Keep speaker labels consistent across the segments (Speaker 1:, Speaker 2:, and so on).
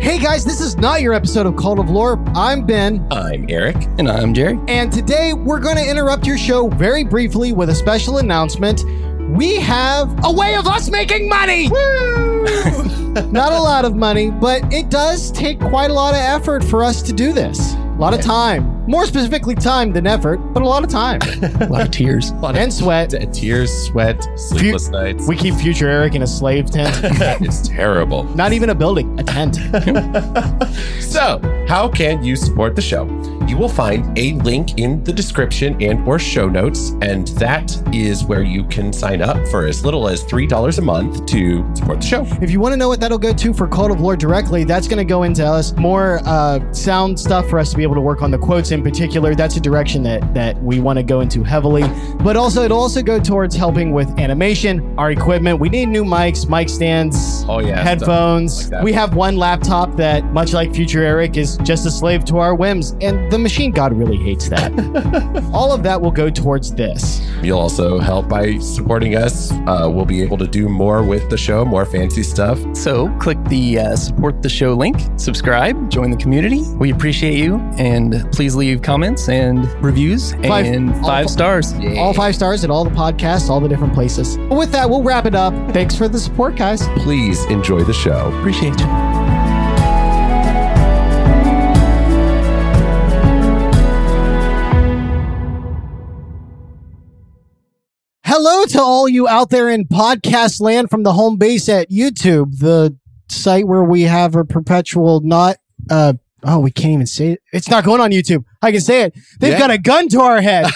Speaker 1: Hey guys, this is not your episode of Cult of Lore. I'm Ben,
Speaker 2: I'm Eric. And I'm Jerry.
Speaker 1: and today we're going to interrupt your show very briefly with a special announcement. We have oh, a way of us making money! not a lot of money, but it does take quite a lot of effort for us to do this. A lot of time. More specifically, time than effort, but a lot of time
Speaker 2: A lot of tears. A lot
Speaker 1: and sweat.
Speaker 2: tears, sweat, sleepless nights.
Speaker 1: We keep future Eric in a slave tent.
Speaker 2: it's terrible.
Speaker 1: Not even a building, a tent.
Speaker 2: So, how can you support the show? You will find a link in the description and or show notes, and that is where you can sign up for as little as three dollars a month to support the show.
Speaker 1: If you want to know what that'll go to for Cult of Lore directly, that's going to go into us more uh, sound stuff for us to be able to work on the quotes in particular. That's a direction that that we want to go into heavily. But also, it'll also go towards helping with animation, our equipment. We need new mics, mic stands.
Speaker 2: Oh yeah,
Speaker 1: Headphones.
Speaker 2: like that.
Speaker 1: we have one laptop that, much like Future Eric, is just a slave to our whims, and the machine god really hates that. All of that will go towards this.
Speaker 2: You'll also help by supporting us. Uh, we'll be able to do more with the show, more fancy stuff.
Speaker 3: So click the uh, support the show link, subscribe, join the community. We appreciate you, and please leave comments and reviews
Speaker 1: Five-
Speaker 3: and
Speaker 1: all
Speaker 3: five,
Speaker 1: fi-
Speaker 3: stars.
Speaker 1: All five stars at all the podcasts, all the different places. But with that, we'll wrap it up. Thanks for the support, guys.
Speaker 2: Please enjoy the show.
Speaker 3: Appreciate you.
Speaker 1: Hello to all you out there in podcast land from the home base at YouTube, the site where we have a perpetual not uh oh, we can't even say it. It's not going on YouTube. I can say it. They've
Speaker 2: Yeah.
Speaker 1: got a gun to our head.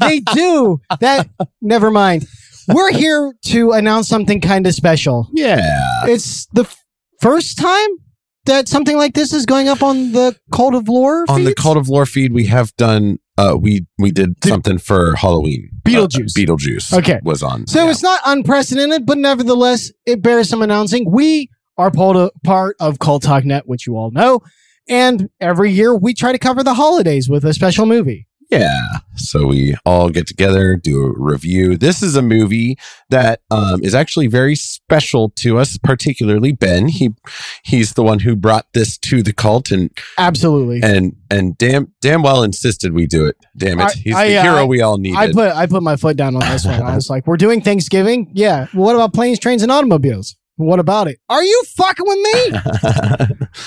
Speaker 1: they do. That never mind. We're here to announce something kind of special.
Speaker 2: Yeah.
Speaker 1: It's the f- first time that something like this is going up on the Cult of Lore.
Speaker 2: on the
Speaker 1: feeds?
Speaker 2: Cult of Lore feed, we have done uh we we did something for Halloween.
Speaker 1: Beetlejuice.
Speaker 2: Uh, Beetlejuice.
Speaker 1: Okay.
Speaker 2: Was on.
Speaker 1: So
Speaker 2: Yeah.
Speaker 1: it's not unprecedented, but nevertheless, it bears some announcing. We are part of, part of Cult Talk Net, which you all know. And every year we try to cover the holidays with a special movie.
Speaker 2: yeah. So we all get together, do a review. This is a movie that um is actually very special to us, particularly Ben. He he's the one who brought this to the cult and
Speaker 1: Absolutely.
Speaker 2: and and damn damn well insisted we do it. Damn
Speaker 1: Mm-hmm.
Speaker 2: it.
Speaker 1: I-
Speaker 2: He's
Speaker 1: I,
Speaker 2: the
Speaker 1: uh,
Speaker 2: hero we all needed.
Speaker 1: I put I put my foot down on this one. I was like, we're doing Thanksgiving. Yeah. What about planes, trains, and automobiles? What about it? Are you fucking with me?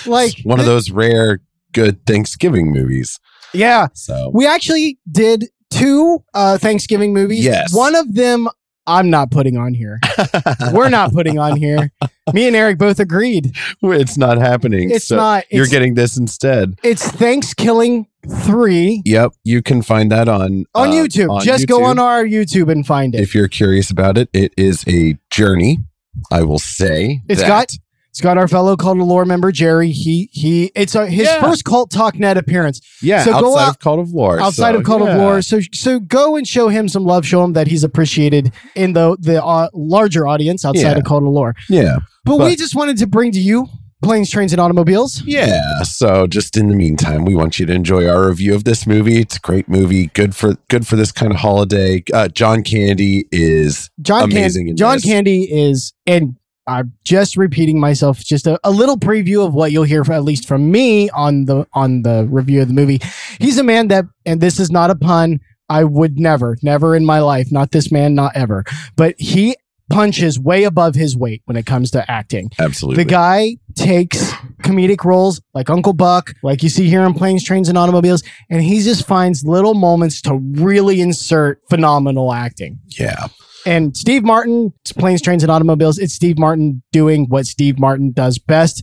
Speaker 1: Like
Speaker 2: It's one of those rare good Thanksgiving movies.
Speaker 1: Yeah.
Speaker 2: So
Speaker 1: We actually did two uh, Thanksgiving movies.
Speaker 2: Yes.
Speaker 1: One of them I'm not putting on here. We're not putting on here. Me and Eric both agreed.
Speaker 2: it's not happening.
Speaker 1: It's
Speaker 2: So
Speaker 1: not. It's,
Speaker 2: You're getting this instead.
Speaker 1: it's Thanksgiving 3
Speaker 2: Yep, you can find that on
Speaker 1: on
Speaker 2: uh,
Speaker 1: YouTube. Just go
Speaker 2: YouTube.
Speaker 1: on our YouTube and find it.
Speaker 2: if you're curious about it. It is a journey, I will say.
Speaker 1: It's
Speaker 2: that.
Speaker 1: got it's got our fellow Cult of Lore member Jerry. He he. It's uh his
Speaker 2: Yeah.
Speaker 1: first Cult Talk Net appearance
Speaker 2: yeah,
Speaker 1: so
Speaker 2: outside
Speaker 1: go out-
Speaker 2: of Cult of Lore.
Speaker 1: outside
Speaker 2: so,
Speaker 1: of Cult of
Speaker 2: yeah.
Speaker 1: Lore. So so go and show him some love. Show him that he's appreciated in the the uh, larger audience outside
Speaker 2: Yeah.
Speaker 1: of Cult of Lore.
Speaker 2: Yeah,
Speaker 1: But, we
Speaker 2: But-
Speaker 1: just wanted to bring to you planes, trains, and automobiles.
Speaker 2: yeah. So just in the meantime, we want you to enjoy our review of this movie. It's a great movie, good for good for this kind of holiday. Uh, John Candy is
Speaker 1: John
Speaker 2: Amazing
Speaker 1: Candy.
Speaker 2: in
Speaker 1: John
Speaker 2: this.
Speaker 1: Candy is, and I'm just repeating myself. Just a, a little preview of what you'll hear, at least from me on the on the review of the movie. He's a man that, and this is not a pun. I would never, never in my life, not this man, not ever. But he punches way above his weight when it comes to acting.
Speaker 2: absolutely
Speaker 1: The guy takes comedic roles like Uncle Buck, like you see here in Planes, Trains, and Automobiles, and he just finds little moments to really insert phenomenal acting.
Speaker 2: yeah.
Speaker 1: And Steve Martin, it's Planes, Trains, and Automobiles, it's Steve Martin doing what Steve Martin does best.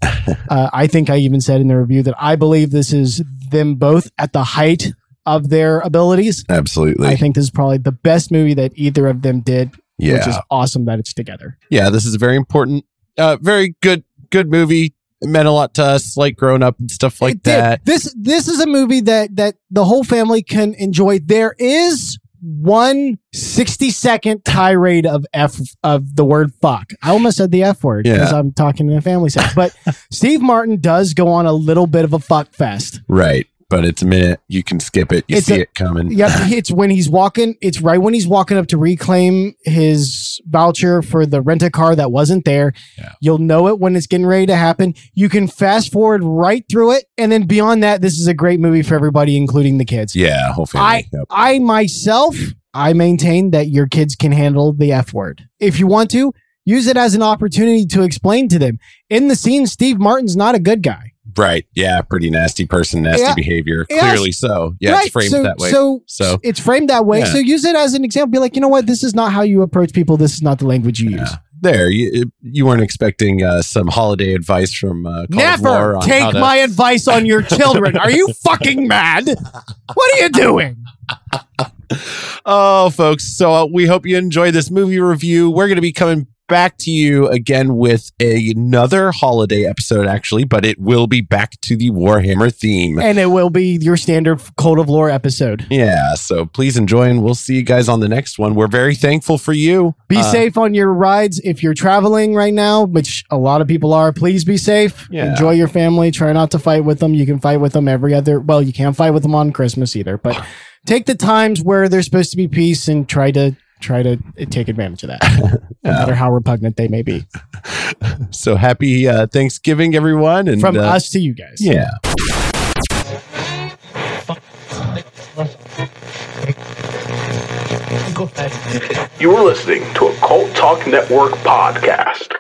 Speaker 1: Uh, I think I even said in the review that I believe this is them both at the height of their abilities.
Speaker 2: Absolutely.
Speaker 1: I think this is probably the best movie that either of them did,
Speaker 2: yeah.
Speaker 1: which is awesome that it's together.
Speaker 2: yeah, this is a very important, uh, very good, good movie. It meant a lot to us, like growing up and stuff like
Speaker 1: It did.
Speaker 2: that.
Speaker 1: This this is a movie that that the whole family can enjoy. There is one 60 second tirade of f of the word fuck. I almost said the f word because
Speaker 2: Yeah.
Speaker 1: I'm talking in a family sense. But Steve Martin does go on a little bit of a fuck fest.
Speaker 2: Right. But it's a minute. You can skip it. You
Speaker 1: It's
Speaker 2: see
Speaker 1: a-
Speaker 2: it coming.
Speaker 1: Yep, it's when he's walking. It's right when he's walking up to reclaim his voucher for the rent a car that wasn't there.
Speaker 4: Yeah.
Speaker 1: You'll know it when it's getting ready to happen. You can fast forward right through it. And then beyond that, this is a great movie for everybody, including the kids.
Speaker 4: Yeah, whole family.
Speaker 1: I-
Speaker 4: Yep.
Speaker 1: I myself, I maintain that your kids can handle the F word. If you want to, use it as an opportunity to explain to them. In the scene, Steve Martin's not a good guy.
Speaker 4: Right. Yeah, pretty nasty person, nasty
Speaker 1: Yeah.
Speaker 4: behavior.
Speaker 1: Yes.
Speaker 4: Clearly so. Yeah, it's framed
Speaker 1: so,
Speaker 4: that way.
Speaker 1: So,
Speaker 4: So-
Speaker 1: it's framed that way.
Speaker 4: Yeah.
Speaker 1: So use it as an example. Be like, you know what? This is not how you approach people. This is not the language you use.
Speaker 4: Yeah. There, you, you weren't expecting uh, some holiday advice from uh, Call of War
Speaker 1: Never
Speaker 4: on how
Speaker 1: take
Speaker 4: to-
Speaker 1: my advice on your children. Are you fucking mad? What are you doing?
Speaker 4: Oh, folks. So uh, we hope you enjoyed this movie review. We're going to be coming back to you again with another holiday episode, actually, but it will be back to the Warhammer theme.
Speaker 1: And it will be your standard Cold of Lore episode.
Speaker 4: Yeah. So please enjoy, and we'll see you guys on the next one. We're very thankful for you.
Speaker 1: Be
Speaker 4: Uh,
Speaker 1: safe on your rides if you're traveling right now, which a lot of people are. Please be safe.
Speaker 4: Yeah.
Speaker 1: Enjoy your family. Try not to fight with them. You can fight with them every other. Well, you can't fight with them on Christmas either, but take the times where there's supposed to be peace and try to try to take advantage of that, no matter how repugnant they may be.
Speaker 4: So happy uh, Thanksgiving, everyone. And
Speaker 1: From
Speaker 4: uh,
Speaker 1: us to you guys.
Speaker 4: Yeah.
Speaker 5: You're listening to a Cult Talk Network podcast.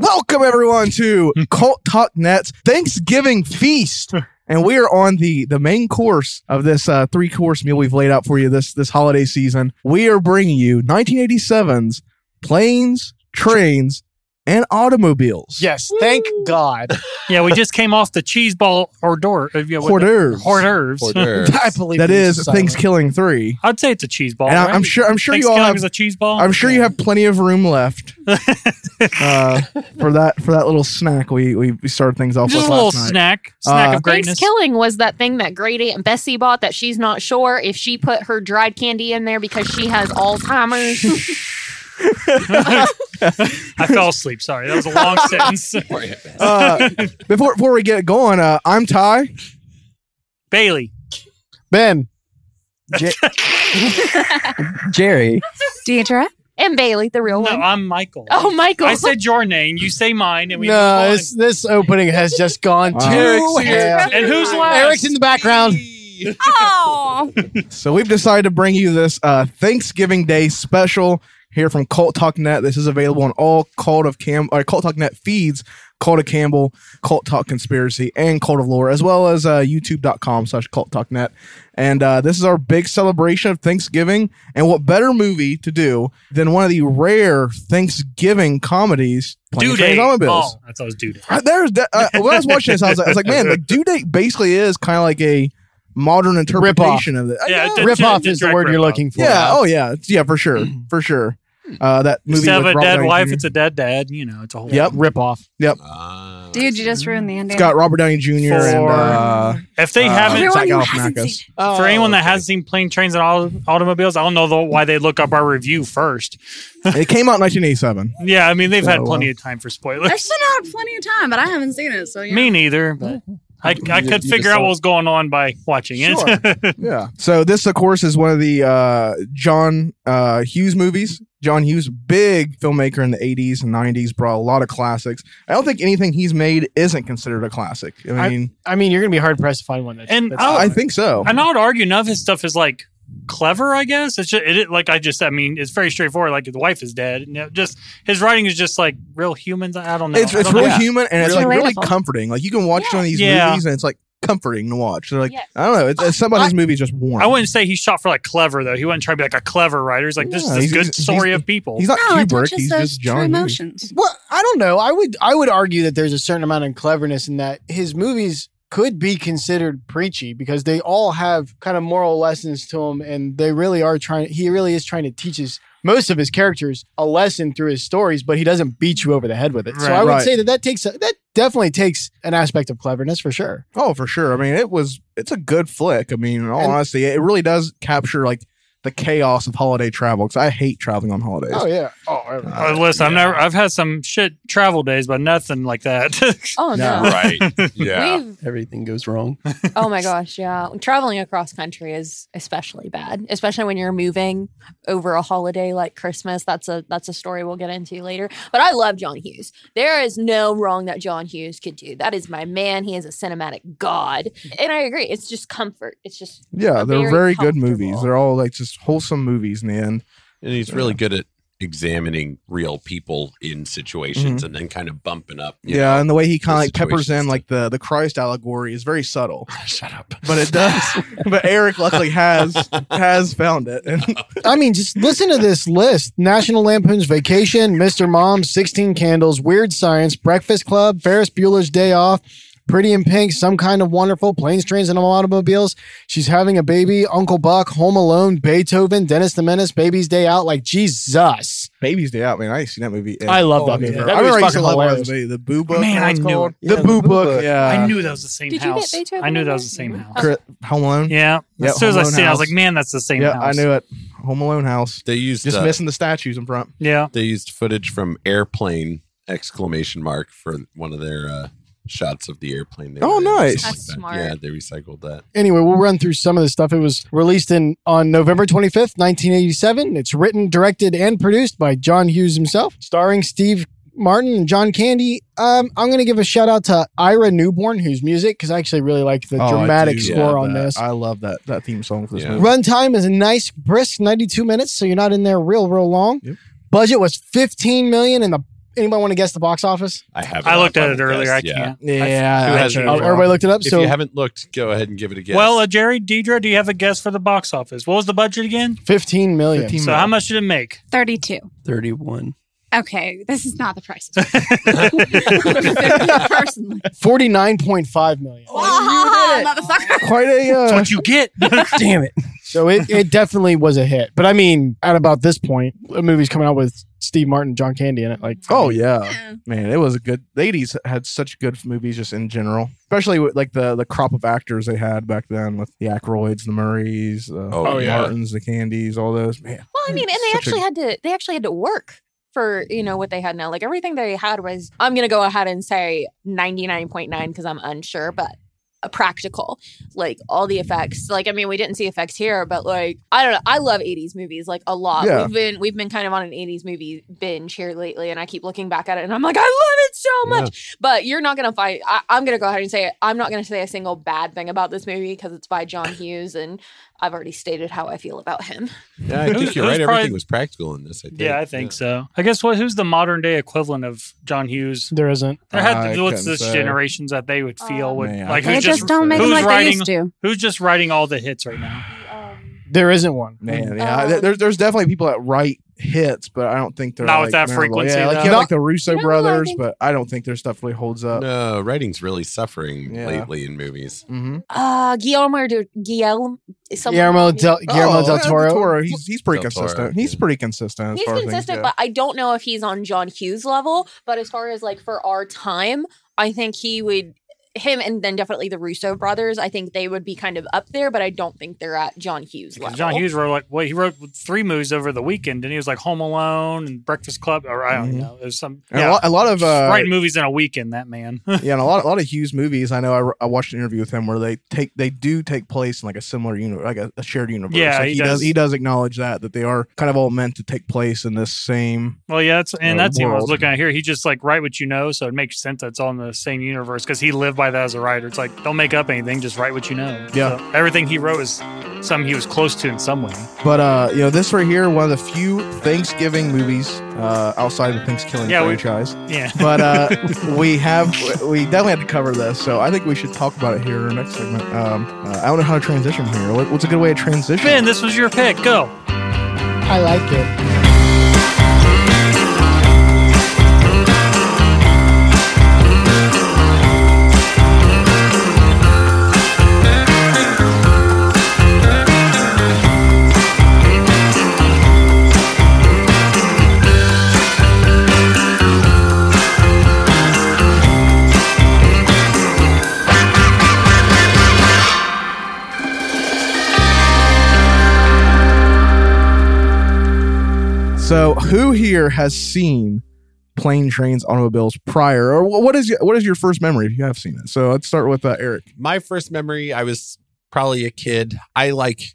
Speaker 6: Welcome everyone to Cult Talk Net's Thanksgiving feast, and we are on the the main course of this uh, three course meal we've laid out for you this this holiday season. We are bringing you 1987's planes, trains, and automobiles.
Speaker 1: Yes. Thank God.
Speaker 7: Yeah, we just came off the cheese ball hors d'oeuvre. uh, yeah, what-
Speaker 6: hors d'oeuvres.
Speaker 7: hors d'oeuvres.
Speaker 1: I believe
Speaker 6: That
Speaker 1: you,
Speaker 6: is
Speaker 1: silent.
Speaker 6: Thanksgiving three,
Speaker 7: I'd say it's a cheese ball.
Speaker 6: and I,
Speaker 7: right?
Speaker 6: I'm sure I'm sure you all
Speaker 7: Thanksgiving
Speaker 6: have
Speaker 7: is a cheese ball.
Speaker 6: I'm sure you have plenty of room left uh, for that for that little snack we we we started things off
Speaker 7: just
Speaker 6: with
Speaker 7: a little
Speaker 6: last night.
Speaker 7: snack, snack
Speaker 6: Uh,
Speaker 7: of greatness.
Speaker 8: Thanksgiving was that thing that great aunt Bessie bought that she's not sure if she put her dried candy in there because she has Alzheimer's.
Speaker 7: I fell asleep. Sorry, that was a long sentence.
Speaker 6: Uh, before before we get going, uh, I'm Ty.
Speaker 7: Bailey,
Speaker 1: Ben.
Speaker 3: Jerry.
Speaker 9: Deidre?
Speaker 8: and Bailey, the real
Speaker 7: no,
Speaker 8: one.
Speaker 7: I'm Michael.
Speaker 8: oh, Michael.
Speaker 7: I said your name. You say mine, and we. move
Speaker 1: No,
Speaker 7: on.
Speaker 1: this, this opening has just gone
Speaker 6: Wow.
Speaker 1: to
Speaker 4: Eric's here.
Speaker 1: hell.
Speaker 7: and who's last?
Speaker 1: Eric's in the background.
Speaker 9: Oh,
Speaker 6: So we've decided to bring you this uh, Thanksgiving Day special here from Cult Talk Net. This is available on all Cult of Cam or Cult Talk Net feeds, Cult of Campbell, Cult Talk Conspiracy, and Cult of Lore, as well as uh, YouTube.com slash Cult Talk Net. And uh, this is our big celebration of Thanksgiving. And what better movie to do than one of the rare Thanksgiving comedies? Planes,
Speaker 7: due
Speaker 6: Trains,
Speaker 7: date. Oh,
Speaker 6: Automobiles.
Speaker 7: Ball. That's always due date.
Speaker 6: I, there's that. Uh, when I was watching this, I was, like- I was like, man, the due date basically is kind of like a modern interpretation of it. I
Speaker 7: Yeah,
Speaker 6: know.
Speaker 7: it did-
Speaker 1: Rip off
Speaker 7: Direct
Speaker 1: is the word you're
Speaker 7: rip-off.
Speaker 1: looking for.
Speaker 6: yeah. Oh, yeah. It's- Yeah, for sure, for sure. Uh, that movie.
Speaker 7: Instead of
Speaker 6: with
Speaker 7: a
Speaker 6: Robert
Speaker 7: dead
Speaker 6: Downey
Speaker 7: wife,
Speaker 6: Jr.
Speaker 7: it's a dead dad. You know, it's a whole.
Speaker 6: Yep.
Speaker 1: Rip off.
Speaker 2: Uh,
Speaker 9: dude, you just ruined the ending.
Speaker 6: It's got Robert Downey Jr. and
Speaker 7: For- Oh.
Speaker 6: uh,
Speaker 7: If they
Speaker 6: Uh,
Speaker 7: haven't,
Speaker 9: Everyone
Speaker 6: Zach
Speaker 9: who hasn't
Speaker 6: Galifianakis.
Speaker 9: seen it.
Speaker 7: for anyone that hasn't seen plane trains and auto- automobiles, I don't know the, why they look up our review first.
Speaker 6: it came out in 1987.
Speaker 7: Yeah, I mean they've
Speaker 6: Oh,
Speaker 7: had
Speaker 6: well.
Speaker 7: plenty of time for spoilers.
Speaker 9: There's been out plenty of time, but I haven't seen it. So yeah.
Speaker 7: Me neither, but I, I
Speaker 3: You-
Speaker 7: could
Speaker 3: you
Speaker 7: figure
Speaker 3: just
Speaker 7: out
Speaker 3: saw
Speaker 7: what was going on by watching it.
Speaker 6: Yeah. So this, of course, is one of the uh, John uh, Hughes movies. John Hughes, big filmmaker in the 80s and 90s, brought a lot of classics. I don't think anything he's made isn't considered a classic. I mean,
Speaker 1: I mean, you're gonna be hard pressed to find one. That's,
Speaker 7: And
Speaker 1: that's
Speaker 7: I-
Speaker 6: oh. I, think so.
Speaker 7: and I would argue none of his stuff is like clever, I guess. It's just, it, it- like I just, I mean, it's very straightforward. Like the wife is dead. You know, just his writing is just like real humans. I don't know.
Speaker 6: it's
Speaker 7: I
Speaker 6: it's
Speaker 7: don't
Speaker 6: really
Speaker 7: know.
Speaker 6: human and it's
Speaker 9: Really
Speaker 6: like really
Speaker 9: relatable.
Speaker 6: comforting. Like you can watch some of these
Speaker 7: Yeah.
Speaker 6: movies and it's like comforting to watch. They're like,
Speaker 8: Yes.
Speaker 6: I don't know. It's, it's somebody's movie just warm.
Speaker 7: I wouldn't say he shot for like clever though. He wasn't trying to be like a clever writer. He's like this
Speaker 6: Yeah,
Speaker 7: is a
Speaker 6: he's-
Speaker 7: good
Speaker 6: he's-
Speaker 7: story
Speaker 6: he's-
Speaker 7: of people.
Speaker 6: He's not
Speaker 9: no, it
Speaker 6: Kubrick.
Speaker 9: touches
Speaker 6: He's
Speaker 9: those
Speaker 6: just
Speaker 9: true
Speaker 6: John. Hughes.
Speaker 9: emotions.
Speaker 1: well, I don't know. I would I would argue that there's a certain amount of cleverness in that his movies could be considered preachy because they all have kind of moral lessons to them, and they really are trying. He really is trying to teach his most of his characters a lesson through his stories, but he doesn't beat you over the head with it. so
Speaker 7: Right.
Speaker 1: I would
Speaker 6: Right.
Speaker 1: say that that takes a, that definitely takes an aspect of cleverness for sure.
Speaker 6: Oh, for sure. I mean, it was. It's a good flick. I mean, in all
Speaker 1: And-
Speaker 6: honesty, it really does capture like the chaos of holiday travel. Because I hate traveling on holidays.
Speaker 1: Oh yeah,
Speaker 6: Oh, I-
Speaker 7: Oh, listen, I've never, I've had some shit travel days, but nothing like that.
Speaker 8: Oh
Speaker 3: No.
Speaker 8: no.
Speaker 2: right. Yeah.
Speaker 8: We've,
Speaker 3: Everything goes wrong.
Speaker 8: oh my gosh, yeah. Traveling across country is especially bad, especially when you're moving over a holiday like Christmas. That's a that's a story we'll get into later. But I love John Hughes. There is no wrong that John Hughes could do. That is my man. He is a cinematic god, and I agree. It's just comfort. It's just
Speaker 6: yeah,
Speaker 8: Are
Speaker 6: they're
Speaker 8: very
Speaker 6: very good movies.
Speaker 8: comfortable.
Speaker 6: They're all like just wholesome movies in the end.
Speaker 2: And he's really good at examining real people in situations
Speaker 1: Mm-hmm.
Speaker 2: and then kind of bumping up. you
Speaker 6: Yeah,
Speaker 2: know.
Speaker 6: and the way he
Speaker 2: the
Speaker 6: kind of like peppers
Speaker 2: situations
Speaker 6: in like the the Christ allegory is very subtle,
Speaker 2: Shut up.
Speaker 6: but it does. but Eric luckily has has found it. And
Speaker 1: I mean, just listen to this list: National Lampoon's Vacation, Mr. Mom, Sixteen Candles, Weird Science, Breakfast Club, Ferris Bueller's Day Off, Pretty in Pink, Some Kind of Wonderful, Planes, Trains, and Automobiles. She's having a baby. Uncle Buck, Home Alone, Beethoven, Dennis the Menace, Baby's Day Out. Like Jesus,
Speaker 6: Baby's Day Out, man. I used to see that movie.
Speaker 1: I love that movie.
Speaker 6: man.
Speaker 1: That
Speaker 6: I remember I
Speaker 1: movie's
Speaker 6: used to
Speaker 1: fucking
Speaker 6: love that
Speaker 1: hilarious.
Speaker 6: movie. The Boo Book.
Speaker 7: Man,
Speaker 6: what
Speaker 7: I
Speaker 6: it's
Speaker 7: knew
Speaker 6: called.
Speaker 7: it.
Speaker 6: The
Speaker 7: Yeah,
Speaker 6: Boo Book. Yeah,
Speaker 7: I knew that was the same
Speaker 8: Did you get
Speaker 7: house.
Speaker 8: Beethoven
Speaker 7: I knew
Speaker 8: in
Speaker 7: that was
Speaker 8: there?
Speaker 7: the same house.
Speaker 6: Cri- Home Alone.
Speaker 7: Yeah.
Speaker 6: Yeah,
Speaker 7: as soon as
Speaker 6: Home
Speaker 7: I
Speaker 6: Alone
Speaker 7: seen, it, I
Speaker 6: house.
Speaker 7: was like, man, that's the same
Speaker 6: Yeah, I
Speaker 7: house.
Speaker 6: knew it. Home Alone house.
Speaker 2: They used
Speaker 6: Just
Speaker 2: uh,
Speaker 6: missing the statues in front.
Speaker 7: Yeah.
Speaker 2: they used footage from airplane exclamation mark for one of their uh, shots of the airplane. They
Speaker 6: Oh,
Speaker 2: were in or
Speaker 6: nice.
Speaker 2: something
Speaker 8: That's
Speaker 2: that.
Speaker 8: smart.
Speaker 2: Yeah, they recycled that.
Speaker 1: anyway, we'll run through some of the stuff. It was released in on November 25th, 1987. It's written, directed, and produced by John Hughes himself, starring Steve Martin and John Candy. Um, I'm going to give a shout out to Ira Newborn, whose music, because I actually really like the
Speaker 6: Oh, I
Speaker 1: dramatic
Speaker 6: do
Speaker 1: score
Speaker 2: yeah,
Speaker 6: love
Speaker 1: on
Speaker 6: that.
Speaker 1: this.
Speaker 6: I love that that theme song for this
Speaker 2: Yeah.
Speaker 6: movie.
Speaker 1: Runtime is a nice, brisk 92 minutes, so you're not in there real, real long.
Speaker 6: Yep.
Speaker 1: Budget was 15 million, and the anybody want to guess the box office?
Speaker 2: I have.
Speaker 7: I
Speaker 2: up
Speaker 7: looked
Speaker 2: on
Speaker 7: at it
Speaker 2: the
Speaker 7: earlier.
Speaker 2: desk,
Speaker 7: I
Speaker 2: yeah.
Speaker 7: can't.
Speaker 6: Uh,
Speaker 1: Yeah,
Speaker 2: Who has it?
Speaker 1: everybody looked it up.
Speaker 2: If
Speaker 1: so
Speaker 2: you haven't looked, go ahead and give it a guess.
Speaker 7: Well, uh, Jerry, Deidre, do you have a guess for the box office? What was the budget again?
Speaker 1: 15 million.
Speaker 6: 15
Speaker 7: So how much did it make?
Speaker 9: 32.
Speaker 3: 31.
Speaker 9: Okay, this is not the price. Personally.
Speaker 1: 49.5 million.
Speaker 9: motherfucker.
Speaker 6: Quite a uh,
Speaker 7: That's what you get.
Speaker 3: Damn it.
Speaker 1: So it, it definitely was a hit. But I mean, at about this point, a movie's coming out with Steve Martin and John Candy in it. Like,
Speaker 6: Oh yeah, man, it was a good. The '80s had such good movies just in general, especially with like the the crop of actors they had back then with the Aykroyds, the Murrays, the
Speaker 2: Oh,
Speaker 6: Martins,
Speaker 2: yeah.
Speaker 6: the Candies, all those. Man,
Speaker 8: Well, I mean, and they
Speaker 6: Such a-
Speaker 8: actually had to they actually had to work for you know what they had now. Like everything they had was I'm gonna go ahead and say 99.9 because I'm unsure, but uh, practical like all the effects like i mean we didn't see effects here but like i don't know i love 80s movies like a lot
Speaker 6: Yeah.
Speaker 8: we've been we've been kind of on an 80s movie binge here lately and i keep looking back at it and i'm like i love it so
Speaker 2: Yeah.
Speaker 8: much but you're not gonna find I, i'm gonna go ahead and say it. i'm not gonna say a single bad thing about this movie because it's by john hughes and i've already stated how i feel about him
Speaker 2: yeah, I think
Speaker 7: who's-
Speaker 2: you're right.
Speaker 7: who's probably-
Speaker 2: Everything was practical in this. I think.
Speaker 7: Yeah, I think so. I guess what? Who's the modern day equivalent of John Hughes?
Speaker 1: there isn't.
Speaker 7: There had
Speaker 6: I
Speaker 7: what's
Speaker 6: couldn't
Speaker 7: this
Speaker 6: say.
Speaker 7: generations that they would feel
Speaker 8: Um,
Speaker 7: would
Speaker 6: Man, I
Speaker 7: like
Speaker 9: They
Speaker 7: who's
Speaker 6: couldn't
Speaker 9: just
Speaker 7: just
Speaker 9: don't make them
Speaker 7: who's
Speaker 9: like
Speaker 7: writing-
Speaker 9: they used to.
Speaker 7: who's just writing all the hits right now.
Speaker 1: There isn't one.
Speaker 6: man, yeah.
Speaker 7: uh,
Speaker 6: I- there's there's definitely people that write hits, but I don't think they're
Speaker 7: Not
Speaker 6: like,
Speaker 7: with that
Speaker 6: memorable.
Speaker 7: frequency,
Speaker 6: Yeah, like,
Speaker 7: though.
Speaker 6: you have,
Speaker 1: No.
Speaker 6: like the Russo
Speaker 8: You know who I
Speaker 6: brothers,
Speaker 8: think-
Speaker 6: but I don't think their stuff really holds up.
Speaker 2: No, writing's really suffering
Speaker 6: Yeah.
Speaker 2: lately in movies.
Speaker 6: Mhm.
Speaker 8: Uh, Guillermo de Guillermo. someone-
Speaker 1: Guillermo Del, Guillermo
Speaker 6: Oh,
Speaker 1: del
Speaker 6: yeah,
Speaker 1: Toro.
Speaker 6: He's, he's pretty
Speaker 2: Del Toro,
Speaker 6: consistent. He's
Speaker 2: yeah.
Speaker 6: pretty consistent. As
Speaker 8: He's
Speaker 6: far as
Speaker 8: consistent,
Speaker 6: things, go.
Speaker 8: but I don't know if he's on John Hughes level. But as far as like for our time, I think he would him and then definitely the Russo brothers. I think they would be kind of up there, but I don't think they're at John Hughes
Speaker 7: Because
Speaker 8: level.
Speaker 7: John Hughes wrote like well, he wrote three movies over the weekend, and he was like Home Alone and Breakfast Club, or I don't
Speaker 6: Mhm.
Speaker 7: know. It was some
Speaker 6: And
Speaker 7: yeah,
Speaker 6: a, lot, a lot of
Speaker 7: just
Speaker 6: uh,
Speaker 7: writing movies in a weekend. That man.
Speaker 6: yeah, and a lot, a lot of Hughes movies. I know I, I watched an interview with him where they take they do take place in like a similar universe, like a, a shared universe.
Speaker 7: Yeah,
Speaker 6: Like,
Speaker 7: he
Speaker 6: he, does.
Speaker 7: does.
Speaker 6: He does acknowledge that that they are kind of all meant to take place in this same.
Speaker 7: well, yeah, that's and
Speaker 6: Uh,
Speaker 7: that's even what I was
Speaker 6: world.
Speaker 7: looking at here. He just like write what you know, so it makes sense that's all in the same universe because he lived by that as a writer. It's like don't make up anything, just write what you know.
Speaker 6: Yeah.
Speaker 7: So everything he wrote is something he was close to in some way.
Speaker 6: But uh, you know, this right here, one of the few Thanksgiving movies uh, outside the Thanksgiving
Speaker 7: Yeah, we-
Speaker 6: franchise.
Speaker 7: Yeah.
Speaker 6: But uh, we have we definitely had to cover this, so I think we should talk about it here in our next segment. Um, uh, I don't know how to transition here. What, what's a good way to transition?
Speaker 7: Ben, this was your pick. Go.
Speaker 1: I like it.
Speaker 6: So, who here has seen plane, trains, automobiles prior, or wh- what is your, what is your first memory if you have seen it? So, let's start with uh, Eric.
Speaker 2: my first memory i was probably a kid i like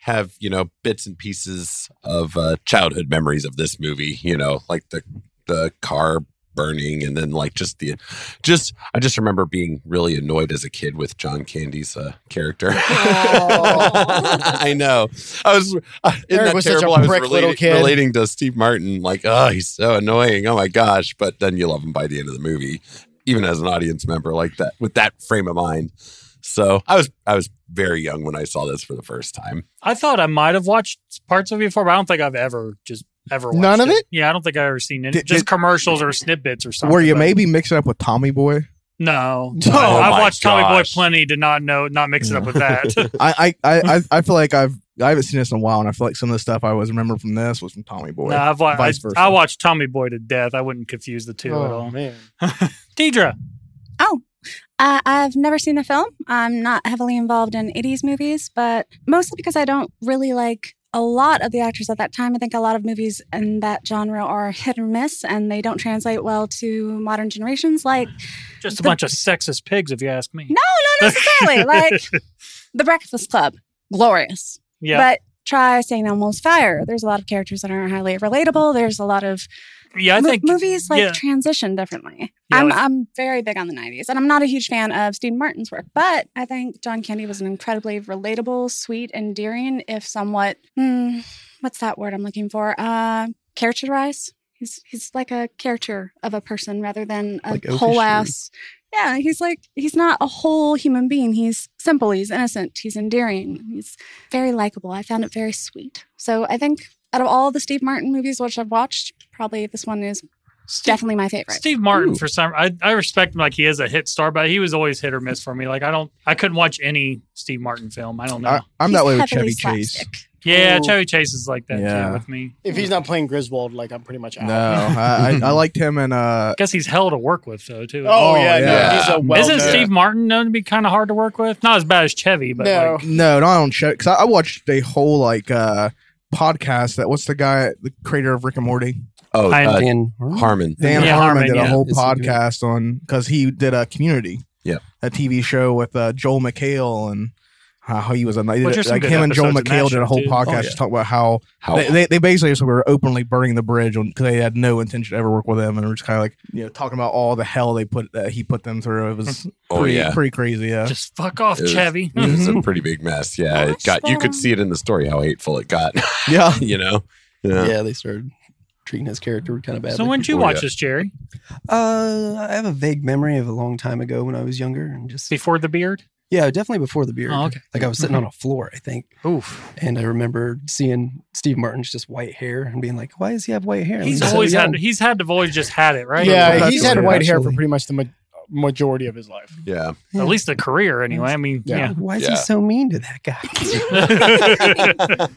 Speaker 2: have you know bits and pieces of uh childhood memories of this movie you know like the the car burning and then like just the just i just remember being really annoyed as a kid with john candy's uh character i know i was uh, isn't
Speaker 1: Eric
Speaker 2: that
Speaker 1: was such a
Speaker 2: terrible i was
Speaker 1: brick little
Speaker 2: relating,
Speaker 1: kid.
Speaker 2: relating to steve martin like oh he's so annoying oh my gosh but then you love him by the end of the movie even as an audience member like that with that frame of mind so i was i was very young when i saw this for the first time
Speaker 7: I thought I might have watched parts of it before, but I don't think I've ever just ever watched
Speaker 1: None of it?
Speaker 7: Yeah, I don't think I've ever seen any
Speaker 6: Did-
Speaker 7: just
Speaker 6: did-
Speaker 7: commercials or snippets or something.
Speaker 6: Were you
Speaker 7: but-
Speaker 6: maybe mixing up with Tommy Boy?
Speaker 7: No,
Speaker 1: Oh
Speaker 7: I- I've
Speaker 2: my
Speaker 7: watched Tommy Boy
Speaker 2: gosh.
Speaker 7: plenty. Did not know, not mix it up with that.
Speaker 6: I I, I, I I feel like I've I haven't seen this in a while, and I feel like some of the stuff I was remember from this was from Tommy Boy.
Speaker 7: no, I've wa- I,
Speaker 6: Vice versa. Oh.
Speaker 7: I watched Tommy Boy to death. I wouldn't confuse the two at all.
Speaker 1: Oh, man.
Speaker 7: Deidre,
Speaker 9: Uh, I've never seen the film. I'm not heavily involved in 80s movies, but mostly because I don't really like a lot of the actors at that time. I think a lot of movies in that genre are hit or miss and they don't translate well to modern generations. Like,
Speaker 7: just a
Speaker 9: The-
Speaker 7: bunch of sexist pigs, if you ask me.
Speaker 9: no, not necessarily. like, The Breakfast Club, glorious.
Speaker 7: yeah,
Speaker 9: But try Staying on Wolf's Fire. There's a lot of characters that aren't highly relatable. There's a lot of
Speaker 7: yeah, I
Speaker 9: Mo-
Speaker 7: think
Speaker 9: movies like
Speaker 7: yeah.
Speaker 9: transition differently.
Speaker 7: Yeah,
Speaker 9: I'm
Speaker 7: like-
Speaker 9: I'm very big on the 90s, and I'm not a huge fan of Steve Martin's work, but I think John Candy was an incredibly relatable, sweet, endearing, if somewhat hmm, what's that word I'm looking for? Uh, characterize. He's he's like a character of a person rather than a
Speaker 6: Like Oakley
Speaker 9: whole
Speaker 6: Street.
Speaker 9: ass. Yeah, he's like he's not a whole human being. He's simple. He's innocent. He's endearing. He's very likable. I found it very sweet. So I think out of all the Steve Martin movies which I've watched, probably this one is
Speaker 7: Steve,
Speaker 9: definitely my favorite.
Speaker 7: Steve Martin
Speaker 2: Ooh.
Speaker 7: for some. I, I respect him like he is a hit star, but he was always hit or miss for me. Like I don't, I couldn't watch any Steve Martin film. I don't know.
Speaker 6: I, I'm
Speaker 9: He's
Speaker 6: that way with
Speaker 9: heavily
Speaker 6: Chevy Chase.
Speaker 9: slapstick.
Speaker 7: yeah,
Speaker 1: Ooh.
Speaker 7: Chevy Chase is like that
Speaker 6: Yeah.
Speaker 7: too with me.
Speaker 1: If he's not playing Griswold, like I'm pretty much out.
Speaker 6: No, I, I, I liked him and uh,
Speaker 7: I guess he's hell to work with though too.
Speaker 1: Oh,
Speaker 6: Oh,
Speaker 1: yeah,
Speaker 6: yeah.
Speaker 1: no, he's a well.
Speaker 7: Isn't Steve Martin known to be kind of hard to work with? Not as bad as Chevy, but
Speaker 1: No.
Speaker 7: like,
Speaker 6: No, not on show. Because I, I watched a whole like uh podcast that what's the guy, the creator of Rick and Morty,
Speaker 2: oh
Speaker 7: I-
Speaker 2: uh,
Speaker 3: Dan Harmon?
Speaker 2: harmon
Speaker 6: Dan
Speaker 7: Yeah,
Speaker 6: Harmon,
Speaker 7: Harmon,
Speaker 6: did a
Speaker 7: yeah.
Speaker 6: whole
Speaker 3: Is he good?
Speaker 6: podcast on because he did a Community,
Speaker 2: Yep.
Speaker 6: a TV show with uh, Joel McHale and how he was a
Speaker 7: Which are some
Speaker 6: like
Speaker 7: good
Speaker 6: him and Joel
Speaker 7: episodes in that
Speaker 6: McHale did a
Speaker 7: show,
Speaker 6: whole
Speaker 7: too.
Speaker 6: podcast
Speaker 2: Oh, yeah.
Speaker 6: just talking about how
Speaker 2: how
Speaker 6: they, they, they basically just were openly burning the bridge because they had no intention to ever work with him and were just kind of like you know talking about all the hell they put that he put them through. It was
Speaker 2: oh
Speaker 6: pretty,
Speaker 2: yeah
Speaker 6: pretty crazy. Yeah,
Speaker 7: just fuck off,
Speaker 2: It was-
Speaker 7: Chevy.
Speaker 2: it was a
Speaker 6: Mhm.
Speaker 2: pretty big mess yeah
Speaker 9: Oh,
Speaker 2: it got you
Speaker 9: that's,
Speaker 2: could
Speaker 9: um,
Speaker 2: see it in the story how hateful it got
Speaker 6: yeah.
Speaker 2: you know
Speaker 3: Yeah.
Speaker 2: yeah.
Speaker 3: they started treating his character kind of badly.
Speaker 7: So when did you
Speaker 2: Oh,
Speaker 7: watch
Speaker 2: yeah.
Speaker 7: this, Jerry?
Speaker 3: Uh, I have a vague memory of a long time ago when I was younger and just
Speaker 7: Before the beard?
Speaker 3: yeah, definitely before the beard.
Speaker 7: Oh, okay.
Speaker 3: Like I was sitting on a floor, I think,
Speaker 7: Oof.
Speaker 3: and I remember seeing Steve Martin's just white hair and being like, "Why does he have white hair?"
Speaker 7: He's
Speaker 3: so
Speaker 7: always
Speaker 3: young."
Speaker 7: had he's had to always just had it, right?
Speaker 1: Yeah,
Speaker 3: That's
Speaker 1: he's
Speaker 3: what
Speaker 1: had
Speaker 3: it
Speaker 1: white hair for
Speaker 3: actually-
Speaker 1: pretty much the ma- majority of his life.
Speaker 2: yeah
Speaker 7: At least a career anyway. I mean, yeah.
Speaker 1: Yeah.
Speaker 3: Why is
Speaker 2: Yeah.
Speaker 3: he so mean to that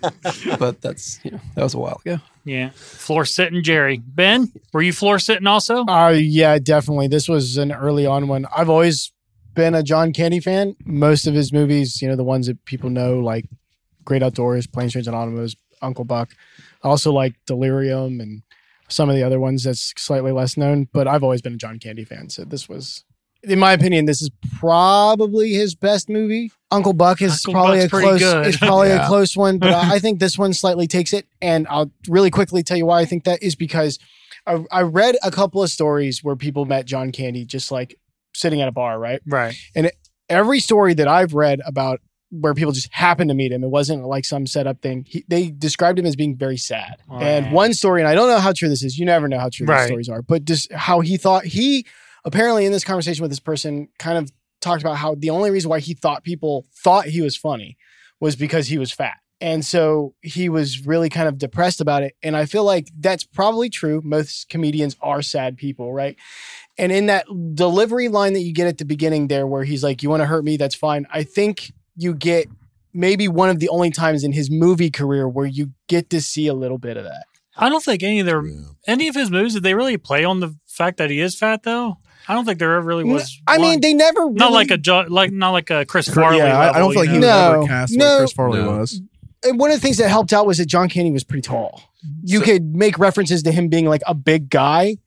Speaker 3: guy? but that's you know that was a while ago.
Speaker 7: yeah. Floor sitting Jerry. Ben, were you floor sitting also?
Speaker 1: Uh, yeah, definitely. This was an early on one. I've always been a John Candy fan. Most of his movies, you know, the ones that people know, like Great Outdoors, Planes, Trains, and Automobiles, Uncle Buck. I also like Delirium and some of the other ones that's slightly less known. But I've always been a John Candy fan, so this was. In my opinion, this is probably his best movie. Uncle Buck is
Speaker 7: Uncle
Speaker 1: probably
Speaker 7: Buck's
Speaker 1: a
Speaker 7: pretty
Speaker 1: close.
Speaker 7: good.
Speaker 1: Is probably
Speaker 2: Yeah.
Speaker 1: a close one, but I I think this one slightly takes it. And I'll really quickly tell you why I think that is because I, I read a couple of stories where people met John Candy just like sitting at a bar, right?
Speaker 7: Right.
Speaker 1: Every story that I've read about where people just happened to meet him, it wasn't like some setup thing. He, they described him as being very sad.
Speaker 7: Wow.
Speaker 1: And one story, and I don't know how true this is, you never know how true
Speaker 7: Right.
Speaker 1: these stories are, but just how he thought he apparently in this conversation with this person kind of talked about how the only reason why he thought people thought he was funny was because he was fat. And so he was really kind of depressed about it. And I feel like that's probably true. Most comedians are sad people, right? And in that delivery line that you get at the beginning there, where he's like, You want to hurt me? That's fine. I think you get maybe one of the only times in his movie career where you get to see a little bit of that.
Speaker 7: I don't think any of their
Speaker 2: Yeah.
Speaker 7: any of his moves did they really play on the fact that he is fat though? I don't think there ever really was.
Speaker 1: I
Speaker 7: one.
Speaker 1: mean, they never really,
Speaker 7: not like a jo- like not like a Chris Farley.
Speaker 6: yeah, I- I,
Speaker 7: level,
Speaker 6: don't feel like
Speaker 7: you
Speaker 6: he
Speaker 7: know?
Speaker 6: was
Speaker 1: know?
Speaker 6: ever
Speaker 1: No,
Speaker 6: cast
Speaker 1: no.
Speaker 6: like Chris Farley
Speaker 2: No.
Speaker 6: was.
Speaker 1: and one of the things that helped out was that John Candy was pretty tall. you could make references to him being like a big guy,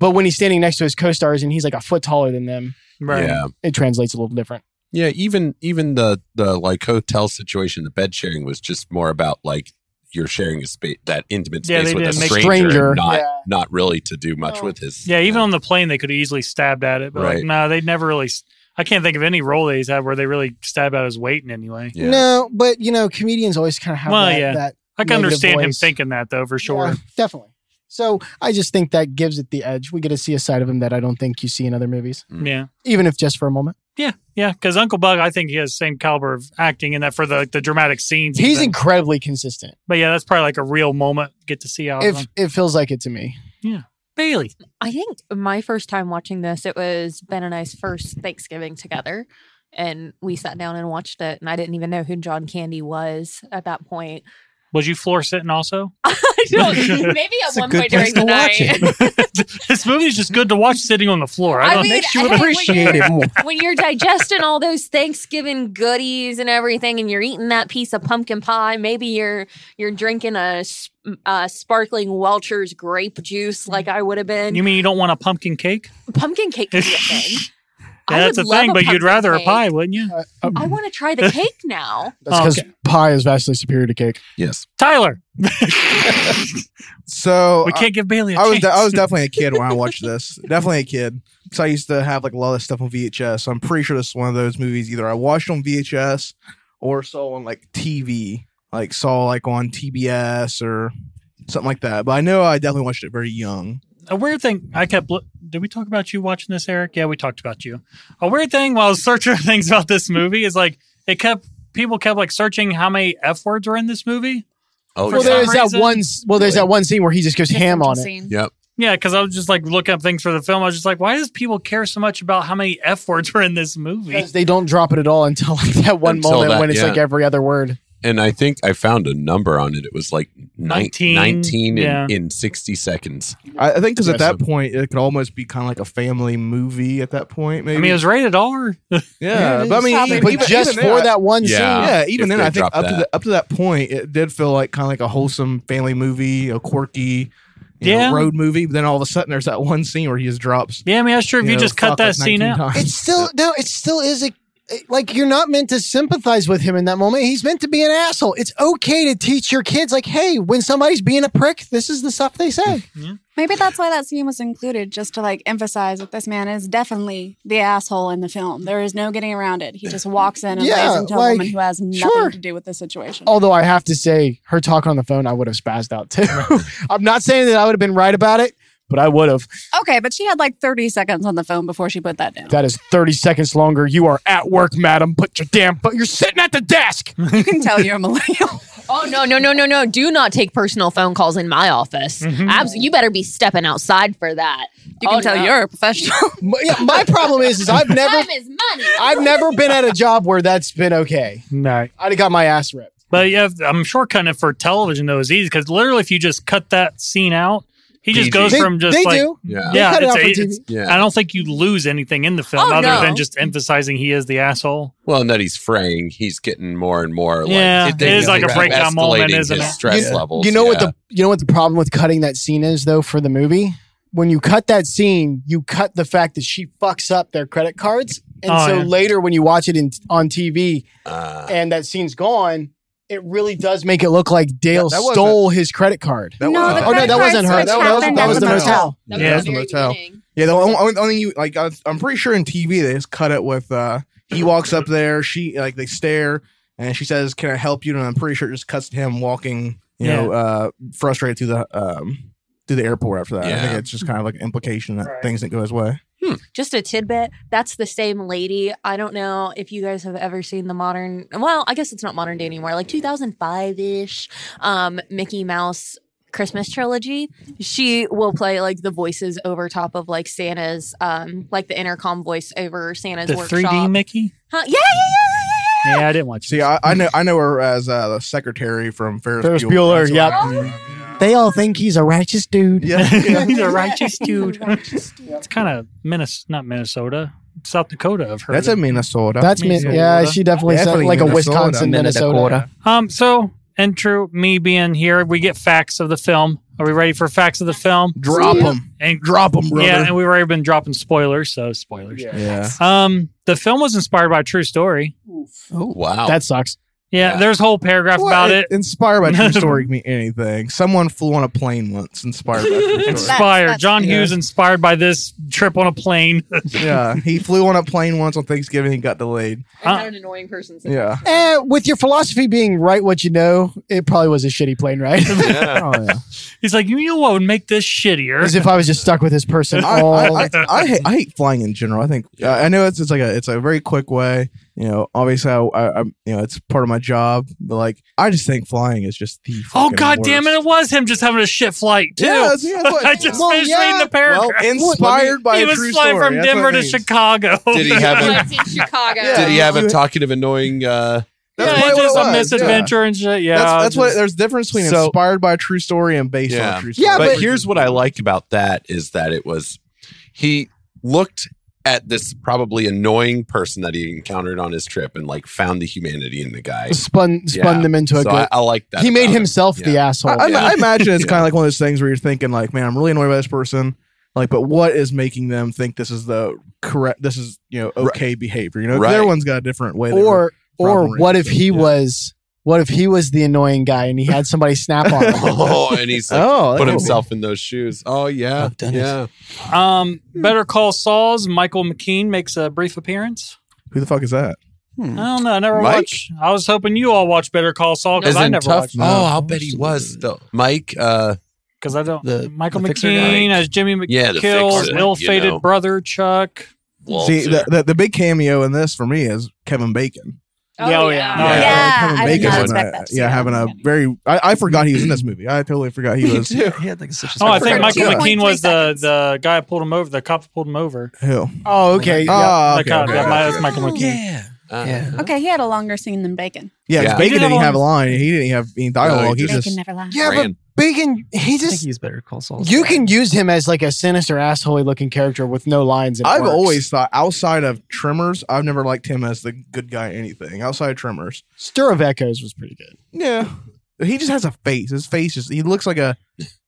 Speaker 1: but when he's standing next to his co-stars and he's like a foot taller than them,
Speaker 2: Yeah.
Speaker 1: it translates a little different.
Speaker 2: Yeah, even even the the like hotel situation, the bed sharing was just more about like you're sharing a space that intimate
Speaker 7: Yeah,
Speaker 2: space
Speaker 7: they
Speaker 2: with a
Speaker 7: didn't make-
Speaker 2: stranger,
Speaker 1: Stranger,
Speaker 2: and not
Speaker 1: yeah.
Speaker 2: not really to do much
Speaker 8: Oh.
Speaker 2: with his uh,
Speaker 7: Yeah, even on the plane, they could have easily stabbed at it, but
Speaker 2: Right.
Speaker 7: like, no, they never really. s- I can't think of any role that he's had where they really stab at his weight in any way.
Speaker 2: yeah.
Speaker 1: No, but you know, comedians always kind of have
Speaker 7: Well,
Speaker 1: that,
Speaker 7: yeah.
Speaker 1: that
Speaker 7: I can
Speaker 1: Negative
Speaker 7: understand him
Speaker 1: voice.
Speaker 7: thinking that though, for sure.
Speaker 1: Yeah, definitely. So I just think that gives it the edge. We get to see a side of him that I don't think you see in other movies,
Speaker 2: Mm.
Speaker 7: Yeah,
Speaker 1: even if just for a moment.
Speaker 7: yeah, yeah. Because Uncle Bug, I think he has the same caliber of acting in that for the the dramatic scenes.
Speaker 1: He's
Speaker 7: in,
Speaker 1: incredibly consistent.
Speaker 7: but yeah, that's probably like a real moment get to see out of
Speaker 1: If
Speaker 7: him.
Speaker 1: it feels like it to me,
Speaker 7: Bailey.
Speaker 8: I think my first time watching this, it was Ben and I's first Thanksgiving together. And we sat down and watched it. And I didn't even know who John Candy was at that point.
Speaker 7: Was you floor sitting also?
Speaker 8: I don't, maybe at
Speaker 1: It's a
Speaker 8: one
Speaker 1: good
Speaker 8: point during
Speaker 1: place
Speaker 8: the
Speaker 1: to watch
Speaker 8: night.
Speaker 7: this movie's just good to watch sitting on the floor. I,
Speaker 8: I
Speaker 7: don't
Speaker 8: mean,
Speaker 7: think you
Speaker 8: hey,
Speaker 7: would
Speaker 8: when
Speaker 7: appreciate
Speaker 8: you're-
Speaker 7: it more.
Speaker 8: when you're digesting all those Thanksgiving goodies and everything, and you're eating that piece of pumpkin pie, maybe you're you're drinking a, s- a sparkling Welch's grape juice, like I would have been.
Speaker 7: Mm. You mean you don't want a pumpkin cake?
Speaker 8: pumpkin cake is a thing. I
Speaker 7: Yeah, that's
Speaker 8: would
Speaker 7: a
Speaker 8: love
Speaker 7: thing, but you'd
Speaker 8: pumpkin
Speaker 7: rather a
Speaker 8: cake.
Speaker 7: pie, wouldn't you?
Speaker 1: uh,
Speaker 6: um,
Speaker 1: uh,
Speaker 8: I want to try the cake now.
Speaker 1: that's because
Speaker 7: Okay.
Speaker 1: pie is vastly superior to cake.
Speaker 2: Yes.
Speaker 7: Tyler,
Speaker 6: So
Speaker 7: we can't give Bailey a
Speaker 6: Oh, I, I was de-
Speaker 7: chance.
Speaker 6: I was definitely a kid when I watched this. definitely a kid because I used to have like a lot of stuff on VHS. So I'm pretty sure this is one of those movies either I watched on VHS or saw on like TV, like saw like on TBS or something like that. But I know I definitely watched it very young.
Speaker 7: a weird thing I kept. Lo- Did we talk about you watching this, Eric? Yeah, we talked about you. A weird thing while I was searching things about this movie is like it kept people kept like searching how many f words were in this movie.
Speaker 2: Oh,
Speaker 1: Well,
Speaker 7: For
Speaker 1: there's
Speaker 7: some
Speaker 1: that
Speaker 7: reason-
Speaker 1: one. s- Well, there's that one scene where he just goes ham on it.
Speaker 2: yeah.
Speaker 7: Yeah, because I was just like looking up things for the film. I was just like, why does people care so much about how many f words were in this movie?
Speaker 1: Because they don't drop it at all until like that one
Speaker 2: Until
Speaker 1: moment
Speaker 2: that,
Speaker 1: when it's
Speaker 2: yeah.
Speaker 1: like every other word.
Speaker 2: and I think I found a number on it. It was like nineteen,
Speaker 7: 19,
Speaker 2: 19 in,
Speaker 7: yeah.
Speaker 2: in 60 seconds.
Speaker 6: I, I think because at that
Speaker 2: Impressive.
Speaker 6: point it could almost be kind of like a family movie at that point.
Speaker 7: I
Speaker 6: Maybe
Speaker 7: mean, it was rated R.
Speaker 6: yeah, but I mean,
Speaker 8: Probably.
Speaker 6: even,
Speaker 1: But
Speaker 6: even-
Speaker 1: just
Speaker 6: even
Speaker 1: for
Speaker 6: then,
Speaker 1: that one
Speaker 2: Yeah.
Speaker 1: scene,
Speaker 6: Yeah,
Speaker 2: Um,
Speaker 6: even
Speaker 2: if
Speaker 6: then,
Speaker 2: they
Speaker 6: I think
Speaker 2: dropped
Speaker 6: up to
Speaker 2: that.
Speaker 6: the, up to that point, it did feel like kind of like a wholesome family movie, a quirky, you know,
Speaker 7: Yeah.
Speaker 6: road movie. But then all of a sudden, there's that one scene where he just drops.
Speaker 7: Yeah, I mean, that's true. If you,
Speaker 6: know,
Speaker 7: just cut
Speaker 6: fuck,
Speaker 7: that
Speaker 6: like,
Speaker 7: scene
Speaker 6: 19
Speaker 7: out,
Speaker 6: times.
Speaker 1: it's still no. It still is a it- like you're not meant to sympathize with him in that moment. He's meant to be an asshole. It's okay to teach your kids like, hey, when somebody's being a prick, this is the stuff they say.
Speaker 9: Maybe that's why that scene was included, just to like emphasize that this man is definitely the asshole in the film. There is no getting around it. He just walks in and
Speaker 1: Yeah,
Speaker 9: lays into a
Speaker 1: like,
Speaker 9: woman who has nothing
Speaker 1: sure. Oh.
Speaker 9: to do with the situation.
Speaker 1: Although I have to say, her talk on the phone, I would have spazzed out too. I'm not saying that I would have been right about it, but I would have.
Speaker 9: Okay, but she had like 30 seconds on the phone before she put that down.
Speaker 1: That is 30 seconds longer. You are at work, madam. Put your damn foot. You're sitting at the desk.
Speaker 9: You can tell you're a millennial.
Speaker 8: Oh no, no, no, no, no! Do not take personal phone calls in my office.
Speaker 7: Mm-hmm.
Speaker 8: Abs- you better be stepping outside for that. Oh,
Speaker 9: You can tell you're a professional.
Speaker 1: My, yeah, my problem is, is I've never,
Speaker 8: time is money.
Speaker 1: I've never been at a job where that's been okay.
Speaker 7: no,
Speaker 1: I'd have got my ass ripped.
Speaker 7: But yeah, I'm sure cutting it for television though is easy because literally, if you just cut that scene out, he just
Speaker 2: PG.
Speaker 7: goes
Speaker 1: They-
Speaker 7: from just
Speaker 1: they
Speaker 7: like
Speaker 1: do.
Speaker 2: Yeah.
Speaker 1: They
Speaker 7: yeah,
Speaker 1: cut it
Speaker 7: it's
Speaker 1: out
Speaker 7: a-
Speaker 1: for
Speaker 7: it's-
Speaker 1: TV.
Speaker 2: Yeah.
Speaker 7: I don't think you lose anything in the film
Speaker 8: Oh,
Speaker 7: other
Speaker 8: no.
Speaker 7: than just emphasizing he is the asshole.
Speaker 2: Well, and that he's fraying, he's getting more and more like
Speaker 7: Yeah,
Speaker 2: they
Speaker 7: it is
Speaker 2: keep
Speaker 7: like a breakdown moment,
Speaker 2: escalating
Speaker 7: isn't
Speaker 2: his
Speaker 7: it?
Speaker 2: Stress
Speaker 1: you,
Speaker 2: levels.
Speaker 1: You know what
Speaker 2: yeah.
Speaker 1: the you know what the problem with cutting that scene is though for the movie? When you cut that scene, you cut the fact that she fucks up their credit cards. And
Speaker 7: Oh,
Speaker 1: so
Speaker 7: yeah.
Speaker 1: later when you watch it in, on TV
Speaker 2: uh,
Speaker 1: and that scene's gone, it really does make it look like Dale
Speaker 6: That- that wasn't-
Speaker 1: stole his credit card.
Speaker 6: That
Speaker 9: No,
Speaker 6: was-
Speaker 9: the
Speaker 1: oh no,
Speaker 9: credit
Speaker 1: that
Speaker 9: card
Speaker 1: wasn't her.
Speaker 9: switch
Speaker 1: That was,
Speaker 9: happened
Speaker 1: that
Speaker 9: at
Speaker 1: was
Speaker 9: the
Speaker 1: the motel.
Speaker 6: Yeah,
Speaker 7: Yeah.
Speaker 6: that was the motel. Yeah, the only, only thing you like, I, I'm pretty sure in TV they just cut it with uh, he walks up there, she like they stare, and she says, "Can I help you?" And I'm pretty sure it just cuts to him walking, you know, uh, frustrated through the um through the airport after that. I
Speaker 2: Yeah.
Speaker 6: think it's just kind of like an implication that
Speaker 7: Right.
Speaker 6: things didn't go his way.
Speaker 8: Just a tidbit. That's the same lady. I don't know if you guys have ever seen the modern. Well, I guess it's not modern day anymore. Like 2005 ish, um, Mickey Mouse Christmas trilogy. She will play like the voices over top of like Santa's, um, like the intercom voice over Santa's
Speaker 7: The
Speaker 8: workshop.
Speaker 7: 3D Mickey.
Speaker 8: Huh? Yeah, yeah, yeah, yeah, yeah.
Speaker 7: Yeah, I didn't watch.
Speaker 6: See, I, I know I know her as uh, the secretary from Ferris,
Speaker 1: Ferris Bueller,
Speaker 6: Bueller.
Speaker 1: yep. They all think he's a righteous dude.
Speaker 6: yeah, yeah.
Speaker 7: He's a righteous dude. it's kind of Minnes, not Minnesota, South Dakota. I've heard.
Speaker 6: That's
Speaker 7: of.
Speaker 6: in Minnesota.
Speaker 1: That's me.
Speaker 7: Minnesota.
Speaker 1: Yeah, she definitely, sounded
Speaker 6: Definitely
Speaker 1: like a
Speaker 6: Minnesota.
Speaker 1: Wisconsin, Minnesota.
Speaker 7: Um, so and true me being here, we get facts of the film. Are we ready for facts of the film?
Speaker 6: Drop them.
Speaker 7: And
Speaker 6: Drop them, brother.
Speaker 7: yeah, and we've already been dropping spoilers, so spoilers.
Speaker 6: Yeah.
Speaker 7: Um, the film was inspired by a true story.
Speaker 2: Oh wow.
Speaker 1: That sucks.
Speaker 7: Yeah,
Speaker 2: Yeah.
Speaker 7: there's a whole paragraph
Speaker 6: Well,
Speaker 7: about it.
Speaker 6: Inspired by true story can mean anything. Someone flew on a plane once, inspired by true story.
Speaker 7: Inspired.
Speaker 9: that's-
Speaker 7: John
Speaker 6: yeah.
Speaker 7: Hughes inspired by this trip on a plane.
Speaker 6: yeah, he flew on a plane once on Thanksgiving and got delayed.
Speaker 8: I
Speaker 7: Uh,
Speaker 8: had an annoying person. say
Speaker 6: Yeah.
Speaker 1: Eh, with your philosophy being write what you know, it probably was a shitty plane ride.
Speaker 2: Yeah.
Speaker 6: Oh yeah.
Speaker 7: He's like, you know what would make this shittier?
Speaker 1: As if I was just stuck with this person
Speaker 6: I,
Speaker 7: Oh.
Speaker 1: all
Speaker 6: I, I, I, hate, I hate flying in general. I think uh, I know it's it's like a it's a very quick way. You know, obviously I, I I'm you know it's part of my job, but like I just think flying is just the
Speaker 7: oh
Speaker 6: fucking
Speaker 7: god damn it!
Speaker 6: worst.
Speaker 7: It was him just having a shit flight too.
Speaker 6: Yeah, that's- yeah, that's what-
Speaker 7: I just
Speaker 6: well,
Speaker 7: finished
Speaker 6: yeah.
Speaker 7: reading the paragraph.
Speaker 6: Well, inspired by
Speaker 7: he
Speaker 6: a
Speaker 7: was
Speaker 6: true
Speaker 7: flying
Speaker 6: story.
Speaker 7: from
Speaker 6: That's what
Speaker 7: Denver
Speaker 6: it
Speaker 7: to
Speaker 6: means.
Speaker 7: Chicago.
Speaker 2: Did he have
Speaker 8: Well,
Speaker 2: a-
Speaker 8: it's in Chicago.
Speaker 6: Yeah.
Speaker 2: Did he have a
Speaker 6: You-
Speaker 2: talkative, annoying? Uh,
Speaker 6: That's
Speaker 7: yeah,
Speaker 6: probably
Speaker 7: it
Speaker 6: what
Speaker 7: just
Speaker 6: it
Speaker 7: a
Speaker 6: was,
Speaker 7: misadventure and shit. Yeah,
Speaker 6: That's, that's what
Speaker 7: just-
Speaker 6: there's a difference between
Speaker 2: So-
Speaker 6: inspired by a true story and based on
Speaker 2: Yeah.
Speaker 6: a true story.
Speaker 1: Yeah,
Speaker 2: but
Speaker 1: but-
Speaker 2: here's what I like about that is that it was he looked at this probably annoying person that he encountered on his trip and like found the humanity in the guy.
Speaker 1: spun spun
Speaker 2: Yeah.
Speaker 1: them into a
Speaker 2: so
Speaker 1: good.
Speaker 2: I, I like that.
Speaker 1: he made
Speaker 2: about it.
Speaker 1: himself the asshole.
Speaker 6: I, I,
Speaker 2: Yeah.
Speaker 6: I imagine it's
Speaker 2: Yeah.
Speaker 6: kind of like one of those things where you're thinking like, man, I'm really annoyed by this person. Like, but what is making them think this is the correct? This is you know
Speaker 2: Right.
Speaker 6: okay behavior. You know,
Speaker 2: Right.
Speaker 6: everyone's got a different way. they
Speaker 1: or or
Speaker 6: problem
Speaker 1: what if
Speaker 6: raised,
Speaker 1: he
Speaker 6: yeah.
Speaker 1: was what if he was the annoying guy and he had somebody snap on him?
Speaker 2: Oh, and he's like,
Speaker 6: oh, that
Speaker 2: put
Speaker 6: could
Speaker 2: himself in those shoes. Oh yeah,
Speaker 3: I've done it.
Speaker 2: yeah.
Speaker 7: Um, Better Call Saul's Michael McKean makes a brief appearance.
Speaker 6: be- Who the fuck is that?
Speaker 7: I don't know. I never
Speaker 2: Mike?
Speaker 7: watched. I was hoping you all watch Better Call Saul because
Speaker 2: As
Speaker 7: I
Speaker 2: in
Speaker 7: never
Speaker 2: tough.
Speaker 7: watched Mm.
Speaker 2: Oh, I'll bet he was though. Mike. Uh,
Speaker 7: because I don't.
Speaker 3: The-
Speaker 7: Michael
Speaker 3: the fixer guy?
Speaker 7: McKean as Jimmy
Speaker 2: Yeah, the
Speaker 7: McKill's
Speaker 2: fixer, you
Speaker 7: ill-fated
Speaker 2: know.
Speaker 7: brother Chuck.
Speaker 6: See, the, the the big cameo in this for me is Kevin Bacon.
Speaker 8: Oh,
Speaker 7: Yeah, oh,
Speaker 8: yeah.
Speaker 7: yeah.
Speaker 9: Yeah.
Speaker 6: Kevin
Speaker 9: I did
Speaker 6: Bacon's
Speaker 2: not
Speaker 6: having
Speaker 9: expect
Speaker 6: a-
Speaker 9: that to
Speaker 6: Yeah,
Speaker 9: see
Speaker 6: having a
Speaker 9: that.
Speaker 6: very. I, I forgot he was in this movie. I totally forgot he was.
Speaker 3: He had like such a
Speaker 7: Oh, I think
Speaker 9: for
Speaker 7: Michael
Speaker 9: two
Speaker 7: McKean
Speaker 9: point
Speaker 7: was
Speaker 9: three
Speaker 7: the,
Speaker 9: seconds.
Speaker 7: the guy who pulled him over. The cop who pulled him over.
Speaker 6: Who?
Speaker 1: oh, okay. yeah.
Speaker 6: Ah,
Speaker 7: That
Speaker 6: okay,
Speaker 2: uh,
Speaker 7: guy-
Speaker 6: okay,
Speaker 7: that
Speaker 6: okay.
Speaker 7: might- that's Michael
Speaker 9: Oh,
Speaker 7: McKean.
Speaker 3: Yeah. Yeah.
Speaker 9: Okay, he had a longer scene than Bacon.
Speaker 6: Yeah, 'cause
Speaker 2: Yeah.
Speaker 6: Bacon
Speaker 7: He didn't
Speaker 6: didn't have
Speaker 7: have
Speaker 6: a line. He didn't have any dialogue. he
Speaker 2: he
Speaker 9: Bacon
Speaker 6: just
Speaker 9: never lies.
Speaker 1: Yeah, but
Speaker 2: Ran.
Speaker 1: Bacon, he
Speaker 3: I think
Speaker 1: just
Speaker 3: he's better call Saul.
Speaker 1: you can use him as like a sinister asshole looking character with no lines. and it
Speaker 6: I've
Speaker 1: works.
Speaker 6: always thought outside of Tremors, I've never liked him as the good guy. in Anything outside of Tremors,
Speaker 1: Stir of Echoes was pretty good.
Speaker 6: yeah, he just has a face. His face just he looks like a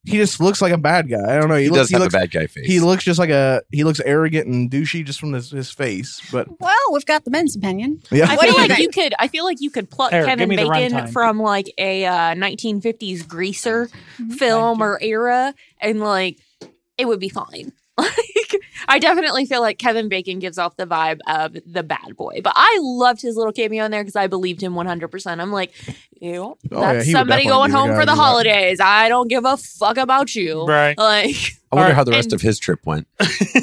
Speaker 6: he just looks like a bad guy. I don't know. He,
Speaker 2: he,
Speaker 6: looks,
Speaker 2: does
Speaker 6: he
Speaker 2: have
Speaker 6: looks,
Speaker 2: a bad guy face.
Speaker 6: He looks just like a he looks arrogant and douchey just from his, his face. But
Speaker 9: Well, we've got the men's opinion.
Speaker 6: yeah,
Speaker 8: I feel
Speaker 9: What do you
Speaker 8: like
Speaker 9: think?
Speaker 8: you could. I feel like you could pluck
Speaker 7: Eric, give
Speaker 8: Kevin
Speaker 7: me the
Speaker 8: Bacon
Speaker 7: runtime.
Speaker 8: from like a uh, 1950s greaser
Speaker 9: Mhm.
Speaker 8: film or era, and like it would be fine. Like I definitely feel like Kevin Bacon gives off the vibe of the bad boy, but I loved his little cameo in there because I believed him 100. percent I'm like, ew,
Speaker 6: Oh, yeah,
Speaker 8: that's
Speaker 6: he would definitely
Speaker 8: somebody going
Speaker 6: be the
Speaker 8: home
Speaker 6: guy
Speaker 8: for
Speaker 6: to
Speaker 8: the
Speaker 6: do that.
Speaker 8: holidays. I don't give a fuck about you.
Speaker 7: Right.
Speaker 8: Like
Speaker 2: I wonder
Speaker 7: Alright,
Speaker 2: how the rest
Speaker 8: and-
Speaker 2: of his trip went.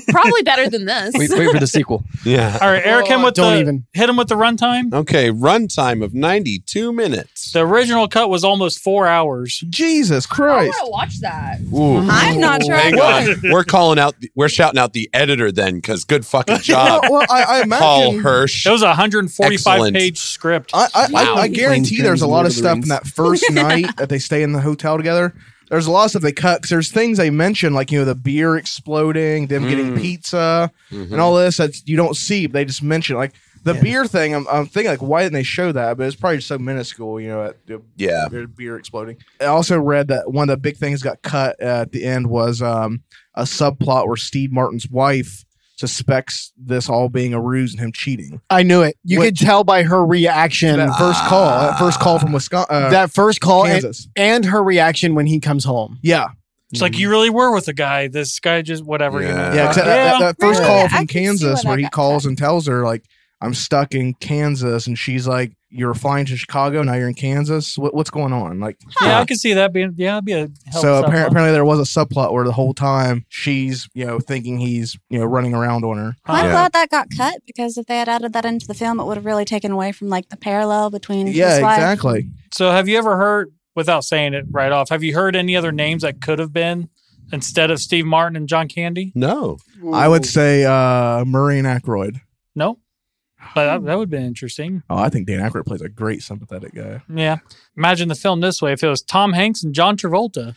Speaker 8: probably better than this.
Speaker 3: wait, wait for the sequel.
Speaker 2: Yeah.
Speaker 7: All right, Eric, him
Speaker 1: Oh,
Speaker 7: with
Speaker 1: don't
Speaker 7: the
Speaker 1: even.
Speaker 7: hit him with the runtime.
Speaker 2: Okay, runtime of 92 minutes.
Speaker 7: The original cut was almost four hours.
Speaker 6: Jesus
Speaker 8: I
Speaker 6: Christ,
Speaker 8: want to watch that.
Speaker 2: Ooh.
Speaker 9: I'm not sure. I
Speaker 2: Hang
Speaker 9: would.
Speaker 2: on. We're calling out, the, we're shouting out the editor then, because good fucking
Speaker 6: well,
Speaker 2: job,
Speaker 6: Uh, well, I, I
Speaker 2: Paul
Speaker 6: imagine.
Speaker 2: Hirsch.
Speaker 7: It was a 145
Speaker 2: Excellent.
Speaker 7: page script.
Speaker 6: I, I,
Speaker 2: Wow.
Speaker 6: I, I guarantee
Speaker 3: Planes,
Speaker 6: there's a
Speaker 3: Trains,
Speaker 6: lot
Speaker 3: Lord
Speaker 6: of
Speaker 3: of the
Speaker 6: stuff in
Speaker 3: Rings.
Speaker 6: that first night that they stay in the hotel together. There's a lot of stuff they cut 'cause there's things they mention like you know the beer exploding, them getting
Speaker 2: Mm.
Speaker 6: pizza
Speaker 2: Mhm.
Speaker 6: and all this that you don't see. But they just mention like the beer thing. I'm, I'm thinking like why didn't they show that? But it's probably so minuscule, you know, at the
Speaker 2: Yeah.
Speaker 6: their beer exploding. I also read that one of the big things got cut at the end was um, a subplot where Steve Martin's wife suspects this all being a ruse and him cheating.
Speaker 1: I knew it. You
Speaker 6: Which-
Speaker 1: could tell by her reaction
Speaker 6: That first
Speaker 9: Ah.
Speaker 6: call, that first call from Wisconsin, uh,
Speaker 1: that first call and,
Speaker 6: Kansas.
Speaker 1: and her reaction when he comes home.
Speaker 6: yeah,
Speaker 7: It's like you really were with a guy. This guy just whatever. You know.
Speaker 2: Yeah.
Speaker 6: yeah.
Speaker 2: Uh,
Speaker 6: except that, that, that first
Speaker 9: Really?
Speaker 6: call
Speaker 9: I
Speaker 6: from
Speaker 9: can see
Speaker 6: Kansas
Speaker 9: where
Speaker 6: where
Speaker 9: that
Speaker 6: he
Speaker 9: got
Speaker 6: calls and tells her like, "I'm stuck in Kansas," and she's like, "You're flying to Chicago now. You're in Kansas. What, what's going on?" Like,
Speaker 7: Yeah, I can see that being. Yeah, it'd be a hell
Speaker 6: so
Speaker 7: of a
Speaker 6: appar-
Speaker 7: subplot.
Speaker 6: apparently there was a subplot where the whole time she's you know thinking he's you know running around on her.
Speaker 9: Well, I'm
Speaker 2: Yeah.
Speaker 9: glad that got cut because if they had added that into the film, it would have really taken away from like the parallel between.
Speaker 6: Yeah,
Speaker 9: his wife-
Speaker 6: exactly.
Speaker 7: So, have you ever heard, without saying it right off, have you heard any other names that could have been instead of Steve Martin and John Candy?
Speaker 2: No.
Speaker 6: I would say uh, Murray and Aykroyd.
Speaker 7: No, but
Speaker 9: Oh.
Speaker 7: that, that would have been interesting.
Speaker 6: Oh, I think Dan Aykroyd plays a great sympathetic guy.
Speaker 7: Yeah, imagine the film this way if it was Tom Hanks and John Travolta.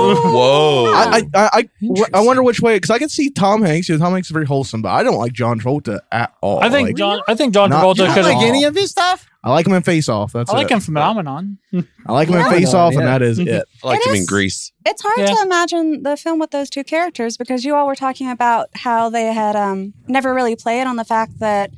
Speaker 2: Whoa.
Speaker 6: I I, I, I, wh- I wonder which way because I could see Tom Hanks. You know, Tom Hanks is very wholesome, but I don't like John Travolta at all.
Speaker 7: I think
Speaker 6: Like,
Speaker 7: John. I think John
Speaker 6: Not-
Speaker 7: Travolta
Speaker 6: not
Speaker 7: could.
Speaker 6: like
Speaker 7: have
Speaker 6: any
Speaker 1: of this stuff?
Speaker 6: I like him in Face Off. That's
Speaker 7: I like
Speaker 6: it.
Speaker 7: him Mm-hmm. phenomenon.
Speaker 6: I like him in
Speaker 9: Yeah.
Speaker 6: Face Off, and
Speaker 3: Yeah.
Speaker 6: that is it.
Speaker 2: I liked
Speaker 9: It
Speaker 2: him in
Speaker 9: is-
Speaker 2: Greece.
Speaker 9: It's hard
Speaker 7: Yeah.
Speaker 9: to imagine the film with those two characters because you all were talking about how they had um, never really played on the fact that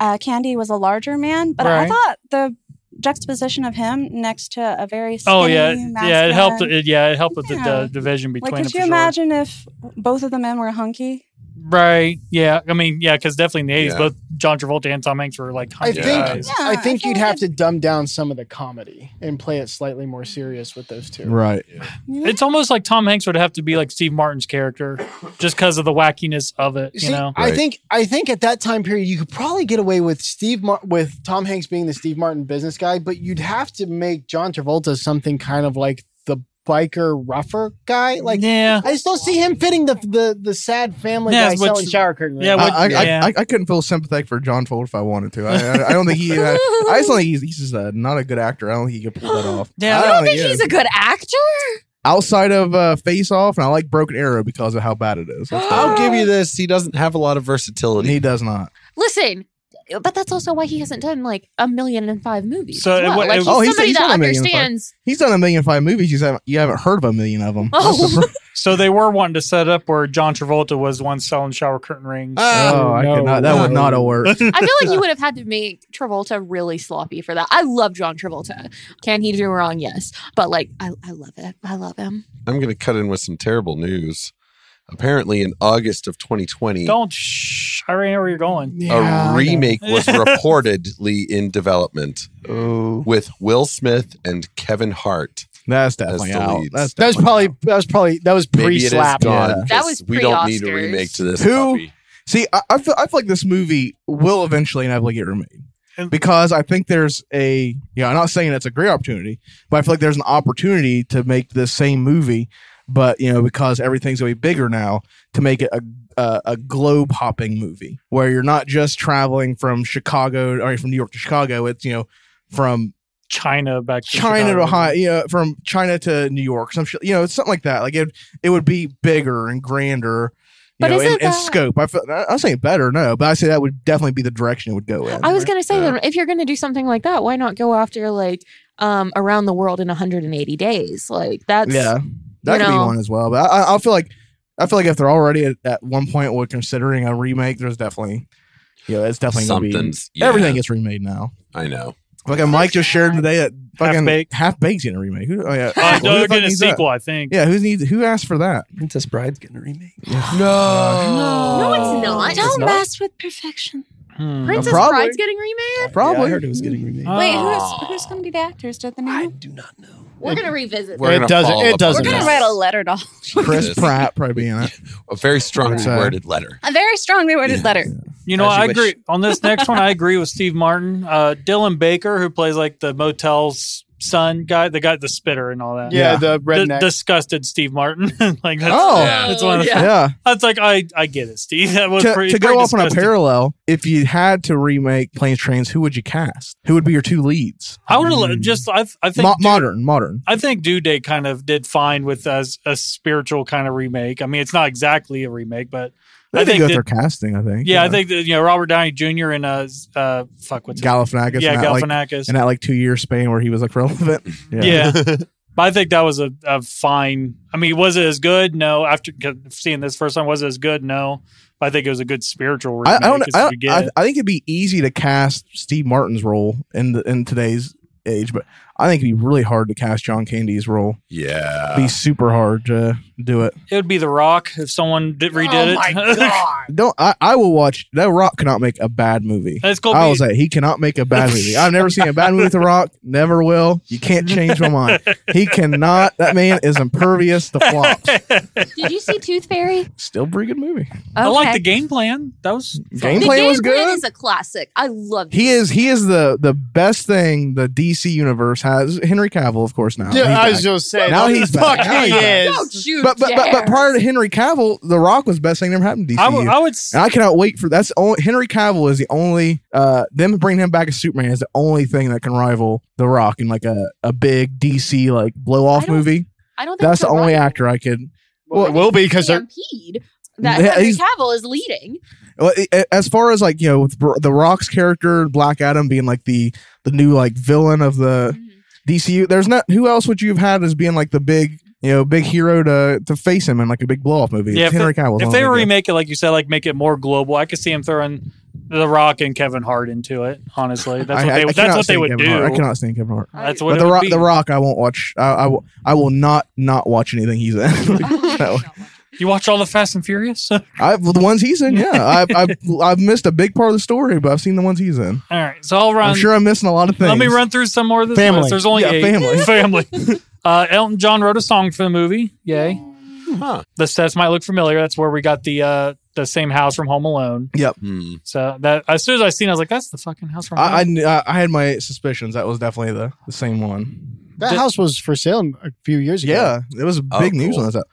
Speaker 9: uh, Candy was a larger man, but I
Speaker 7: Right.
Speaker 9: thought the juxtaposition of him next to a very skinny,
Speaker 7: Oh yeah, yeah. It helped.
Speaker 9: masculine-
Speaker 7: It, yeah, it helped with the,
Speaker 9: Yeah.
Speaker 7: the division between.
Speaker 9: like, could
Speaker 7: them for
Speaker 9: you
Speaker 7: sure.
Speaker 9: imagine if both of the men were hunky?
Speaker 7: Right. Yeah. I mean, yeah, because definitely in the eighties,
Speaker 2: Yeah.
Speaker 7: both John Travolta and Tom Hanks were like.
Speaker 1: I
Speaker 7: hunky
Speaker 1: think
Speaker 7: guys.
Speaker 9: Yeah,
Speaker 1: I
Speaker 9: I
Speaker 1: think
Speaker 9: feel
Speaker 1: you'd
Speaker 9: like
Speaker 1: have
Speaker 9: it-
Speaker 1: to dumb down some of the comedy and play it slightly more serious with those two.
Speaker 6: Right.
Speaker 7: it's almost like Tom Hanks would have to be like Steve Martin's character, just because of the wackiness of it. You
Speaker 1: See,
Speaker 7: know.
Speaker 1: I
Speaker 2: Right.
Speaker 1: think I think at that time period you could probably get away with Steve Mar- with Tom Hanks being the Steve Martin business guy, but you'd have to make John Travolta something kind of like the biker rougher guy. Like
Speaker 7: yeah.
Speaker 1: I just don't see him fitting the the, the sad family
Speaker 7: Yeah,
Speaker 1: guy
Speaker 7: which-
Speaker 1: selling shower curtain.
Speaker 6: I,
Speaker 7: yeah,
Speaker 1: ring.
Speaker 7: What-
Speaker 6: I,
Speaker 7: yeah.
Speaker 6: I, I, I couldn't feel sympathetic for John Ford if I wanted to. I, I, I don't think he. I, I just don't think he's, he's just uh not a good actor. I don't think he could pull that off.
Speaker 7: Yeah,
Speaker 8: I
Speaker 6: I
Speaker 8: don't
Speaker 6: don't
Speaker 8: think
Speaker 6: either.
Speaker 8: he's a good actor.
Speaker 6: Outside of uh, Face Off, and I like Broken Arrow because of how bad it is. That's
Speaker 2: I'll give you this. He doesn't have a lot of versatility.
Speaker 6: He does not.
Speaker 8: Listen, uh, but that's also why he hasn't done like a million and five movies.
Speaker 7: So
Speaker 8: as
Speaker 7: it
Speaker 8: well.
Speaker 7: wa-
Speaker 8: like,
Speaker 7: it-
Speaker 8: he's
Speaker 6: Oh, he's-
Speaker 8: somebody
Speaker 6: he's
Speaker 8: that
Speaker 6: done a million and five.
Speaker 8: understands.
Speaker 6: He's done a million and five movies. You haven't, you haven't heard of a million of them. That's the
Speaker 8: Oh.
Speaker 6: pro-
Speaker 7: So they were wanting to set up where John Travolta was the one selling shower curtain rings.
Speaker 6: oh, I could not. That would not have worked.
Speaker 8: I feel like you would have had to make Travolta really sloppy for that. I love John Travolta. Can he do wrong? Yes, but like I, I love it. I love him.
Speaker 2: I'm going to cut in with some terrible news. Apparently, in August of 2020,
Speaker 7: Don't. Shh, I already know where you're going.
Speaker 1: Yeah, I
Speaker 2: a
Speaker 1: know.
Speaker 2: remake was reportedly in development
Speaker 6: Oh,
Speaker 2: with Will Smith and Kevin Hart.
Speaker 6: that's definitely
Speaker 2: the
Speaker 6: out.
Speaker 2: leads.
Speaker 6: That's
Speaker 1: That was probably
Speaker 6: definitely out.
Speaker 1: that was probably that was
Speaker 2: Maybe
Speaker 1: pre
Speaker 2: it is
Speaker 1: slap.
Speaker 2: gone.
Speaker 6: Yeah.
Speaker 2: 'cause
Speaker 8: That was
Speaker 2: we don't need a
Speaker 8: pre-Oscars.
Speaker 2: remake to this.
Speaker 6: Who-
Speaker 2: copy.
Speaker 6: See, I, I feel I feel like this movie will eventually inevitably get remade
Speaker 7: And-
Speaker 6: because I think there's a yeah. I'm not saying it's a great opportunity, but I feel like there's an opportunity to make this same movie, but you know because everything's gonna be bigger now to make it a a, a globe hopping movie where you're not just traveling from Chicago or from New York to Chicago. It's you know from
Speaker 7: China back to
Speaker 6: China
Speaker 7: Chicago.
Speaker 6: to Ohio, you know, from China to New York, some shit, you know, it's something like that. Like it, it would be bigger and grander, you
Speaker 8: But
Speaker 6: know, in,
Speaker 8: isn't
Speaker 6: in
Speaker 8: that-
Speaker 6: scope. I feel, I- I'm saying better, no, but I say that would definitely be the direction it would go in.
Speaker 8: I was gonna say then, if you're gonna do something like that, why not go after like um around the world in 180 days? Like that's
Speaker 6: yeah, that
Speaker 8: you
Speaker 6: could
Speaker 8: know-
Speaker 6: be one as well. But I, I, I feel like, I feel like if they're already at, at one point we're considering a remake, there's definitely, yeah, it's definitely gonna be-
Speaker 2: Something's yeah,
Speaker 6: Everything gets remade now.
Speaker 2: I know.
Speaker 6: Fucking Mike just shared today that fucking
Speaker 7: Half-Baked.
Speaker 6: half baked's getting a remake. Who, oh yeah,
Speaker 7: Uh,
Speaker 6: Who the
Speaker 7: they're
Speaker 6: fuck
Speaker 7: getting a
Speaker 6: needs that?
Speaker 7: sequel, I think.
Speaker 6: Yeah, who needs? Who asked for that?
Speaker 3: Princess Bride's getting a remake.
Speaker 2: No.
Speaker 8: No, it's not.
Speaker 9: Don't
Speaker 3: not?
Speaker 9: mess with perfection.
Speaker 7: Hmm.
Speaker 8: Princess
Speaker 6: Probably.
Speaker 8: Bride's getting remade.
Speaker 6: Probably.
Speaker 3: I heard it was getting remade.
Speaker 7: Uh,
Speaker 9: Wait,
Speaker 2: Oh.
Speaker 9: who's who's going to be the actors? Did the
Speaker 3: I
Speaker 9: name?
Speaker 3: do not know.
Speaker 8: We're gonna revisit.
Speaker 2: We're
Speaker 1: It
Speaker 2: gonna
Speaker 1: doesn't-
Speaker 2: follow
Speaker 1: it
Speaker 2: up
Speaker 1: doesn't
Speaker 2: on
Speaker 1: matter.
Speaker 2: this.
Speaker 1: We're gonna
Speaker 9: letter doll.
Speaker 6: Chris
Speaker 2: This.
Speaker 6: Pratt probably be in it.
Speaker 2: A very strongly
Speaker 6: Right.
Speaker 2: worded letter.
Speaker 9: A very strongly worded
Speaker 2: Yeah.
Speaker 9: letter.
Speaker 7: You know,
Speaker 3: As you
Speaker 7: I
Speaker 3: wish.
Speaker 7: agree on this next one. I agree with Steve Martin, uh, Dylan Baker, who plays like the motel's son guy, the guy, the spitter, and all that.
Speaker 1: Yeah,
Speaker 6: Yeah.
Speaker 1: the
Speaker 7: D-
Speaker 1: redneck.
Speaker 7: disgusted Steve Martin. like that's,
Speaker 6: Oh.
Speaker 2: Yeah.
Speaker 7: that's one of the,
Speaker 8: Yeah.
Speaker 6: yeah.
Speaker 7: that's like I I get it, Steve. That was
Speaker 6: To,
Speaker 7: pretty,
Speaker 6: to
Speaker 7: pretty
Speaker 6: go off on a
Speaker 7: disgusting.
Speaker 6: parallel, if you had to remake Planes, Trains, who would you cast? Who would be your two leads?
Speaker 7: I would
Speaker 6: Hmm.
Speaker 7: have just I I think
Speaker 6: Mo-
Speaker 7: Dude-
Speaker 6: modern, modern.
Speaker 7: I think Due Date kind of did fine with as a spiritual kind of remake. I mean, it's not exactly a remake, but
Speaker 6: They
Speaker 7: I
Speaker 6: could
Speaker 7: think
Speaker 6: go
Speaker 7: that-
Speaker 6: with their casting. I think.
Speaker 7: yeah, I think that, you know Robert Downey Jr. and uh s- uh fuck what's his-
Speaker 6: Galifianakis.
Speaker 7: yeah
Speaker 6: and that, Like,
Speaker 7: Galifianakis.
Speaker 6: and that like two year span where he was like relevant.
Speaker 7: Yeah. but I think that was a, a fine. I mean, was it as good? No. After c- seeing this first time, was it as good? No. But I think it was a good spiritual
Speaker 6: I, I
Speaker 7: remake.
Speaker 6: don't.
Speaker 7: as
Speaker 6: I,
Speaker 7: you get.
Speaker 6: I, I think it'd be easy to cast Steve Martin's role in the, in today's age, but I think it'd be really hard to cast John Candy's role.
Speaker 2: Yeah.
Speaker 7: Uh.
Speaker 6: be super hard to do it.
Speaker 7: it would be The Rock if someone
Speaker 1: Oh
Speaker 7: did, redid it.
Speaker 6: Don't. I, I will watch. That Rock cannot make a bad movie.
Speaker 7: It's gonna
Speaker 6: I
Speaker 7: be-
Speaker 6: was like, he cannot make a bad movie. I've never seen a bad movie with The Rock. Never will. You can't change my mind. He cannot. That man is impervious to flops.
Speaker 8: Did you see Tooth Fairy?
Speaker 6: Still pretty good movie.
Speaker 7: I like the
Speaker 8: Okay.
Speaker 7: game plan. That was
Speaker 6: Game
Speaker 8: The
Speaker 6: plan
Speaker 8: game
Speaker 6: was
Speaker 8: plan
Speaker 6: good.
Speaker 8: is a classic. I love
Speaker 6: He is. He is the the best thing the DC universe has. Henry Cavill, of course. Now.
Speaker 1: Yeah,
Speaker 6: He's
Speaker 1: I
Speaker 6: back.
Speaker 1: was just saying.
Speaker 6: Now
Speaker 1: like,
Speaker 6: he's
Speaker 1: fuck
Speaker 6: back. Now
Speaker 1: he
Speaker 6: he's back.
Speaker 1: is.
Speaker 8: Don't you
Speaker 6: But but, but but
Speaker 8: dare.
Speaker 6: prior to Henry Cavill, The Rock was the best thing that ever happened to DCU.
Speaker 7: I would. I would s-
Speaker 6: And I cannot wait for that's the only Henry Cavill is the only uh them bringing him back as Superman is the only thing that can rival The Rock in like a, a big DC like blow
Speaker 8: I
Speaker 6: off
Speaker 8: don't
Speaker 6: movie.
Speaker 8: I don't think
Speaker 6: That's the
Speaker 8: you're
Speaker 6: only
Speaker 8: right.
Speaker 6: actor I could.
Speaker 1: Well, it will be because they're
Speaker 8: Stampede that
Speaker 6: Yeah,
Speaker 8: Henry
Speaker 6: he's-
Speaker 8: Cavill is leading.
Speaker 6: Well, it- it- as far as like you know with Bro- the Rock's character, Black Adam being like the the new like villain of
Speaker 1: Oh,
Speaker 6: the DCU. There's not who else would you have had as being like the big you know big hero to to face him in like a big blow off movie?
Speaker 7: Yeah,
Speaker 6: It's
Speaker 7: if
Speaker 6: Henry
Speaker 7: they-
Speaker 6: Cavill's
Speaker 7: If
Speaker 6: the
Speaker 7: they
Speaker 6: only
Speaker 7: remake it, like you said, like make it more global, I could see him throwing The Rock and Kevin Hart into it. Honestly,
Speaker 6: good.
Speaker 7: that's
Speaker 6: I-
Speaker 7: what
Speaker 6: I-
Speaker 7: they
Speaker 6: I
Speaker 7: that's
Speaker 6: cannot
Speaker 7: what they
Speaker 6: stand
Speaker 7: would
Speaker 6: Kevin
Speaker 7: do.
Speaker 6: Hart. I cannot stand Kevin Hart.
Speaker 7: That's
Speaker 6: But
Speaker 7: what it
Speaker 6: the
Speaker 7: would
Speaker 6: rock,
Speaker 7: be.
Speaker 6: the rock, I won't watch. I, I, will- I will not not watch anything he's in.
Speaker 8: Oh,
Speaker 6: No.
Speaker 7: You watch all the Fast and Furious? all
Speaker 6: I, well, the ones he's in, yeah, I, I've I've missed a big part of the story, but I've seen the ones he's in.
Speaker 7: right, so I'll run.
Speaker 6: I'm sure I'm missing a lot of things.
Speaker 7: Let me run through some more of this
Speaker 1: Family.
Speaker 7: list. There's only
Speaker 6: Yeah,
Speaker 7: eight. Family. Uh, Elton John wrote a song for the movie. Yay. The sets might look familiar. That's where we got the uh, the same house from Home Alone.
Speaker 2: Hmm.
Speaker 7: So that as soon as I seen, it, I was like, "That's the fucking house from." Home
Speaker 6: I, I
Speaker 7: Alone.
Speaker 6: kn- I I had my suspicions. That was definitely the, the same one.
Speaker 1: That house was for sale a few years ago.
Speaker 6: Yeah, it was big
Speaker 2: Oh,
Speaker 6: news
Speaker 2: cool.
Speaker 6: when that's out.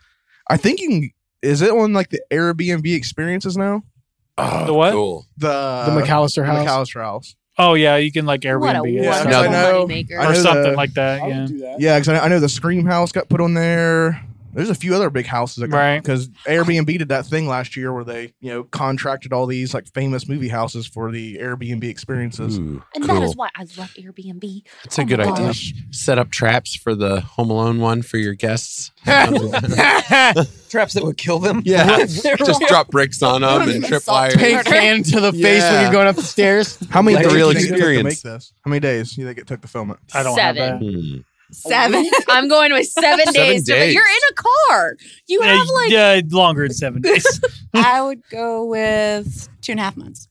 Speaker 6: I think you can. Is it on like the Airbnb experiences now?
Speaker 2: Oh,
Speaker 7: The what?
Speaker 2: Cool.
Speaker 6: The
Speaker 1: the McAllister
Speaker 6: Uh, the
Speaker 1: house.
Speaker 6: McAllister house.
Speaker 7: oh yeah, you can like
Speaker 8: What a
Speaker 7: Airbnb it
Speaker 6: Yeah,
Speaker 8: wonderful
Speaker 2: I
Speaker 6: know.
Speaker 8: moneymaker.
Speaker 6: I
Speaker 7: or
Speaker 6: know
Speaker 7: something
Speaker 6: the-
Speaker 7: like that. Yeah.
Speaker 6: Yeah, because I, I know the Scream House got put on there. There's a few other big houses, that got,
Speaker 7: Right.
Speaker 6: Because Airbnb did that thing last year where they, you know, contracted all these like famous movie houses for the Airbnb experiences.
Speaker 2: Ooh,
Speaker 8: And that is
Speaker 2: cool.
Speaker 8: why I love Airbnb.
Speaker 2: It's a
Speaker 8: Oh my
Speaker 2: good idea.
Speaker 8: gosh.
Speaker 2: Set up traps for the Home Alone one for your guests.
Speaker 3: Traps that would kill them.
Speaker 2: Yeah, just drop bricks on them and trip wires.
Speaker 1: Paint can to the face when
Speaker 2: Yeah.
Speaker 1: you're going up the stairs.
Speaker 6: How many
Speaker 2: Like
Speaker 6: days
Speaker 2: the real
Speaker 6: do you think it took to make
Speaker 2: experience.
Speaker 6: this? How many days do you think it took to film it?
Speaker 7: I don't have
Speaker 8: Seven.
Speaker 7: that.
Speaker 2: Hmm.
Speaker 8: Seven. I'm going with seven,
Speaker 2: Seven
Speaker 8: days. to-
Speaker 2: days.
Speaker 8: you're in a car. You
Speaker 7: Yeah,
Speaker 8: have like
Speaker 7: yeah, longer than seven days.
Speaker 9: I would go with two and a half months.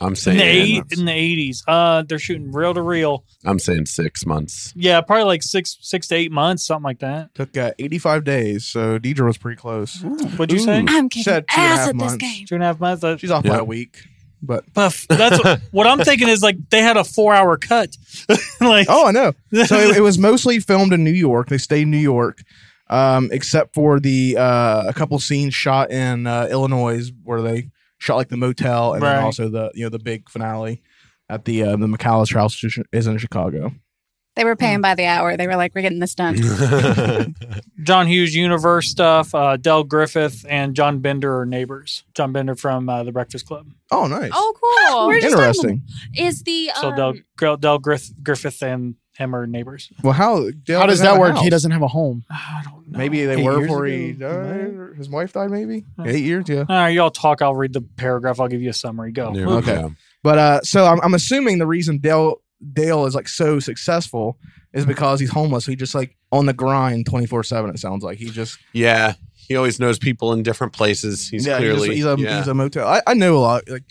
Speaker 2: I'm
Speaker 7: in, the
Speaker 2: saying,
Speaker 7: eight, in the 80s. Uh, they're shooting reel to reel.
Speaker 2: I'm saying six months.
Speaker 7: Yeah, probably like six six to eight months, something like that.
Speaker 6: Took uh, 85 days, so Deidre was pretty close.
Speaker 7: What'd you say?
Speaker 2: Ooh.
Speaker 9: I'm kicking
Speaker 6: Said two and a half
Speaker 9: ass at this
Speaker 6: months.
Speaker 9: game.
Speaker 7: Two and a half months. That's-
Speaker 6: She's off by
Speaker 2: Yeah.
Speaker 6: a week, but
Speaker 7: Puff. That's what, what I'm thinking is like they had a four hour cut. like
Speaker 6: oh, I know. So it, it was mostly filmed in New York. They stayed in New York, um, except for the uh, a couple scenes shot in uh, Illinois where they shot like the motel and
Speaker 7: Right.
Speaker 6: then also the you know the big finale at the uh, the McAllister house which is in Chicago.
Speaker 9: They were paying by the hour. They were like, we're getting this done.
Speaker 6: Oh,
Speaker 7: John Hughes universe stuff, uh, Del Griffith and John Bender are neighbors. John Bender from uh, the Breakfast Club.
Speaker 6: Oh, nice.
Speaker 8: oh cool.
Speaker 9: We're just-
Speaker 6: Interesting.
Speaker 8: Is the
Speaker 7: So
Speaker 8: um,
Speaker 7: Del Del, Del Griff, Griffith and him are neighbors.
Speaker 6: Well, how
Speaker 1: How does that work? He
Speaker 6: He
Speaker 1: doesn't
Speaker 6: doesn't.
Speaker 1: have a home.
Speaker 7: I don't know.
Speaker 6: Maybe they
Speaker 1: Eight
Speaker 6: were
Speaker 1: years
Speaker 6: before he
Speaker 1: ago,
Speaker 6: died.
Speaker 1: right?
Speaker 6: or His wife died, maybe
Speaker 7: Huh.
Speaker 6: eight years. Yeah.
Speaker 7: All right, y'all talk. I'll read the paragraph. I'll give you a summary.
Speaker 1: Oh.
Speaker 7: Go.
Speaker 2: There we
Speaker 6: Okay.
Speaker 2: go.
Speaker 6: But uh, so I'm, I'm assuming the reason Dale Dale is like so successful is because he's homeless. He just like on the grind 24 seven. It sounds like he just
Speaker 2: Yeah, he always knows people in different places. He's
Speaker 6: yeah, he just-
Speaker 2: clearly
Speaker 6: he's a
Speaker 2: yeah.
Speaker 6: he's a motel. I, I know a lot. Like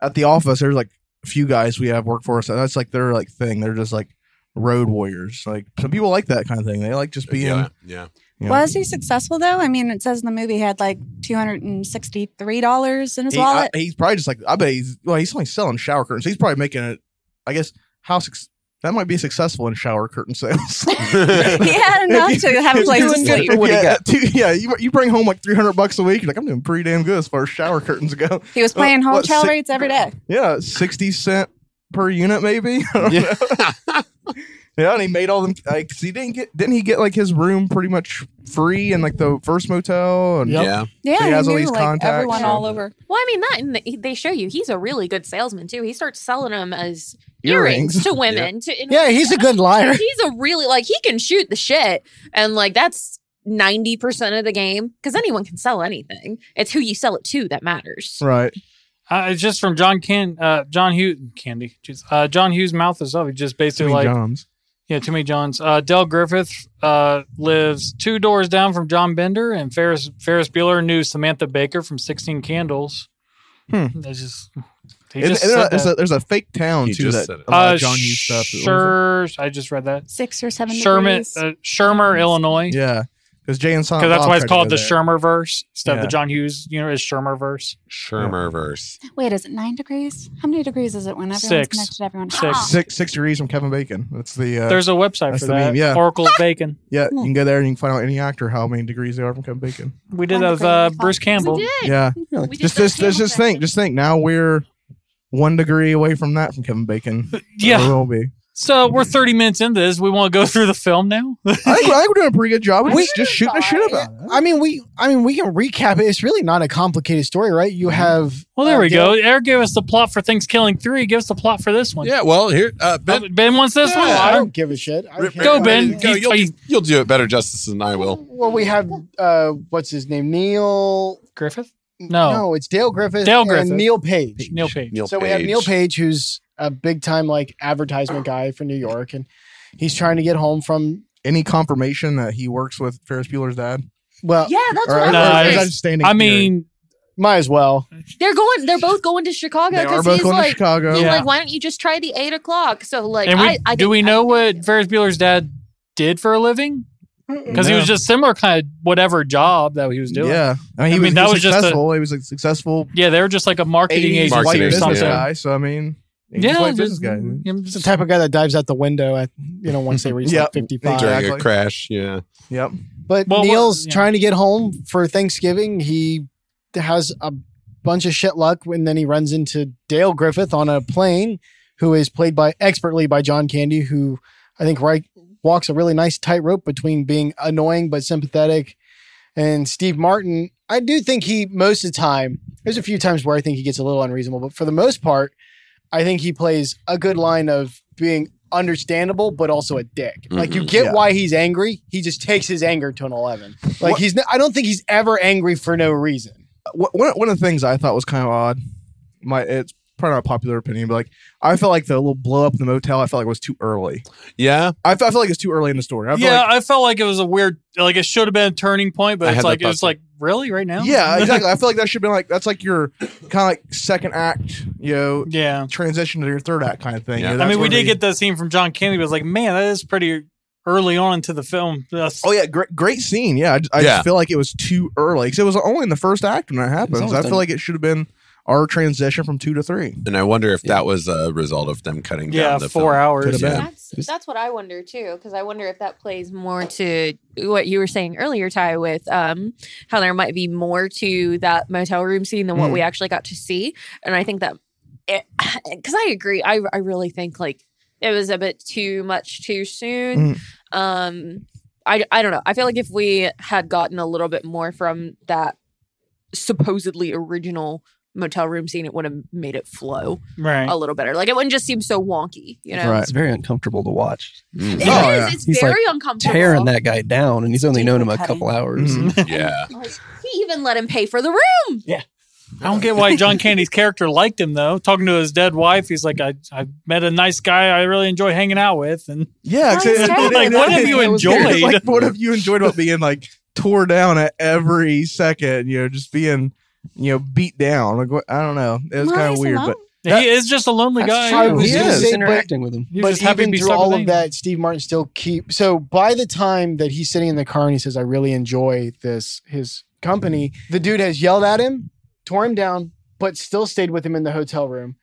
Speaker 6: at the office, there's like a few guys we have work for us. And that's like their like thing. They're just like road warriors. Like some people like that kind of thing. They like just being.
Speaker 2: yeah, yeah.
Speaker 6: you know,
Speaker 9: Was he successful though? I mean, it says in the movie he had like two hundred and sixty-three dollars in his
Speaker 6: he,
Speaker 9: wallet.
Speaker 6: I- he's probably just like I bet he's well. He's only selling shower curtains. He's probably making it. I guess how suc- that might be successful in shower curtain sales.
Speaker 9: he had enough to have a place to
Speaker 6: Doing good
Speaker 9: sleep.
Speaker 6: for what he got. Two, yeah, you, you bring home like 300 bucks a week. You're like, I'm doing pretty damn good as far as shower curtains go.
Speaker 9: He was playing
Speaker 6: What,
Speaker 9: hotel
Speaker 6: six-
Speaker 9: rates every day.
Speaker 6: Yeah, 60 cent per unit, maybe. I don't know. Yeah, and he made all them. Like, 'cause he didn't get, didn't he get like his room pretty much free in like the first motel? And
Speaker 1: Yep.
Speaker 2: yeah.
Speaker 9: Yeah,
Speaker 6: So he
Speaker 9: he,
Speaker 6: has all
Speaker 9: knew
Speaker 6: these
Speaker 9: like
Speaker 6: contacts
Speaker 9: everyone
Speaker 6: and-
Speaker 9: all over.
Speaker 8: Well, I mean that, and the, they show you he's a really good salesman too. He starts selling them as
Speaker 6: Earrings.
Speaker 8: earrings, to women. To, in-
Speaker 1: Yeah, he's a good liar.
Speaker 8: he's a really like he can shoot the shit, and like that's ninety percent of the game because anyone can sell anything. It's who you sell it to that matters.
Speaker 6: right.
Speaker 7: Uh, it's just from John Ken, uh, John Hughes, Candy, jeez. uh, John Hughes' mouth is up. He just
Speaker 6: To
Speaker 7: basically
Speaker 6: me,
Speaker 7: like,
Speaker 6: John's.
Speaker 7: yeah, Timmy Johns. Uh, Del Griffith uh, lives two doors down from John Bender, and Ferris Ferris Bueller knew Samantha Baker from Sixteen Candles.
Speaker 6: Hmm.
Speaker 7: That's just he
Speaker 6: And-
Speaker 7: just
Speaker 6: and
Speaker 7: said
Speaker 6: there's,
Speaker 7: that.
Speaker 6: a, there's a fake town
Speaker 2: He
Speaker 6: too
Speaker 2: just
Speaker 6: that
Speaker 2: said it.
Speaker 6: a lot of
Speaker 7: Uh,
Speaker 6: John Hughes stuff. What was it?
Speaker 7: Sure, I just read that.
Speaker 9: Six or seven
Speaker 7: Sherman,
Speaker 9: degrees.
Speaker 7: uh, Shermer, Illinois.
Speaker 6: Yeah, because Jay and Silent
Speaker 7: Because that's
Speaker 6: Bob
Speaker 7: why it's
Speaker 6: tried to
Speaker 7: called
Speaker 6: go
Speaker 7: the
Speaker 6: there.
Speaker 7: Shermer verse instead of
Speaker 6: Yeah.
Speaker 7: the John Hughes, you know, is Shermer verse.
Speaker 2: Shermer verse.
Speaker 9: Wait, is it nine degrees? How many degrees is it when everyone's
Speaker 7: Six.
Speaker 9: connected to everyone?
Speaker 7: Six.
Speaker 9: Ah.
Speaker 6: Six six degrees from Kevin Bacon. That's the uh,
Speaker 7: There's a website
Speaker 6: that's
Speaker 7: for
Speaker 6: the
Speaker 7: that.
Speaker 6: meme, yeah.
Speaker 7: Oracle's Bacon.
Speaker 6: yeah. You can go there and you can find out any actor how many degrees they are from Kevin Bacon.
Speaker 7: We did
Speaker 9: One
Speaker 7: that with
Speaker 9: degree
Speaker 7: uh,
Speaker 9: in the
Speaker 7: Bruce Campbell.
Speaker 8: We did.
Speaker 6: Yeah,
Speaker 8: We did
Speaker 6: just
Speaker 8: the
Speaker 6: this just,
Speaker 8: table
Speaker 6: just think
Speaker 8: section.
Speaker 6: just think now we're one degree away from that from kevin bacon
Speaker 7: Yeah.
Speaker 6: Or will be
Speaker 7: So we're 30 minutes into this. We want to go through the film now.
Speaker 6: I think, I think we're doing a pretty good job. We're
Speaker 1: We-
Speaker 6: just, just shooting a shit about it.
Speaker 1: I mean, we. I mean, we can recap it. It's really not a complicated story, right? You have.
Speaker 7: Mm-hmm. Well, there
Speaker 1: uh,
Speaker 7: we
Speaker 1: Dale-
Speaker 7: go. Eric gave us the plot for Things Killing 3. Give us the plot for this one.
Speaker 2: Yeah, well, here, uh, Ben.
Speaker 7: Oh, ben wants this
Speaker 2: Yeah.
Speaker 7: one.
Speaker 1: I
Speaker 7: I
Speaker 1: don't
Speaker 7: don't-
Speaker 1: give a shit. I
Speaker 2: Rip-
Speaker 1: care.
Speaker 7: Go,
Speaker 1: I
Speaker 7: Ben.
Speaker 1: mean,
Speaker 2: Go, you'll,
Speaker 7: He's-
Speaker 2: you'll do it better justice than I will.
Speaker 1: Well, we have uh, what's his name, Neil.
Speaker 7: Griffith? No.
Speaker 1: no, it's Dale Griffith.
Speaker 7: Dale
Speaker 1: and
Speaker 7: Griffith.
Speaker 1: Neil Page.
Speaker 7: Neil Page.
Speaker 2: Neil
Speaker 1: so we have
Speaker 2: Page.
Speaker 1: Neil Page, who's a big time like advertisement guy for New York, and he's trying to get home from.
Speaker 6: Any confirmation that he works with Ferris Bueller's dad?
Speaker 1: Well,
Speaker 8: Yeah, that's
Speaker 6: Or-
Speaker 8: what
Speaker 6: or-
Speaker 7: No,
Speaker 6: or
Speaker 8: I'm
Speaker 6: is that
Speaker 7: it's-
Speaker 8: saying.
Speaker 6: just standing?
Speaker 7: I
Speaker 6: theory?
Speaker 7: mean,
Speaker 1: might as well.
Speaker 8: They're going. They're both going to Chicago
Speaker 6: they are
Speaker 8: because
Speaker 6: both
Speaker 8: he's
Speaker 6: going to
Speaker 8: like,
Speaker 6: Chicago.
Speaker 8: he's
Speaker 7: Yeah.
Speaker 8: like, why don't you just try the eight o'clock? So like,
Speaker 7: and we,
Speaker 8: I, I
Speaker 7: do
Speaker 8: think-
Speaker 7: we
Speaker 8: I
Speaker 7: know
Speaker 8: think they
Speaker 7: what
Speaker 8: do.
Speaker 7: Ferris Bueller's dad did for a living? Because he
Speaker 6: No.
Speaker 7: was just similar kind of whatever job that he was doing.
Speaker 6: Yeah, I mean, he
Speaker 7: I
Speaker 6: was,
Speaker 7: mean,
Speaker 6: he
Speaker 7: that
Speaker 6: was
Speaker 7: was just a-
Speaker 6: successful. he was a successful
Speaker 7: Yeah, they were just like a marketing
Speaker 6: 80s
Speaker 7: agency
Speaker 6: white
Speaker 2: Marketing
Speaker 7: or
Speaker 6: business
Speaker 2: agency,
Speaker 7: something.
Speaker 6: guy. So I mean, he's
Speaker 7: Yeah,
Speaker 6: a white business
Speaker 7: just- mm, mm-hmm.
Speaker 6: guy.
Speaker 7: yeah,
Speaker 1: It's the
Speaker 7: just-
Speaker 1: type of guy that dives out the window at you know once they reach
Speaker 6: Yeah.
Speaker 1: like fifty five.
Speaker 2: During
Speaker 6: Exactly.
Speaker 2: a crash, yeah.
Speaker 6: Yep.
Speaker 1: But
Speaker 7: Well, what-
Speaker 1: Neil's
Speaker 7: yeah.
Speaker 1: trying to get home for Thanksgiving. He has a bunch of shit luck, and then he runs into Dale Griffith on a plane, who is played by expertly by John Candy, who I think right walks a really nice tightrope between being annoying but sympathetic. And Steve Martin, I do think he most of the time. There's a few times where I think he gets a little unreasonable, but for the most part, I think he plays a good line of being understandable but also a dick. Like you
Speaker 2: Mhm.
Speaker 1: get
Speaker 6: Yeah.
Speaker 1: why he's angry. He just takes his anger to an eleven. Like he's. n- I don't think he's ever angry for no reason.
Speaker 6: Wh- One one of the things I thought was kind of odd. My it's probably not a popular opinion, but like I felt like the little blow up in the motel. I felt like it was too early.
Speaker 2: Yeah.
Speaker 6: I felt, I felt like it's too early in the story. I felt
Speaker 7: yeah,
Speaker 6: like-
Speaker 7: I felt like it was a weird, like it should have been a turning point,
Speaker 2: I
Speaker 7: but
Speaker 2: had
Speaker 7: it's
Speaker 2: that
Speaker 7: like
Speaker 2: thought
Speaker 7: it's like really right now.
Speaker 6: yeah, exactly. I feel like that should be like that's like your kind of like second act, you know,
Speaker 7: yeah.
Speaker 6: transition to your third act kind of thing. you
Speaker 2: Yeah.
Speaker 6: know,
Speaker 7: I
Speaker 6: that's
Speaker 7: mean, we
Speaker 6: where
Speaker 7: did
Speaker 6: they-
Speaker 7: get that scene from John Candy, but it's like, man, that is pretty early on into the film. That's-
Speaker 6: Oh yeah, great, great scene. Yeah, I, just- I
Speaker 2: Yeah.
Speaker 6: just feel like it was too early because it was only in the first act when that happens.
Speaker 3: almost
Speaker 6: I feel
Speaker 3: done.
Speaker 6: like it should have been our transition from two to three.
Speaker 2: And I wonder if that was a result of them cutting down
Speaker 7: yeah,
Speaker 2: the film.
Speaker 7: four hours.
Speaker 6: Could've been.
Speaker 2: Yeah.
Speaker 8: That's that's what I wonder too, because I wonder if that plays more to what you were saying earlier, Ty, with um, how there might be more to that motel room scene than what
Speaker 6: Mm.
Speaker 8: we actually got to see, and I think that because I agree, I I really think like it was a bit too much too soon. Um, I I don't know. I feel like if we had gotten a little bit more from that supposedly original motel room scene, it would have made it flow
Speaker 7: Right.
Speaker 8: a little better. Like it wouldn't just seem so wonky, you know.
Speaker 6: Right.
Speaker 3: It's very uncomfortable to watch.
Speaker 2: Mm.
Speaker 8: It
Speaker 6: Oh,
Speaker 8: is.
Speaker 6: yeah.
Speaker 8: It's
Speaker 3: He's, like,
Speaker 8: very uncomfortable.
Speaker 3: Tearing that guy down, and he's only known him a
Speaker 8: Cutting.
Speaker 3: couple hours.
Speaker 6: Mhm.
Speaker 2: Mm, Yeah.
Speaker 8: Like, he even let him pay for the room.
Speaker 7: I don't get why John Candy's character liked him though. Talking to his dead wife, he's like, I, I met a nice guy I really enjoy hanging out with. And
Speaker 6: Yeah, 'cause
Speaker 8: That's
Speaker 6: it- it-
Speaker 8: terrible.
Speaker 6: it-
Speaker 7: Like,
Speaker 6: it-
Speaker 7: what have
Speaker 6: it-
Speaker 7: you
Speaker 6: it was weird.
Speaker 7: enjoyed?
Speaker 6: Like, what have you enjoyed about being like tore down at every second? You know, just being you know beat down. Like what, I don't know, it was kind of weird, but That-
Speaker 7: he is just a lonely
Speaker 3: That's
Speaker 7: guy.
Speaker 1: true. I was
Speaker 3: He's
Speaker 1: gonna
Speaker 3: just
Speaker 1: say, but-
Speaker 3: interacting with him.
Speaker 7: He was
Speaker 1: but
Speaker 7: just happy to
Speaker 1: even
Speaker 7: be
Speaker 1: through
Speaker 7: stuck
Speaker 1: all
Speaker 7: with
Speaker 1: of
Speaker 7: him.
Speaker 1: that, Steve Martin still keep. So by the time that he's sitting in the car and he says, "I really enjoy this," his company, the dude has yelled at him, tore him down, but still stayed with him in the hotel room.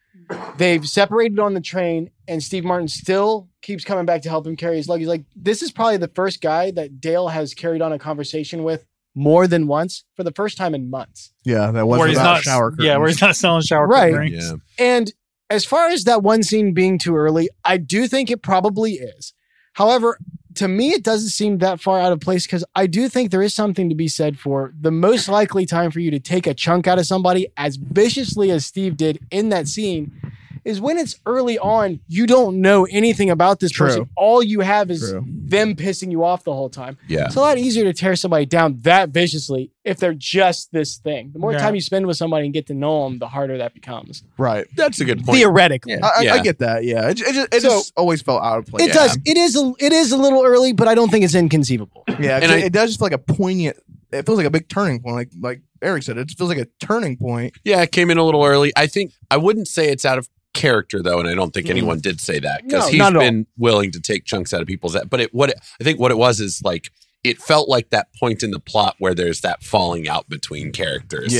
Speaker 1: They've separated on the train, and Steve Martin still keeps coming back to help him carry his luggage. Like this is probably the first guy that Dale has carried on a conversation with more than once for the first time in months.
Speaker 6: yeah, that was
Speaker 7: where he's
Speaker 6: without
Speaker 7: not,
Speaker 6: shower.
Speaker 7: yeah, where
Speaker 6: curtains.
Speaker 7: he's not selling shower
Speaker 1: Right.
Speaker 7: curtains.
Speaker 2: Yeah.
Speaker 1: And as far as that one scene being too early, I do think it probably is. However, to me, it doesn't seem that far out of place because I do think there is something to be said for the most likely time for you to take a chunk out of somebody as viciously as Steve did in that scene is when it's early on. You don't know anything about this
Speaker 6: True.
Speaker 1: person. All you have is
Speaker 6: True.
Speaker 1: them pissing you off the whole time.
Speaker 2: Yeah.
Speaker 1: It's a lot easier to tear somebody down that viciously if they're just this thing. The more
Speaker 7: Yeah.
Speaker 1: time you spend with somebody and get to know them, the harder that becomes.
Speaker 6: right.
Speaker 2: That's a good point.
Speaker 1: Theoretically.
Speaker 6: I, I,
Speaker 2: Yeah.
Speaker 6: I get that. Yeah, it, ju- it, ju- it
Speaker 1: So-
Speaker 6: just always felt out of place.
Speaker 1: It
Speaker 6: yeah.
Speaker 1: does. It is. A, it is a little early, but I don't think it's inconceivable.
Speaker 6: Yeah, 'cause
Speaker 2: And I-
Speaker 6: it, it does just feel like a poignant. It feels like a big turning point. Like like Eric said, it feels like a turning point.
Speaker 2: Yeah, it came in a little early. I think I wouldn't say it's out of character though, and I don't think anyone did say that because
Speaker 1: No,
Speaker 2: he's
Speaker 1: not at all.
Speaker 2: been willing to take chunks out of people's. But it what it, I think what it was is like it felt like that point in the plot where there's that falling out between characters.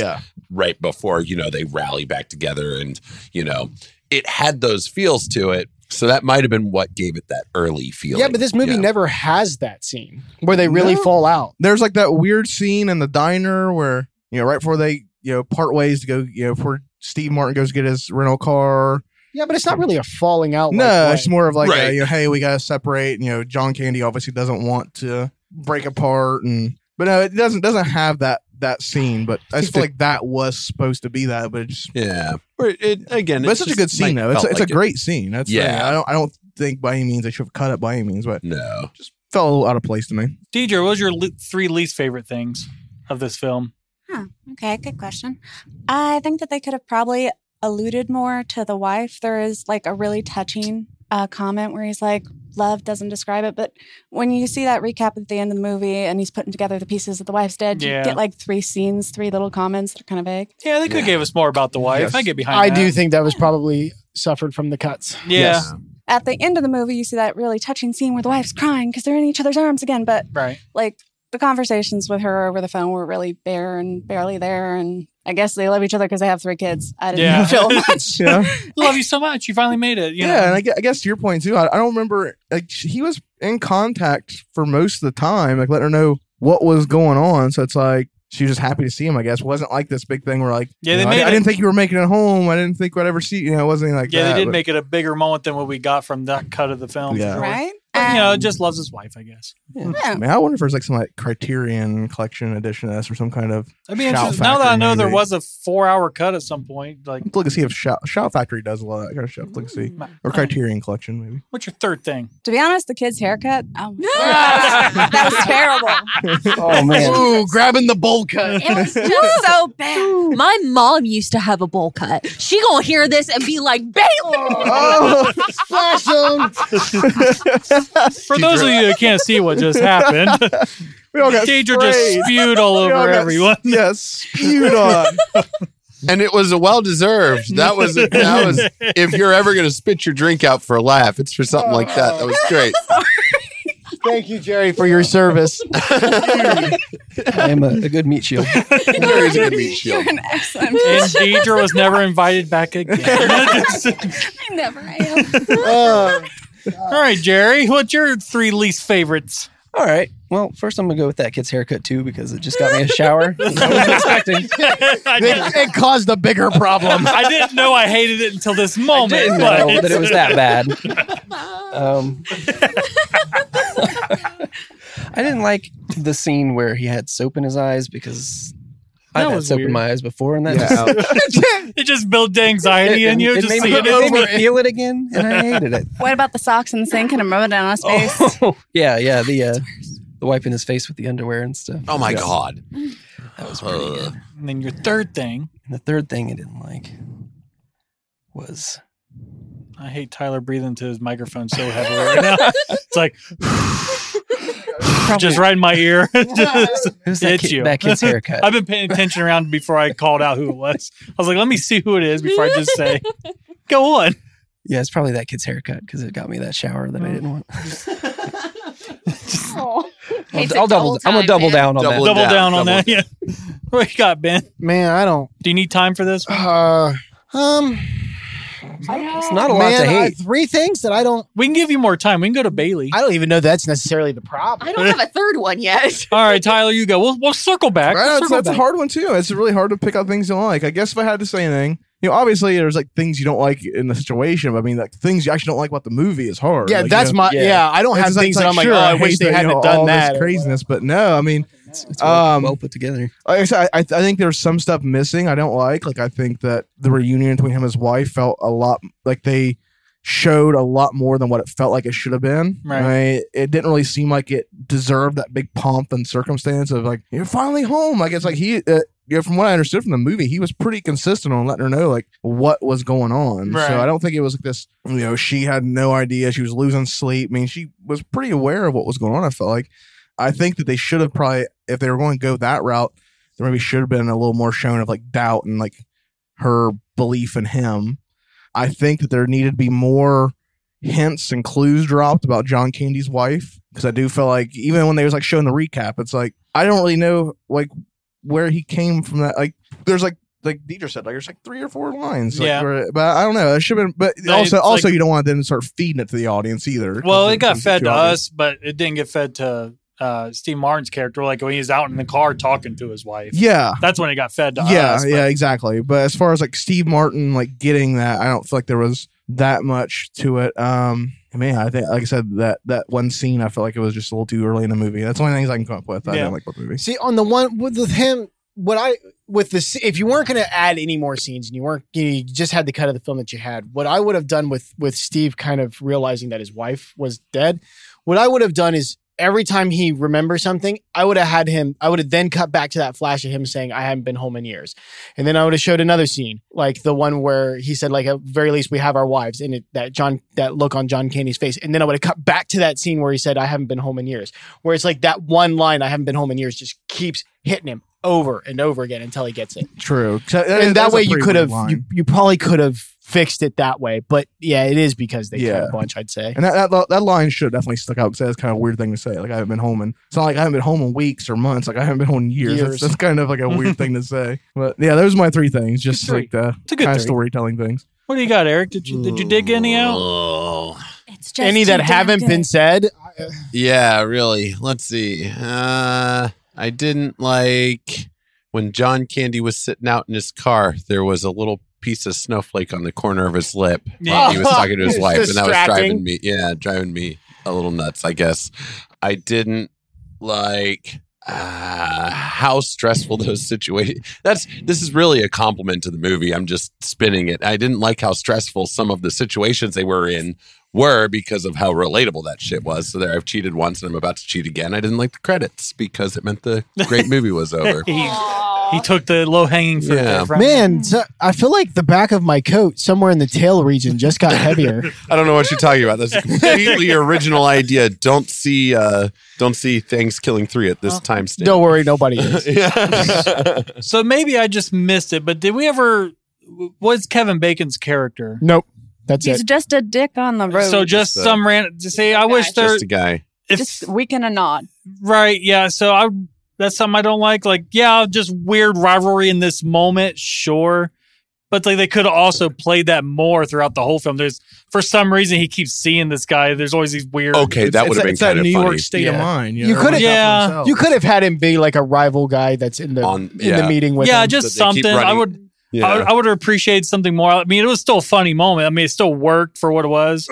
Speaker 2: right before you know they rally back together and you know it had those feels to it so that might have been what gave it that early feel
Speaker 1: Yeah, but this movie never has that scene where they really
Speaker 6: No.
Speaker 1: fall out.
Speaker 6: there's like that weird scene in the diner where you know right before they you know part ways to go you know before Steve Martin goes to get his rental car
Speaker 1: Yeah, but it's not really a falling out. like,
Speaker 6: No,
Speaker 1: way.
Speaker 6: it's more of like, uh,
Speaker 2: Right.
Speaker 6: you know, hey, we gotta separate. You know, John Candy obviously doesn't want to break apart, and but no, it doesn't doesn't have that that scene. But I just feel like that was supposed to be that, but it just
Speaker 2: Yeah. Or it, it- again,
Speaker 6: but it's such a
Speaker 2: just,
Speaker 6: good scene
Speaker 2: like,
Speaker 6: though. It's, a-
Speaker 2: felt
Speaker 6: it's
Speaker 2: like
Speaker 6: a
Speaker 2: it-
Speaker 6: great scene. That's yeah.
Speaker 2: Yeah.
Speaker 6: I don't I don't think by any means they should have cut it by any means, but
Speaker 2: No.
Speaker 6: felt a little out of place to me.
Speaker 7: DJ, what was your le- three least favorite things of this film?
Speaker 9: Okay, good question. I think that they could have probably alluded more to the wife. There is like a really touching uh, comment where he's like, "Love doesn't describe it," but when you see that recap at the end of the movie and he's putting together the pieces that the wife's dead,
Speaker 7: Yeah.
Speaker 9: you get like three scenes, three little comments that are kind of vague.
Speaker 7: Yeah, they could have gave us more about the wife.
Speaker 6: Yes.
Speaker 7: I get behind.
Speaker 1: I
Speaker 7: that.
Speaker 1: do think that was probably suffered from the cuts.
Speaker 7: Yeah,
Speaker 9: At the end of the movie, you see that really touching scene where the wife's crying because they're in each other's arms again, but
Speaker 7: right.
Speaker 9: like the conversations with her over the phone were really bare and barely there, and I guess they love each other because they have three kids. I didn't
Speaker 7: Yeah.
Speaker 9: feel much.
Speaker 6: Yeah.
Speaker 7: Love you so much. You finally made it. You
Speaker 6: yeah,
Speaker 7: know?
Speaker 6: and I guess, I guess to your point too, I, I don't remember. Like sh- he was in contact for most of the time, like letting her know what was going on. So it's like she was just happy to see him. I guess wasn't like this big thing where like
Speaker 7: Yeah,
Speaker 6: you
Speaker 7: they
Speaker 6: know, I,
Speaker 7: made
Speaker 6: di- I
Speaker 7: it-
Speaker 6: didn't think you were making it home. I didn't think I'd ever see you know it wasn't like
Speaker 7: yeah,
Speaker 6: that,
Speaker 7: they did
Speaker 6: but-
Speaker 7: make it a bigger moment than what we got from that cut of the film. for
Speaker 6: Yeah.
Speaker 7: sure.
Speaker 9: Right?
Speaker 7: But, you
Speaker 9: Um,
Speaker 7: know, just loves his wife, I guess.
Speaker 9: yeah.
Speaker 6: I mean, I wonder if there's like some like Criterion Collection edition of this or some kind of.
Speaker 7: I'd be
Speaker 6: Shout
Speaker 7: interested. Now that I
Speaker 6: Factory,
Speaker 7: know there
Speaker 6: maybe.
Speaker 7: was a four-hour cut at some point, like
Speaker 6: Let's look and see if Shout, Shout Factory does a lot of that kind of stuff. Look and see, or Criterion Collection maybe.
Speaker 7: what's your third thing?
Speaker 9: To be honest, the kid's haircut. Oh, my God. that was terrible.
Speaker 3: Oh man.
Speaker 2: Ooh, grabbing the bowl cut.
Speaker 8: It was just so bad. My mom used to have a bowl cut. She gonna hear this and be like, Baylor.
Speaker 6: Oh,
Speaker 1: Splash zone.
Speaker 7: For those of you that can't see what just happened,
Speaker 6: we all got
Speaker 7: Deidre just
Speaker 6: sprayed.
Speaker 7: spewed all
Speaker 6: We
Speaker 7: over
Speaker 6: all got s-
Speaker 7: everyone.
Speaker 6: Yes, spewed on.
Speaker 2: And it was a well deserved. That was that was if you're ever gonna spit your drink out for a laugh, it's for something like that. That was great.
Speaker 1: Thank you, Jerry, for your service.
Speaker 3: I am a, a good meat shield.
Speaker 2: Jerry's a good meat
Speaker 9: You're
Speaker 2: shield.
Speaker 9: an excellent
Speaker 7: And Deidre was never invited back again.
Speaker 3: Oh
Speaker 9: I never am.
Speaker 1: Uh,
Speaker 7: all right, Jerry, what's your three least favorites?
Speaker 3: All right. Well, first I'm gonna go with that kid's haircut too because it just got me a shower. I wasn't expecting.
Speaker 7: I,
Speaker 1: it,
Speaker 7: didn't,
Speaker 1: it caused a bigger problem.
Speaker 7: I didn't know I hated it until this moment.
Speaker 3: didn't
Speaker 7: but-
Speaker 3: know that it was that bad. Um, I didn't like the scene where he had soap in his eyes because
Speaker 7: That
Speaker 3: I've had
Speaker 7: was
Speaker 3: soap
Speaker 7: weird.
Speaker 3: in my eyes before, and that
Speaker 6: Yeah.
Speaker 3: just
Speaker 7: it just built anxiety in you.
Speaker 3: it
Speaker 7: just
Speaker 3: made me,
Speaker 7: seeing
Speaker 3: it
Speaker 7: it.
Speaker 3: made me feel it again, and I hated it.
Speaker 9: What about the socks in the sink and a moment on his face?
Speaker 3: Oh, yeah, yeah. The uh, the wiping his face with the underwear and stuff.
Speaker 2: Oh my god.
Speaker 3: That was pretty
Speaker 2: Uh.
Speaker 3: good.
Speaker 7: And then your third thing,
Speaker 3: And the third thing I didn't like was
Speaker 7: I hate Tyler breathing into his microphone so heavily right now. It's like just right in my ear. Just-
Speaker 3: who's that,
Speaker 7: It's
Speaker 3: kid,
Speaker 7: you.
Speaker 3: that kid's haircut.
Speaker 7: I've been paying attention around before I called out who it was. I was like, let me see who it is before I just say, go on.
Speaker 3: yeah, it's probably that kid's haircut because it got me that shower
Speaker 7: Oh.
Speaker 3: that I didn't want.
Speaker 8: Hates it
Speaker 3: I'll, I'll double.
Speaker 8: Oh. double
Speaker 3: I'm gonna
Speaker 8: time,
Speaker 3: double
Speaker 8: man.
Speaker 3: down on
Speaker 2: Double
Speaker 3: that.
Speaker 7: Double
Speaker 2: down,
Speaker 7: down on
Speaker 2: double
Speaker 7: that. Yeah. What you got, Ben?
Speaker 1: Man, I don't.
Speaker 7: Do you need time for this?
Speaker 1: Uh, um,
Speaker 3: It's not a lot
Speaker 1: man,
Speaker 3: to
Speaker 1: I-
Speaker 3: hate.
Speaker 1: three things that I don't.
Speaker 7: We can give you more time. We can go to Bailey.
Speaker 1: I don't even know that's necessarily the problem.
Speaker 8: I don't have a third one yet.
Speaker 7: All right, Tyler, you go. We'll, we'll circle back.
Speaker 6: I know,
Speaker 7: We'll
Speaker 6: it's,
Speaker 7: circle
Speaker 6: that's a
Speaker 7: back.
Speaker 6: hard one too. It's really hard to pick out things you don't like. I guess if I had to say anything, you know, obviously there's like things you don't like in the situation, but I mean, like things you actually don't like about the movie is hard.
Speaker 1: Yeah,
Speaker 6: Like,
Speaker 1: that's
Speaker 6: you know,
Speaker 1: my.
Speaker 3: yeah.
Speaker 1: Yeah, I don't
Speaker 6: it's
Speaker 1: have
Speaker 6: just like-
Speaker 1: things
Speaker 6: it's
Speaker 1: that I'm like,
Speaker 6: like, sure,
Speaker 1: oh, I
Speaker 6: hate
Speaker 1: wish they
Speaker 6: that, you
Speaker 1: hadn't
Speaker 6: know, all
Speaker 1: done
Speaker 6: this
Speaker 1: that.
Speaker 6: craziness, but no, I mean,
Speaker 3: It's, it's well,
Speaker 6: Um,
Speaker 3: well put together.
Speaker 6: like I said, I, I think there's some stuff missing. I don't like. Like I think that the reunion between him and his wife felt a lot like they showed a lot more than what it felt like it should have been.
Speaker 7: Right.
Speaker 6: Right? It didn't really seem like it deserved that big pomp and circumstance of like you're finally home. Like it's like he. Uh, you know, from what I understood from the movie, he was pretty consistent on letting her know like what was going on.
Speaker 7: Right.
Speaker 6: So I don't think it was like this. You know, she had no idea she was losing sleep. I mean, she was pretty aware of what was going on. I felt like I think that they should have probably, if they were going to go that route, there maybe should have been a little more shown of like doubt and like her belief in him. I think that there needed to be more hints and clues dropped about John Candy's wife because I do feel like even when they was like showing the recap, it's like I don't really know like where he came from. That like there's like like Deidre said like there's like three or four lines. like,
Speaker 7: Yeah.
Speaker 6: where- but I don't know. It should have been. But
Speaker 7: They-
Speaker 6: also
Speaker 7: it's
Speaker 6: also
Speaker 7: like-
Speaker 6: you don't want them to start feeding it to the audience either.
Speaker 7: Well,
Speaker 6: 'cause
Speaker 7: it got
Speaker 6: becomes
Speaker 7: fed
Speaker 6: too
Speaker 7: to
Speaker 6: obvious.
Speaker 7: us, but it didn't get fed to uh, Steve Martin's character. Like when he was out in the car talking to his wife,
Speaker 6: Yeah.
Speaker 7: that's when it got fed to
Speaker 6: yeah,
Speaker 7: us. but-
Speaker 6: yeah, exactly. But as far as like Steve Martin, like getting that, I don't feel like there was that much to it. Um, man, I think, like I said, that that one scene, I felt like it was just a little too early in the movie. That's the only things I can come up with. I
Speaker 7: Yeah.
Speaker 6: didn't like the movie.
Speaker 1: See, on the one with with him, what I with the sce- if you weren't going to add any more scenes and you weren't you just had the cut of the film that you had, what I would have done with with Steve kind of realizing that his wife was dead, what I would have done is every time he remembers something, I would have had him. I would have then cut back to that flash of him saying, "I haven't been home in years," and then I would have showed another scene, like the one where he said, "Like at very least we have our wives," and it, that John that look on John Candy's face, and then I would have cut back to that scene where he said, "I haven't been home in years." where it's like that one line, I haven't been home in years, just keeps hitting him over and over again until he gets it.
Speaker 6: True. So
Speaker 1: and that
Speaker 6: that's a
Speaker 1: way you
Speaker 6: pretty
Speaker 1: could
Speaker 6: weird
Speaker 1: have,
Speaker 6: line.
Speaker 1: you, you probably could have fixed it that way. But yeah, it is because they cut
Speaker 6: Yeah.
Speaker 1: a bunch, I'd say.
Speaker 6: And that, that that line should have definitely stuck out because that's kind of a weird thing to say. Like I haven't been home, and it's not like I haven't been home in weeks or months. Like I haven't been home in years.
Speaker 1: Years.
Speaker 6: That's, that's kind of like a weird thing to say. But yeah, those are my three things. Just
Speaker 7: Good three.
Speaker 6: like the
Speaker 7: It's a good
Speaker 6: kind of
Speaker 7: three.
Speaker 6: storytelling things.
Speaker 7: What do you got, Eric? Did you did you dig any out?
Speaker 2: Oh,
Speaker 9: It's just
Speaker 1: Any
Speaker 9: too
Speaker 1: that
Speaker 9: damn
Speaker 1: haven't
Speaker 9: good.
Speaker 1: been said,
Speaker 2: yeah, really. Let's see. Uh, I didn't like when John Candy was sitting out in his car. There was a little piece of snowflake on the corner of his lip while he was talking to his
Speaker 1: It's
Speaker 2: wife, and that was
Speaker 1: distracting.
Speaker 2: driving me. Yeah, driving me a little nuts. I guess I didn't like uh, how stressful those situations. That's this is really a compliment to the movie. I'm just spinning it. I didn't like how stressful some of the situations they were in were because of how relatable that shit was. So there, I've cheated once, and I'm about to cheat again. I didn't like the credits because it meant the great movie was over.
Speaker 7: He, he took the low hanging fruit.
Speaker 2: Yeah.
Speaker 7: there, right? Mm.
Speaker 1: man, so I feel like the back of my coat, somewhere in the tail region, just got heavier.
Speaker 2: I don't know what you're talking about. That's a completely original idea. Don't see, uh, don't see things killing three at this time stamp.
Speaker 1: Don't worry, nobody is.
Speaker 7: So maybe I just missed it, but did we ever? Was Kevin Bacon's character?
Speaker 1: Nope, that's
Speaker 9: He's
Speaker 1: it.
Speaker 9: just a dick on the road.
Speaker 7: So just
Speaker 2: Just, uh,
Speaker 7: some random. See, I wish
Speaker 8: Just
Speaker 7: there.
Speaker 2: Just a guy.
Speaker 7: If,
Speaker 9: just weekend and nod.
Speaker 7: Right. Yeah. So I that's something I don't like. Like, yeah, just weird rivalry in this moment, sure. But like they could have also played that more throughout the whole film. There's for some reason he keeps seeing this guy. There's always these weird
Speaker 2: Okay, that would have been
Speaker 6: it's that
Speaker 2: kind of
Speaker 6: New
Speaker 2: funny.
Speaker 6: York state of
Speaker 7: Yeah.
Speaker 6: mind.
Speaker 1: You
Speaker 6: know,
Speaker 1: could
Speaker 6: like that
Speaker 7: have-
Speaker 6: for
Speaker 7: Yeah.
Speaker 1: You
Speaker 6: themselves.
Speaker 1: could have had him be like a rival guy that's in the
Speaker 2: On-
Speaker 1: in the
Speaker 2: yeah.
Speaker 1: meeting with
Speaker 7: Yeah,
Speaker 1: him.
Speaker 7: just
Speaker 2: That they keep
Speaker 7: something. I
Speaker 2: running-
Speaker 7: would,
Speaker 2: Yeah.
Speaker 7: I would I would have appreciated something more. I mean, it was still a funny moment. I mean, it still worked for what it was.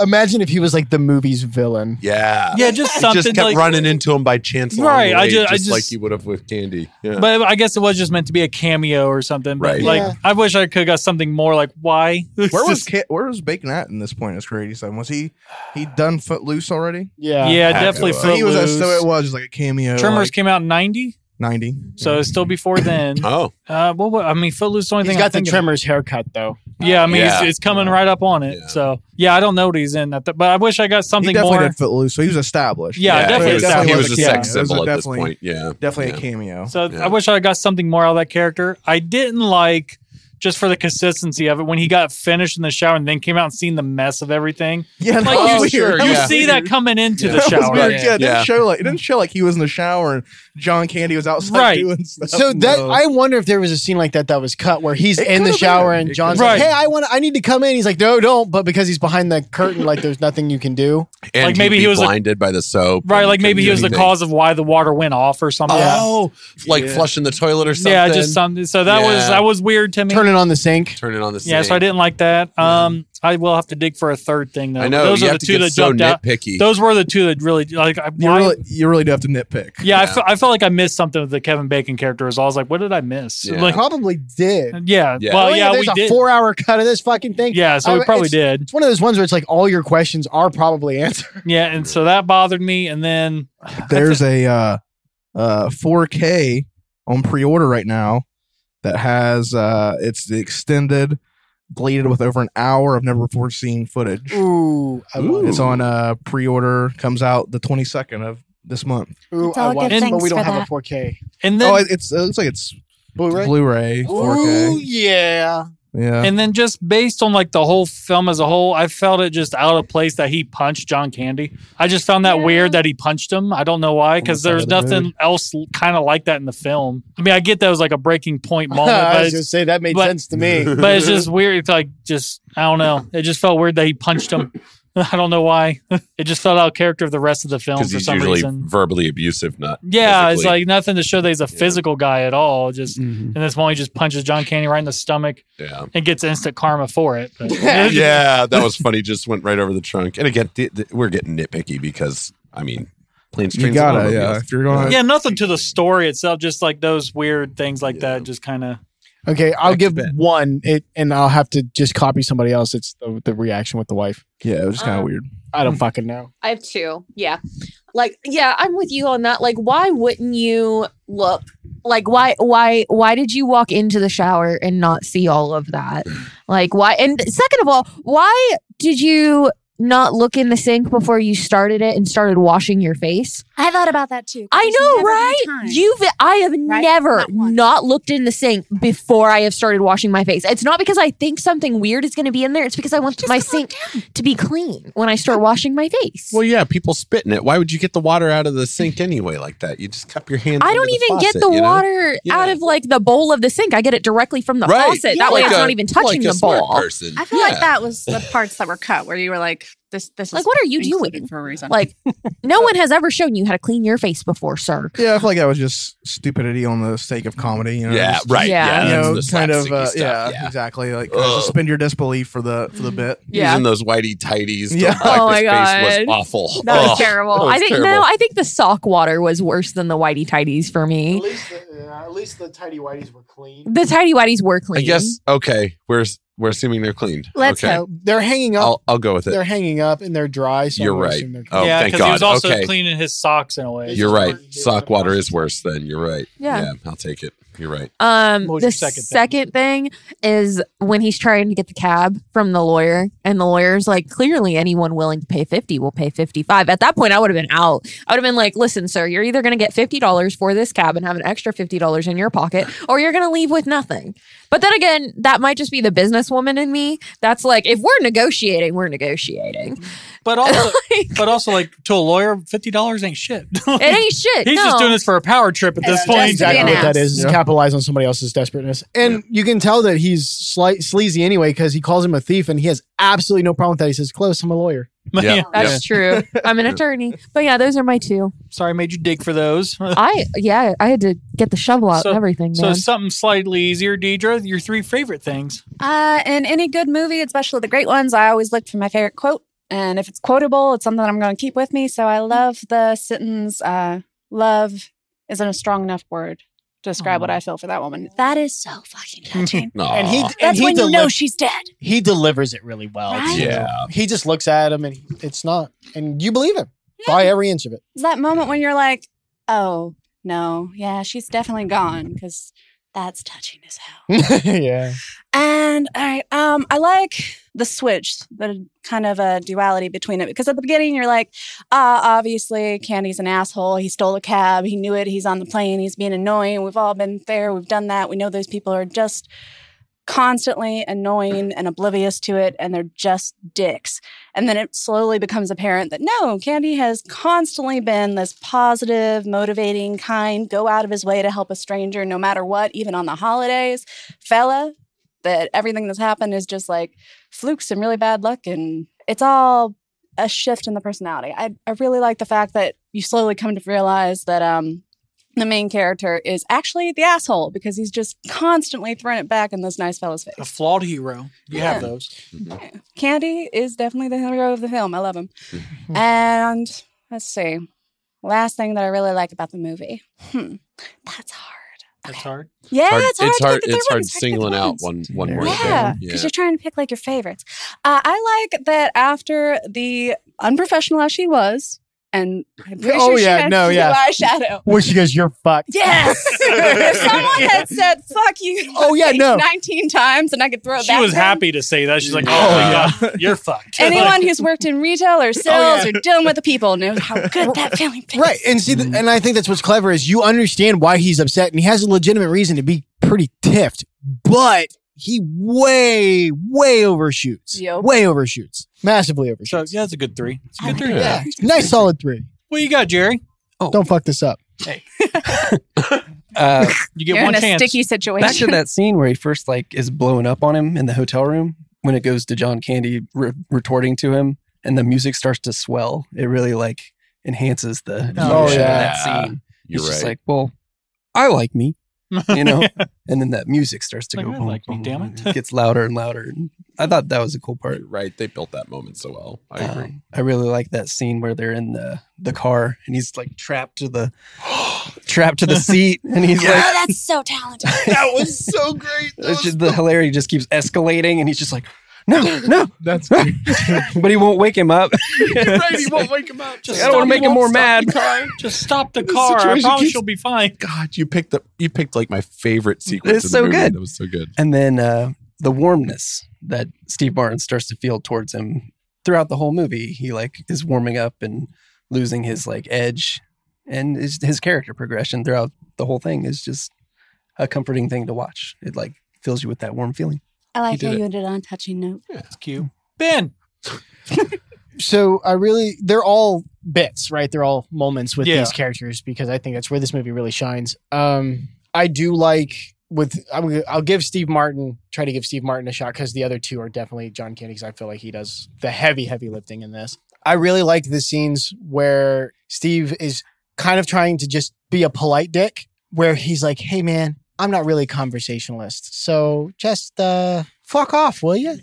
Speaker 1: Imagine if he was just the movie's villain.
Speaker 2: yeah.
Speaker 7: Yeah, just
Speaker 2: He
Speaker 7: something
Speaker 2: just kept
Speaker 7: like
Speaker 2: running into him by chance. along
Speaker 7: Right,
Speaker 2: the
Speaker 7: I
Speaker 2: way,
Speaker 7: ju- I just-
Speaker 2: like you would have with Candy. Yeah.
Speaker 7: But I guess it was just meant to be a cameo or something. But
Speaker 2: Right.
Speaker 7: like
Speaker 1: Yeah.
Speaker 7: I wish I could have got something more like why?
Speaker 6: Where was Ca- where was Bacon at in this point? in His career eighty-seven. Was he he done Footloose already?
Speaker 1: Yeah.
Speaker 7: Yeah,
Speaker 2: Had to
Speaker 7: definitely
Speaker 2: have.
Speaker 6: So he was
Speaker 7: Footloose.
Speaker 6: as so it was just like a cameo.
Speaker 7: Tremors
Speaker 6: like
Speaker 7: came out in ninety.
Speaker 6: ninety.
Speaker 7: So it's still before then.
Speaker 2: oh,
Speaker 7: Uh, well, what, I mean, Footloose is the only
Speaker 1: He's
Speaker 7: thing
Speaker 1: got
Speaker 7: I'm
Speaker 1: the
Speaker 7: thinking
Speaker 1: Tremors haircut though.
Speaker 7: of. Yeah, I mean,
Speaker 2: Yeah.
Speaker 7: It's, it's coming right up on it.
Speaker 2: Yeah.
Speaker 7: So yeah, I don't know what he's in, at the, but I wish I got
Speaker 6: he
Speaker 7: something
Speaker 6: definitely
Speaker 7: more.
Speaker 6: did Footloose. So he was established.
Speaker 7: Yeah,
Speaker 6: So it
Speaker 7: definitely
Speaker 2: He was,
Speaker 7: established.
Speaker 2: he was a
Speaker 7: Yeah.
Speaker 2: sex
Speaker 6: cameo. It was
Speaker 2: symbol at this
Speaker 6: definitely-
Speaker 2: point. Yeah.
Speaker 6: Definitely
Speaker 2: Yeah.
Speaker 6: a cameo.
Speaker 7: So
Speaker 2: Yeah.
Speaker 7: I wish I got something more out of that character. I didn't like just for the consistency of it when he got finished in the shower and then came out and seen the mess of everything.
Speaker 6: Yeah,
Speaker 7: Like
Speaker 2: Oh,
Speaker 7: you,
Speaker 2: sure,
Speaker 7: you
Speaker 2: yeah.
Speaker 7: see that coming into
Speaker 2: Yeah.
Speaker 7: the
Speaker 6: That was
Speaker 7: shower.
Speaker 6: weird. Yeah, it
Speaker 2: Yeah.
Speaker 6: didn't show like it didn't show like he was in the shower and John Candy was outside
Speaker 7: Right.
Speaker 6: doing stuff.
Speaker 1: So that
Speaker 6: No.
Speaker 1: I wonder if there was a scene like that that was cut where he's
Speaker 6: It
Speaker 1: in the
Speaker 6: could've
Speaker 1: shower
Speaker 6: been.
Speaker 1: and
Speaker 6: It
Speaker 1: John's
Speaker 7: could've
Speaker 1: like,
Speaker 7: been.
Speaker 1: "Hey, I want, I need to come in." He's like, "No, don't." But because he's behind the curtain, like there's nothing you can do.
Speaker 2: And
Speaker 7: Like, maybe
Speaker 2: he'd be
Speaker 7: he was a-
Speaker 2: blinded by the soap.
Speaker 7: Right,
Speaker 2: and
Speaker 7: like
Speaker 2: couldn't
Speaker 7: maybe he
Speaker 2: do
Speaker 7: was the
Speaker 2: anything.
Speaker 7: cause of why the water went off or something.
Speaker 2: Oh, like
Speaker 6: Yeah.
Speaker 2: flushing the toilet or something.
Speaker 7: yeah, just something. So that was
Speaker 2: Yeah.
Speaker 7: that was weird to me.
Speaker 1: Turning on the sink.
Speaker 2: turning on the.
Speaker 7: Yeah, so I
Speaker 2: sink.
Speaker 7: didn't like that. Um, I will have to dig for a third thing though.
Speaker 2: I know
Speaker 7: those
Speaker 2: you
Speaker 7: are the
Speaker 2: have to
Speaker 7: two
Speaker 2: get
Speaker 7: that
Speaker 2: so
Speaker 7: jumped out.
Speaker 2: nitpicky.
Speaker 7: Those were the two that really like. I,
Speaker 6: you
Speaker 7: why-
Speaker 6: really you really do have to nitpick.
Speaker 7: yeah, I
Speaker 2: Yeah.
Speaker 7: fe- I felt like I missed something with the Kevin Bacon character. As well. I was like, what did I miss?
Speaker 2: Yeah.
Speaker 7: Like,
Speaker 1: Probably did.
Speaker 7: yeah,
Speaker 2: Yeah.
Speaker 7: well,
Speaker 1: Oh,
Speaker 7: Uh, yeah,
Speaker 1: there's
Speaker 7: we
Speaker 1: a
Speaker 7: did.
Speaker 1: four-hour cut of this fucking thing.
Speaker 7: yeah, so
Speaker 1: I-
Speaker 7: we probably
Speaker 1: it's-
Speaker 7: did.
Speaker 1: It's one of those ones where it's like all your questions are probably answered.
Speaker 7: Yeah, and so that bothered me. And then
Speaker 6: There's a uh uh 4K on pre-order right now that has uh it's the extended deleted with over an hour of never before seen footage.
Speaker 1: Ooh, I want
Speaker 6: It's
Speaker 1: it.
Speaker 6: on uh pre-order comes out the 22nd of this month.
Speaker 1: Ooh,
Speaker 9: It's
Speaker 1: I
Speaker 9: all
Speaker 1: want
Speaker 9: good
Speaker 1: it, but
Speaker 9: things
Speaker 1: we don't
Speaker 9: for
Speaker 1: have a
Speaker 9: that.
Speaker 1: 4K
Speaker 7: and then
Speaker 6: oh, it- it's it looks like it's
Speaker 1: Blu-ray.
Speaker 6: Blu-ray 4K.
Speaker 1: Ooh, yeah.
Speaker 6: Yeah.
Speaker 7: and then just based on like the whole film as a whole, I felt it just out of place that he punched John Candy. I just found that
Speaker 9: Yeah.
Speaker 7: weird that he punched him. I don't know why, because
Speaker 6: side
Speaker 7: there's
Speaker 6: of the
Speaker 7: nothing else kind of like that in the film. I mean, I get that was like a breaking point moment,
Speaker 1: I
Speaker 7: but
Speaker 1: was
Speaker 7: it's
Speaker 1: gonna say that made
Speaker 7: but-
Speaker 1: sense to me.
Speaker 7: but it's just weird. It's like just I don't know. It just felt weird that he punched him. I don't know why. it just fell out of character of the rest of the film
Speaker 2: because
Speaker 7: for
Speaker 2: he's
Speaker 7: some
Speaker 2: usually
Speaker 7: reason.
Speaker 2: verbally abusive, not
Speaker 7: Yeah, it's
Speaker 2: physically.
Speaker 7: like nothing to show that he's a
Speaker 2: Yeah.
Speaker 7: physical guy at all. Just in this moment, he just punches John Candy right in the stomach
Speaker 2: yeah.
Speaker 7: and gets instant karma for it. But
Speaker 2: yeah, that was funny. Just went right over the trunk. And again, th- th- we're getting nitpicky because I mean, planes,
Speaker 6: You
Speaker 2: trains,
Speaker 6: gotta,
Speaker 2: and
Speaker 6: yeah.
Speaker 2: automobiles.
Speaker 6: If you're gonna,
Speaker 7: yeah, nothing to the story itself. Just like those weird things like
Speaker 2: Yeah.
Speaker 7: that. Just kind of
Speaker 1: Okay, I'll
Speaker 2: Back to
Speaker 1: give
Speaker 2: Ben.
Speaker 1: one, it, and I'll have to just copy somebody else. It's the, the reaction with the wife.
Speaker 6: yeah, it was kind of
Speaker 7: Uh-huh.
Speaker 8: Um,
Speaker 6: weird.
Speaker 1: I don't fucking know.
Speaker 8: I have two. Yeah. Like, yeah, I'm with you on that. Like, why wouldn't you look? Like, why, why, why did you walk into the shower and not see all of that? Like, why? And second of all, why did you not look in the sink before you started it and started washing your face?
Speaker 9: I thought about that too.
Speaker 8: I
Speaker 9: There's
Speaker 8: know,
Speaker 9: never been a
Speaker 8: right?
Speaker 9: time.
Speaker 8: You've, I have never
Speaker 9: Not
Speaker 8: not,
Speaker 9: once.
Speaker 8: looked in the sink before I have started washing my face. It's not because I think something weird is going to be in there. It's because I want
Speaker 9: Just
Speaker 8: my
Speaker 9: come on
Speaker 8: sink to be clean when I start washing my face.
Speaker 2: Well, yeah, people spit in it. Why would you get the water out of the sink anyway like that? You just cup your hand.
Speaker 8: I
Speaker 2: under
Speaker 8: don't
Speaker 2: the
Speaker 8: even
Speaker 2: faucet,
Speaker 8: get the
Speaker 2: you know?
Speaker 8: water
Speaker 2: Yeah.
Speaker 8: out of like the bowl of the sink. I get it directly from the
Speaker 2: Right.
Speaker 8: faucet.
Speaker 9: Yeah,
Speaker 8: that way,
Speaker 9: like
Speaker 8: it's
Speaker 9: a-
Speaker 8: not even
Speaker 2: Like
Speaker 8: touching
Speaker 2: a
Speaker 8: the
Speaker 2: smart
Speaker 8: bowl.
Speaker 2: person.
Speaker 9: I feel
Speaker 2: Yeah.
Speaker 9: like that was the parts that were cut where you were like, "This, this
Speaker 8: Like,
Speaker 9: is
Speaker 8: what are you doing?
Speaker 9: included for a reason."
Speaker 8: Like, no one has ever shown you how to clean your face before, sir.
Speaker 6: Yeah, I feel like that was just stupidity on the sake of comedy. You know,
Speaker 2: Yeah,
Speaker 6: just-
Speaker 2: right.
Speaker 8: Yeah.
Speaker 2: Yeah,
Speaker 6: you
Speaker 2: that's
Speaker 6: know,
Speaker 2: the
Speaker 6: kind of,
Speaker 2: slapsticky
Speaker 6: uh,
Speaker 2: stuff,
Speaker 6: yeah,
Speaker 2: yeah.
Speaker 6: exactly. Like
Speaker 2: Ugh.
Speaker 6: suspend your disbelief for the for
Speaker 7: Mm-hmm.
Speaker 6: the bit.
Speaker 8: Yeah.
Speaker 2: Using those whitey tighties.
Speaker 6: Yeah.
Speaker 2: Yeah.
Speaker 8: Oh my
Speaker 2: Face was
Speaker 8: God.
Speaker 2: awful.
Speaker 8: That was
Speaker 2: Ugh.
Speaker 8: terrible.
Speaker 2: That was
Speaker 8: I think no.
Speaker 2: Oh, terrible.
Speaker 8: I think the sock water was worse than the whitey tidies for me.
Speaker 1: least, the, uh, at least the tidy whities were clean.
Speaker 8: The tidy whities were clean.
Speaker 2: I guess okay. We're we're assuming they're cleaned.
Speaker 9: Let's
Speaker 2: okay.
Speaker 9: hope.
Speaker 1: They're hanging up.
Speaker 2: I'll I'll go with it.
Speaker 1: they're hanging up and they're dry. So
Speaker 2: You're
Speaker 1: I would
Speaker 2: right.
Speaker 1: assume they're clean.
Speaker 2: Oh,
Speaker 7: yeah,
Speaker 2: thank
Speaker 7: he
Speaker 2: God.
Speaker 7: was also
Speaker 2: okay.
Speaker 7: cleaning his socks in a way.
Speaker 2: You're right. Sock water is worse then. You're right.
Speaker 8: Yeah.
Speaker 2: I'll take it. You're right.
Speaker 8: Um,
Speaker 7: What was
Speaker 8: the
Speaker 7: your second thing?
Speaker 8: second thing? is when he's trying to get the cab from the lawyer, and the lawyer's like, clearly anyone willing to pay 50 will pay 55. At that point, I would have been out. I would have been like, listen, sir, you're either going to get $50 for this cab and have an extra $50 in your pocket, or you're going to leave with nothing. But then again, that might just be the businesswoman in me. That's like, if we're negotiating, we're negotiating.
Speaker 7: But also, but also, like to a lawyer, fifty dollars ain't shit.
Speaker 8: It ain't shit.
Speaker 7: He's
Speaker 8: no.
Speaker 7: just doing this for a power trip at this
Speaker 9: It's
Speaker 7: point.
Speaker 9: just
Speaker 1: exactly
Speaker 9: being
Speaker 1: what that
Speaker 9: asked.
Speaker 1: is. is
Speaker 6: Yeah.
Speaker 1: capitalize on somebody else's desperateness, and you can tell that he's slight sleazy anyway because he calls him a thief, and he has absolutely no problem with that. He says, "Close, I'm a lawyer."
Speaker 2: Yeah.
Speaker 7: Yeah.
Speaker 8: That's true. I'm an attorney. But yeah, those are my two.
Speaker 7: Sorry, I made you dig for those.
Speaker 8: I, yeah, I had to get the shovel out
Speaker 7: So-
Speaker 8: and everything.
Speaker 7: so
Speaker 8: man.
Speaker 7: something slightly easier, Deidre. Your three favorite things.
Speaker 9: Uh, in any good movie, especially the great ones, I always look for my favorite quote. And if it's quotable, it's something I'm going to keep with me. So I love the sentence uh, love isn't a strong enough word to describe what
Speaker 7: Aw.
Speaker 9: I feel for that woman. That is so fucking touching.
Speaker 2: No.
Speaker 1: And he and
Speaker 9: That's
Speaker 1: he,
Speaker 9: when you know
Speaker 1: deli-
Speaker 9: she's dead.
Speaker 1: he delivers it really well.
Speaker 9: Right?
Speaker 1: too.
Speaker 2: Yeah.
Speaker 1: he just looks at him, and it's not, and you believe him by every inch of it.
Speaker 9: It's that moment when you're like, oh, no, yeah, she's definitely gone because that's touching as hell.
Speaker 1: yeah,
Speaker 9: And all right, um, I like the switch, the kind of a duality between it, because at the beginning you're like, ah, obviously Candy's an asshole. He stole a cab. He knew it. He's on the plane. He's being annoying. We've all been there. We've done that. We know those people are just constantly annoying and oblivious to it, and they're just dicks. And then it slowly becomes apparent that no, Candy has constantly been this positive, motivating, kind, go out of his way to help a stranger no matter what, even on the holidays. Fella, that everything that's happened is just like flukes and really bad luck and it's all a shift in the personality i, I really like the fact that you slowly come to realize that um the main character is actually the asshole because he's just constantly throwing it back in this nice fellow's
Speaker 7: A
Speaker 9: face.
Speaker 7: flawed hero. You have those.
Speaker 9: Candy is definitely the hero of the film. I love him.
Speaker 2: Mm-hmm.
Speaker 9: and let's see. Last thing that I really like about the movie. Hmm. That's hard.
Speaker 7: That's hard.
Speaker 9: Yeah,
Speaker 2: Hard-
Speaker 9: it's hard.
Speaker 2: it's
Speaker 9: to
Speaker 2: hard.
Speaker 9: pick the
Speaker 2: It's
Speaker 9: third one.
Speaker 2: hard
Speaker 9: to pick the
Speaker 2: singling
Speaker 9: third
Speaker 2: out
Speaker 9: ones.
Speaker 2: one one
Speaker 3: Yeah.
Speaker 2: more.
Speaker 9: Yeah,
Speaker 2: thing.
Speaker 9: because you're trying to pick like your favorites. Uh, I like that after the unprofessional as she was, and I'm pretty
Speaker 1: Oh,
Speaker 9: sure she
Speaker 1: yeah,
Speaker 9: had
Speaker 1: no,
Speaker 9: blue
Speaker 1: yeah.
Speaker 9: eyeshadow.
Speaker 1: where she goes, "You're fucked."
Speaker 9: Yes, if someone had said "fuck you,"
Speaker 1: Oh, yeah,
Speaker 9: like,
Speaker 1: no.
Speaker 9: nineteen times, and I could throw it
Speaker 7: She
Speaker 9: back
Speaker 7: was
Speaker 9: to them.
Speaker 7: happy to say that. She's like, "Oh
Speaker 2: Yeah.
Speaker 7: my god, you're fucked."
Speaker 9: Anyone
Speaker 7: Like,
Speaker 9: who's worked in retail or sales or dealing with the people knows how good that feeling feels.
Speaker 1: Right, and see, th- and I think that's what's clever is you understand why he's upset, and he has a legitimate reason to be pretty tiffed, but he way, way overshoots,
Speaker 9: Yep.
Speaker 1: way overshoots, massively
Speaker 7: so
Speaker 1: overshoots.
Speaker 7: yeah, it's a good three. It's a good
Speaker 9: Oh my
Speaker 7: three.
Speaker 9: God.
Speaker 1: Yeah. nice solid three.
Speaker 7: What you got, Jerry?
Speaker 1: Don't fuck this up.
Speaker 3: Uh,
Speaker 7: You get
Speaker 9: You're
Speaker 7: one
Speaker 9: in a
Speaker 7: chance.
Speaker 9: sticky
Speaker 3: back to
Speaker 9: situation.
Speaker 3: that scene where he first like is blowing up on him in the hotel room when it goes to John Candy re- retorting to him. and the music starts to swell, it really like enhances the
Speaker 1: Oh,
Speaker 3: emotion
Speaker 1: yeah.
Speaker 3: of that scene.
Speaker 2: You're
Speaker 3: it's
Speaker 2: right.
Speaker 3: just like, well, I like me, you know,
Speaker 7: Yeah.
Speaker 3: and then that music starts to
Speaker 7: Like,
Speaker 3: go.
Speaker 7: I like me, damn it.
Speaker 3: gets louder and louder. And I thought that was a cool part.
Speaker 2: You're right. They built that moment so well. I
Speaker 3: Um,
Speaker 2: agree.
Speaker 3: I really like that scene where they're in the, the car and he's like trapped to the trapped to the seat and he's
Speaker 2: Yeah.
Speaker 8: Oh, that's so talented.
Speaker 3: like
Speaker 2: that was so great. That
Speaker 3: it's
Speaker 2: was
Speaker 3: just, the hilarity just keeps escalating and he's just like no no
Speaker 6: That's great.
Speaker 3: but he won't wake him up.
Speaker 2: right. He won't wake him up.
Speaker 3: I don't want to make him more mad.
Speaker 7: Just stop the
Speaker 2: This
Speaker 7: car. I
Speaker 2: situation
Speaker 7: promise
Speaker 2: keeps-
Speaker 7: you'll be fine.
Speaker 2: God, you picked the you picked like my favorite sequence.
Speaker 3: It's
Speaker 2: in the
Speaker 3: so
Speaker 2: movie.
Speaker 3: good.
Speaker 2: That was so good.
Speaker 3: And then uh, the warmness that Steve Martin starts to feel towards him throughout the whole movie. He like is warming up and losing his like edge, and his, his character progression throughout the whole thing is just a comforting thing to watch. It like fills you with that warm feeling.
Speaker 9: I like
Speaker 2: did
Speaker 9: how
Speaker 2: it.
Speaker 9: you ended on a touching note.
Speaker 7: That's cute. Ben.
Speaker 1: so I really they're all bits, right? They're all moments with
Speaker 7: Yeah.
Speaker 1: these characters because I think that's where this movie really shines. Um, I do like with I'm, gonna- I'll give Steve Martin try to give Steve Martin a shot because the other two are definitely John Candy because I feel like he does the heavy heavy lifting in this. I really like the scenes where Steve is kind of trying to just be a polite dick, where he's like, "Hey man, I'm not really a conversationalist, so just uh, fuck off, will you?"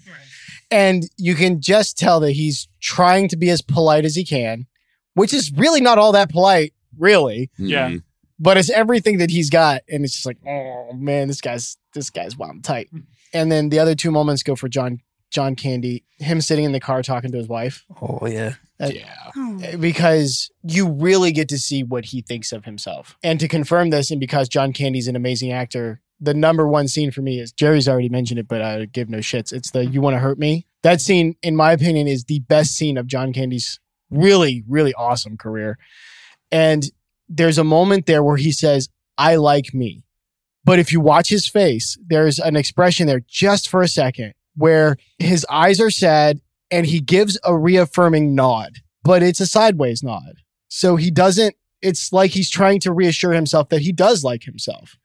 Speaker 1: And you can just tell that he's trying to be as polite as he can, which is really not all that polite, really.
Speaker 7: Yeah.
Speaker 2: Mhm.
Speaker 1: But it's everything that he's got, and it's just like, oh man, this guy's this guy's wild and tight. And then the other two moments go for John John Candy, him sitting in the car talking to his wife,
Speaker 3: Oh yeah,
Speaker 1: Uh,
Speaker 2: yeah.
Speaker 9: Oh.
Speaker 1: because you really get to see what he thinks of himself. And to confirm this, and because John Candy's an amazing actor, the number one scene for me is Jerry's already mentioned it, but I give no shits. It's the "You Want to Hurt Me." That scene, in my opinion, is the best scene of John Candy's really, really awesome career. And there's a moment there where he says, "I like me," but if you watch his face, there's an expression there just for a second where his eyes are sad and he gives a reaffirming nod but it's a sideways nod. So he doesn't, it's like he's trying to reassure himself that he does like himself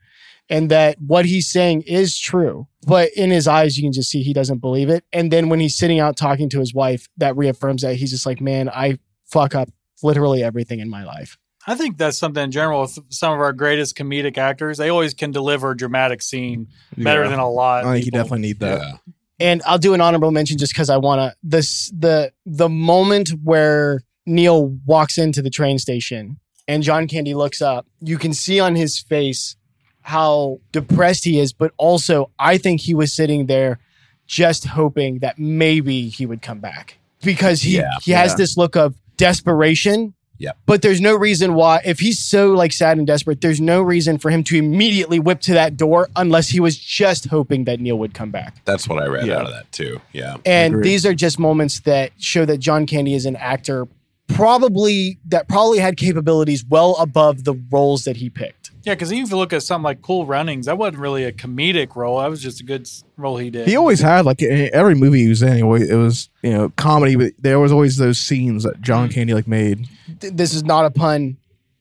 Speaker 1: and that what he's saying is true. But in his eyes, you can just see he doesn't believe it. And then when he's sitting out talking to his wife, that reaffirms that he's just like, man, I fuck up literally everything in my life.
Speaker 7: I think that's something in general with some of our greatest comedic actors. They always can deliver a dramatic scene better
Speaker 6: Yeah.
Speaker 7: than a lot.
Speaker 6: I think you
Speaker 7: people.
Speaker 6: definitely need that.
Speaker 2: Yeah.
Speaker 1: And I'll do an honorable mention just because I want to. This the the moment where Neil walks into the train station and John Candy looks up. You can see on his face how depressed he is, but also I think he was sitting there just hoping that maybe he would come back because he
Speaker 2: Yeah,
Speaker 1: he has
Speaker 6: yeah.
Speaker 1: this look of desperation.
Speaker 2: Yep.
Speaker 1: But there's no reason why if he's so like sad and desperate, there's no reason for him to immediately whip to that door unless he was just hoping that Neil would come back.
Speaker 2: That's what I read
Speaker 6: Yeah.
Speaker 2: out of that too. Yeah.
Speaker 1: And
Speaker 6: Agreed.
Speaker 1: these are just moments that show that John Candy is an actor probably that probably had capabilities well above the roles that he picked.
Speaker 7: Yeah, because even if you look at something like Cool Runnings, that wasn't really a comedic role. That was just a good s- role he did.
Speaker 6: He always had like in every movie he was in. He always, it was you know comedy, but there was always those scenes that John
Speaker 7: Mm.
Speaker 6: Candy like made.
Speaker 1: Th- This is not a pun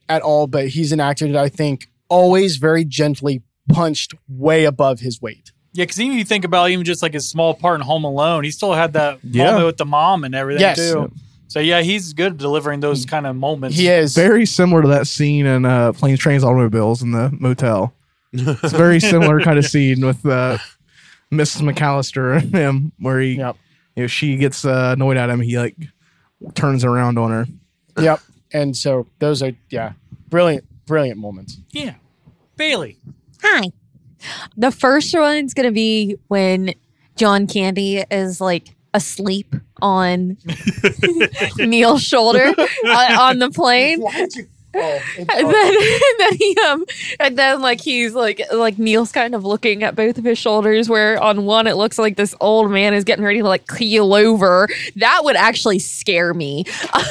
Speaker 1: at all, but he's an actor that I think always very gently punched way above his weight.
Speaker 7: yeah, because even if you think about even just like his small part in Home Alone, he still had that
Speaker 6: Yeah.
Speaker 7: moment with the mom and everything
Speaker 1: Yes.
Speaker 7: too. So yeah, he's good at delivering those kind of moments.
Speaker 1: He is.
Speaker 6: Very similar to that scene in uh, Planes, Trains, Automobiles in the motel. It's a very similar kind of scene with uh, Mrs. McAllister and him, where he
Speaker 1: Yep.
Speaker 6: you know she gets uh, annoyed at him. He like turns around on her.
Speaker 1: Yep. And so those are yeah, brilliant brilliant moments.
Speaker 7: Yeah. Bailey.
Speaker 8: Hi. The first one's gonna be when John Candy is like asleep on Neil's shoulder on, on the plane.
Speaker 1: oh,
Speaker 8: And then, and then he um, and then like he's like like Neil's kind of looking at both of his shoulders, where on one it looks like this old man is getting ready to like keel over. That would actually scare me,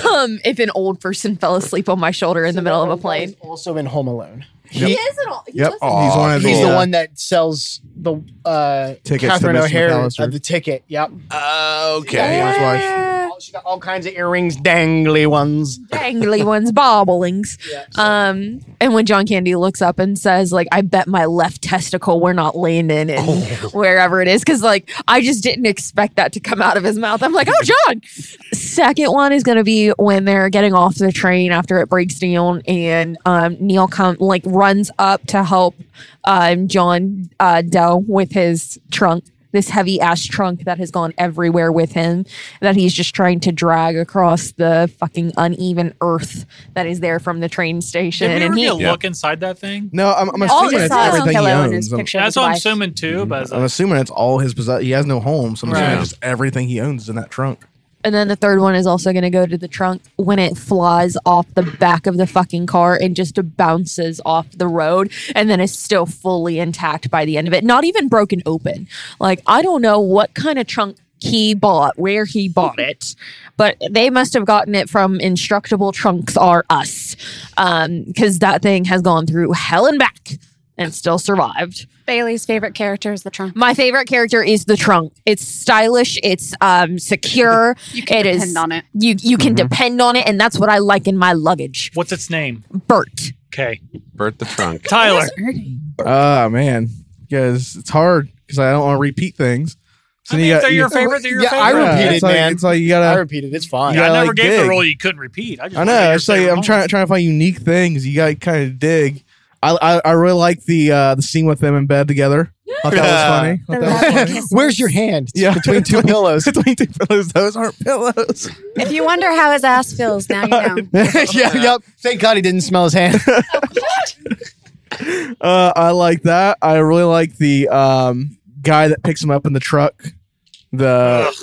Speaker 8: um, if an old person fell asleep on my shoulder in the middle of a plane.
Speaker 1: Also in Home Alone.
Speaker 8: He is an old. he
Speaker 6: Yep,
Speaker 8: was
Speaker 6: he's one of
Speaker 1: He's
Speaker 6: the,
Speaker 1: the one that sells the uh
Speaker 6: Tickets to
Speaker 1: Catherine
Speaker 6: Mrs.
Speaker 1: O'Hare
Speaker 6: McAllister.
Speaker 1: uh, the ticket. Yep.
Speaker 2: Uh,
Speaker 6: Yeah,
Speaker 2: okay.
Speaker 6: he was like-
Speaker 8: Yeah.
Speaker 1: she got all kinds of earrings, dangly ones.
Speaker 8: dangly ones, bobblings. Um, and when John Candy looks up and says, like, I bet my left testicle we're not landing in wherever it is, because like I just didn't expect that to come out of his mouth. I'm like, oh John. Second one is gonna be when they're getting off the train after it breaks down and um Neil come like runs up to help um John uh Doe with his trunk. This heavy ass trunk that has gone everywhere with him that he's just trying to drag across the fucking uneven earth that is there from the train station.
Speaker 7: Did we ever
Speaker 8: and he,
Speaker 7: get a look inside that thing?
Speaker 6: No, I'm, I'm
Speaker 8: all
Speaker 6: assuming
Speaker 8: it
Speaker 6: it's
Speaker 8: saw was
Speaker 6: everything he
Speaker 8: pillow and his
Speaker 6: owns. I'm,
Speaker 8: picture. of
Speaker 7: That's
Speaker 8: his
Speaker 7: what I'm
Speaker 8: wife.
Speaker 7: assuming too. But it's
Speaker 6: I'm
Speaker 7: like,
Speaker 6: assuming it's all his possessions. He has no home, so I'm assuming
Speaker 7: Right.
Speaker 6: it's just everything he owns is in that trunk.
Speaker 8: And then the third one is also going to go to the trunk when it flies off the back of the fucking car and just bounces off the road and then is still fully intact by the end of it. Not even broken open. Like, I don't know what kind of trunk he bought, where he bought it, but they must have gotten it from Instructable Trunks R Us because that thing has gone through hell and back and still survived.
Speaker 9: Bailey's favorite character is the trunk.
Speaker 8: My favorite character is the trunk. It's stylish. It's um, secure.
Speaker 9: You can
Speaker 8: It is-
Speaker 9: depend on it.
Speaker 8: You you can
Speaker 6: Mm-hmm.
Speaker 8: depend on it, and that's what I like in my luggage.
Speaker 7: what's its name?
Speaker 8: Bert.
Speaker 7: Okay,
Speaker 2: Bert the trunk.
Speaker 7: Tyler.
Speaker 6: Ah, man. Because it's hard because I don't want to repeat things.
Speaker 7: I mean, if they're your favorite. They're your
Speaker 1: Yeah, I
Speaker 7: favorite.
Speaker 1: repeat
Speaker 6: it's
Speaker 1: it,
Speaker 6: like,
Speaker 1: man.
Speaker 6: It's like you
Speaker 1: I
Speaker 6: gotta.
Speaker 1: repeat it. It's fine.
Speaker 6: Uh, Yeah.
Speaker 7: I never
Speaker 6: like,
Speaker 7: gave the
Speaker 6: dig.
Speaker 7: role you couldn't repeat. I, just
Speaker 6: I
Speaker 7: wanted to
Speaker 6: know.
Speaker 7: hear
Speaker 6: It's like
Speaker 7: favorite
Speaker 6: I'm trying trying to find unique things. You gotta kind of dig. I, I I really like the uh the scene with them in bed together. I thought that was funny. I thought that was-
Speaker 1: Where's your hand? It's
Speaker 6: Yeah.
Speaker 1: between two pillows.
Speaker 6: Between two pillows, those aren't pillows.
Speaker 9: If you wonder how his ass feels, now you know.
Speaker 1: yeah, yep. Thank God he didn't smell his hand.
Speaker 6: Uh, I like that. I really like the um, guy that picks him up in the truck. The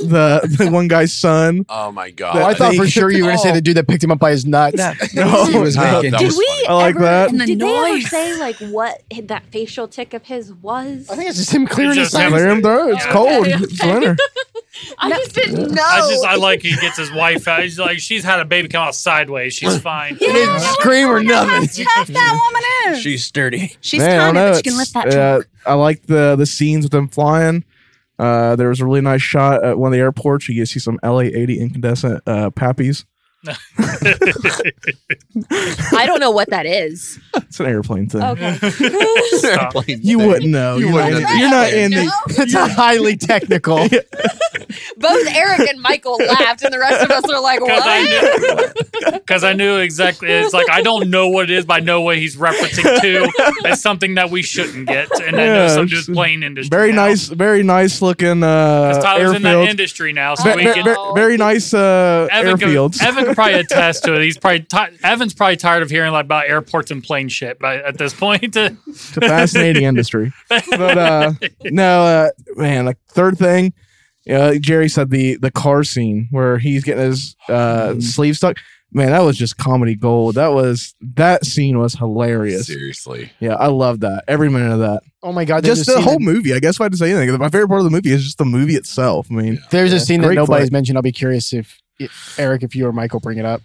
Speaker 6: the the one guy's son.
Speaker 2: Oh my god!
Speaker 1: I thought for
Speaker 6: They-
Speaker 1: sure you were gonna say
Speaker 6: Oh.
Speaker 1: the dude that picked him up by his nuts.
Speaker 6: No.
Speaker 2: He was
Speaker 6: Uh,
Speaker 2: making-
Speaker 6: that
Speaker 2: Did
Speaker 6: was
Speaker 2: we-
Speaker 6: funny. I like that.
Speaker 9: And the
Speaker 10: Did they ever
Speaker 9: noise.
Speaker 10: say like what that facial tick of his was?
Speaker 1: I think it's just him clearing his
Speaker 7: just him.
Speaker 1: throat.
Speaker 6: Clear him through. It's
Speaker 7: Yeah.
Speaker 6: cold. It's winter.
Speaker 10: I just didn't know.
Speaker 7: I just I like he gets his wife out. He's like she's had a baby come out sideways. She's fine.
Speaker 1: He didn't scream or nothing.
Speaker 9: Tough that woman is.
Speaker 3: She's sturdy.
Speaker 9: She's
Speaker 6: Man, I don't
Speaker 9: tiny,
Speaker 6: know.
Speaker 9: but she can
Speaker 6: It's-
Speaker 9: lift that
Speaker 6: uh,
Speaker 9: trunk.
Speaker 6: I like the the scenes with them flying. Uh, there was a really nice shot at one of the airports. You get to see some LA eighty incandescent uh, pappies.
Speaker 8: I don't know what that is.
Speaker 6: It's an airplane thing.
Speaker 8: Okay.
Speaker 7: Stop.
Speaker 6: You wouldn't know. You
Speaker 2: wouldn't
Speaker 6: wouldn't.
Speaker 2: know.
Speaker 6: You're not in the.
Speaker 1: That's a highly technical.
Speaker 8: Both Eric and Michael laughed, and the rest of us are like,
Speaker 7: Because I
Speaker 8: "What?"
Speaker 7: knew, because I knew exactly. It's like I don't know what it is, but I know what he's referencing to. It's something that we shouldn't get, and I know
Speaker 6: Yeah,
Speaker 7: some dude's
Speaker 6: it's
Speaker 7: playing industry.
Speaker 6: Very
Speaker 7: now.
Speaker 6: nice. Very nice looking uh,
Speaker 7: Because Tyler's in that
Speaker 6: airfield.
Speaker 7: industry now, so
Speaker 6: Ve-
Speaker 7: we
Speaker 6: ve-
Speaker 7: can.
Speaker 6: ve- very nice uh,
Speaker 7: Evan could,
Speaker 6: airfields.
Speaker 7: Evan could probably attest to it. He's probably ti Evan's probably tired of hearing like about airports and plane shit. But at this point,
Speaker 6: it's a fascinating industry. But uh, no, uh, man, like third thing, uh, Jerry said the the car scene where he's getting his uh, sleeve stuck. Man, that was just comedy gold. That was that scene was hilarious.
Speaker 2: Seriously,
Speaker 6: Yeah, I love that. Every minute of that.
Speaker 1: Oh my God! There's
Speaker 6: Just
Speaker 1: a
Speaker 6: the
Speaker 1: scene
Speaker 6: whole
Speaker 1: that-
Speaker 6: movie. I guess if I had to say anything, my favorite part of the movie is just the movie itself. I mean,
Speaker 1: There's a scene that
Speaker 6: Great
Speaker 1: nobody's
Speaker 6: flick.
Speaker 1: mentioned. I'll be curious if if- Eric, if you or Michael bring it up.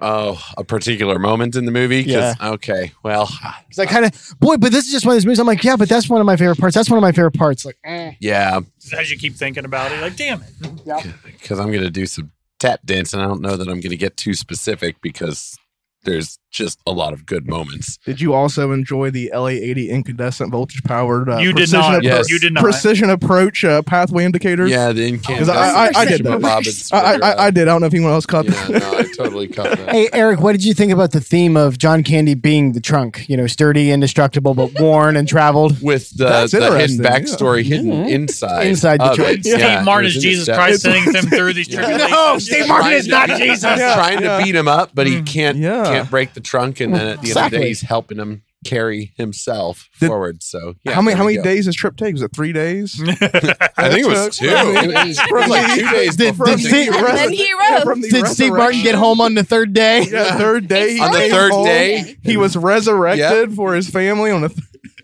Speaker 2: oh, a particular moment in the movie. 'Cause- Okay, well,
Speaker 1: Because I kind of boy, but this is just one of those movies. I'm like, yeah, but that's one of my favorite parts. That's one of my favorite parts. Like, eh.
Speaker 2: yeah,
Speaker 7: as you keep thinking about it, like damn it,
Speaker 2: because I'm gonna do some tap dance, and I don't know that I'm gonna get too specific because there's just a lot of good moments.
Speaker 6: did you also enjoy the LA80 incandescent voltage powered? Uh,
Speaker 7: you did
Speaker 6: precision
Speaker 7: not.
Speaker 6: appro-
Speaker 2: Yes.
Speaker 7: You did not.
Speaker 6: Precision approach uh, pathway indicators.
Speaker 2: Yeah, the in
Speaker 6: Because I- I- I did that. I, I, I did. I don't know if anyone else caught
Speaker 2: uh, Yeah,
Speaker 6: that.
Speaker 2: no, I totally caught that.
Speaker 1: hey, Eric, what did you think about the theme of John Candy being the trunk? You know, sturdy, indestructible, but worn and traveled.
Speaker 2: with the,
Speaker 6: That's
Speaker 2: the hidden
Speaker 6: interesting, yeah. Mm-hmm.
Speaker 2: backstory hidden inside
Speaker 1: Inside the
Speaker 2: of
Speaker 1: joint.
Speaker 2: it.
Speaker 7: Steve
Speaker 2: Yeah,
Speaker 7: Martin
Speaker 2: it
Speaker 7: is
Speaker 2: was in
Speaker 7: Jesus
Speaker 2: the
Speaker 7: Christ
Speaker 2: depth.
Speaker 7: sending them through these
Speaker 2: Yeah.
Speaker 7: tribulations.
Speaker 1: No, Steve Martin is not Jesus.
Speaker 6: Yeah.
Speaker 2: trying
Speaker 6: Yeah. Mm.
Speaker 2: to beat him up, but he can't
Speaker 6: Yeah.
Speaker 2: can't break the trunk, and then at the end of the
Speaker 1: Exactly.
Speaker 2: day, he's helping him carry himself
Speaker 6: Did-
Speaker 2: forward. So yeah,
Speaker 6: how many how
Speaker 2: there
Speaker 6: many
Speaker 2: you go.
Speaker 6: days this trip take? Was it three days?
Speaker 2: I think it was two. it was like two days
Speaker 1: Did-
Speaker 2: before
Speaker 1: did
Speaker 2: the-
Speaker 1: Steve-
Speaker 8: And then he wrote.
Speaker 1: Did Steve Martin get home on the third day?
Speaker 6: Yeah, third day. he
Speaker 2: on the
Speaker 6: came
Speaker 2: third
Speaker 6: home.
Speaker 2: day.
Speaker 6: he was resurrected for his family on the. Th-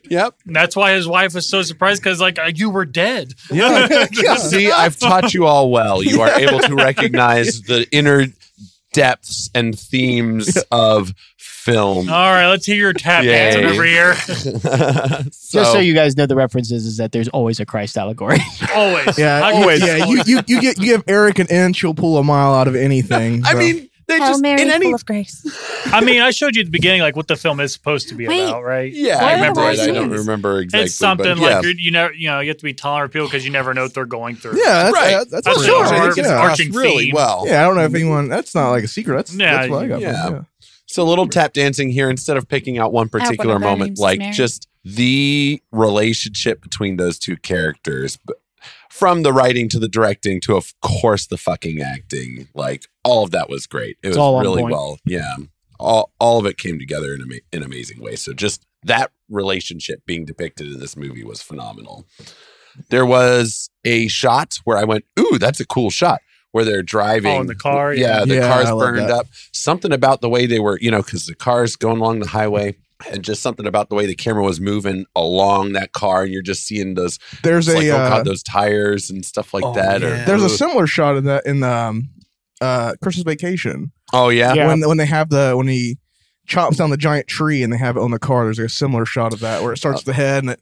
Speaker 2: Yep.
Speaker 7: That's why his wife was so surprised because like uh, you were dead.
Speaker 6: yeah,
Speaker 2: See, I've taught you all well. You are able to recognize the inner depths and themes of film.
Speaker 7: All right, let's hear your tap dancing
Speaker 2: Yay.
Speaker 7: over here.
Speaker 2: so,
Speaker 1: Just so you guys know, the references is that there's always a Christ allegory.
Speaker 7: Always.
Speaker 6: Yeah,
Speaker 7: I can
Speaker 6: always.
Speaker 7: tell.
Speaker 6: Yeah, you, you, you get you give Eric an inch, you'll pull a mile out of anything.
Speaker 2: I
Speaker 6: so.
Speaker 2: mean, they
Speaker 9: Hail
Speaker 2: uh, just
Speaker 9: Mary,
Speaker 2: in any
Speaker 9: full of grace.
Speaker 7: I mean, I showed you at the beginning like what the film is supposed to be
Speaker 8: Wait.
Speaker 7: about, right?
Speaker 2: yeah,
Speaker 8: Why
Speaker 2: I remember
Speaker 8: are
Speaker 2: it. I
Speaker 8: those
Speaker 2: don't
Speaker 8: things?
Speaker 2: remember exactly.
Speaker 7: It's something
Speaker 2: but yeah.
Speaker 7: like you're, you never, you know, you have to be tolerant of people because you never know what they're going through.
Speaker 6: yeah, that's,
Speaker 2: Right.
Speaker 6: that- that's,
Speaker 7: That's
Speaker 6: what
Speaker 7: sure.
Speaker 6: I'm saying.
Speaker 7: Arc-
Speaker 2: It's
Speaker 6: Yeah.
Speaker 7: arching
Speaker 2: Oh, really
Speaker 7: theme.
Speaker 2: well.
Speaker 6: Yeah, I don't know if anyone. That's not like a secret. That's
Speaker 7: Yeah,
Speaker 6: that's what I got.
Speaker 2: yeah.
Speaker 6: from it,
Speaker 2: So a little tap dancing here instead of picking out one particular
Speaker 9: of our
Speaker 2: moment,
Speaker 9: names
Speaker 2: like
Speaker 9: Mary.
Speaker 2: just the relationship between those two characters, b- from the writing to the directing to, of course, the fucking acting. Like all of that was great. It
Speaker 1: It's all
Speaker 2: was
Speaker 1: on
Speaker 2: really
Speaker 1: point.
Speaker 2: well. Yeah, all all of it came together in a in an amazing way. So just that relationship being depicted in this movie was phenomenal. There was a shot where I went, "Ooh, that's a cool shot." Where they're driving
Speaker 7: Oh, in the car,
Speaker 2: yeah,
Speaker 7: yeah.
Speaker 2: the
Speaker 6: Yeah,
Speaker 2: cars
Speaker 6: I love
Speaker 2: burned
Speaker 6: that.
Speaker 2: up. Something about the way they were, you know, because the cars going along the highway, and just something about the way the camera was moving along that car, and you're just seeing those,
Speaker 6: There's
Speaker 2: it's
Speaker 6: a
Speaker 2: like, oh
Speaker 6: uh,
Speaker 2: god, those tires and stuff like
Speaker 3: Oh,
Speaker 2: that.
Speaker 3: yeah.
Speaker 2: Or
Speaker 6: there's a similar shot of that in the um, uh, Christmas Vacation
Speaker 2: oh yeah,
Speaker 1: Yeah.
Speaker 6: when when they have the when he chops down the giant tree and they have it on the car. There's like a similar shot of that where it starts with the head and it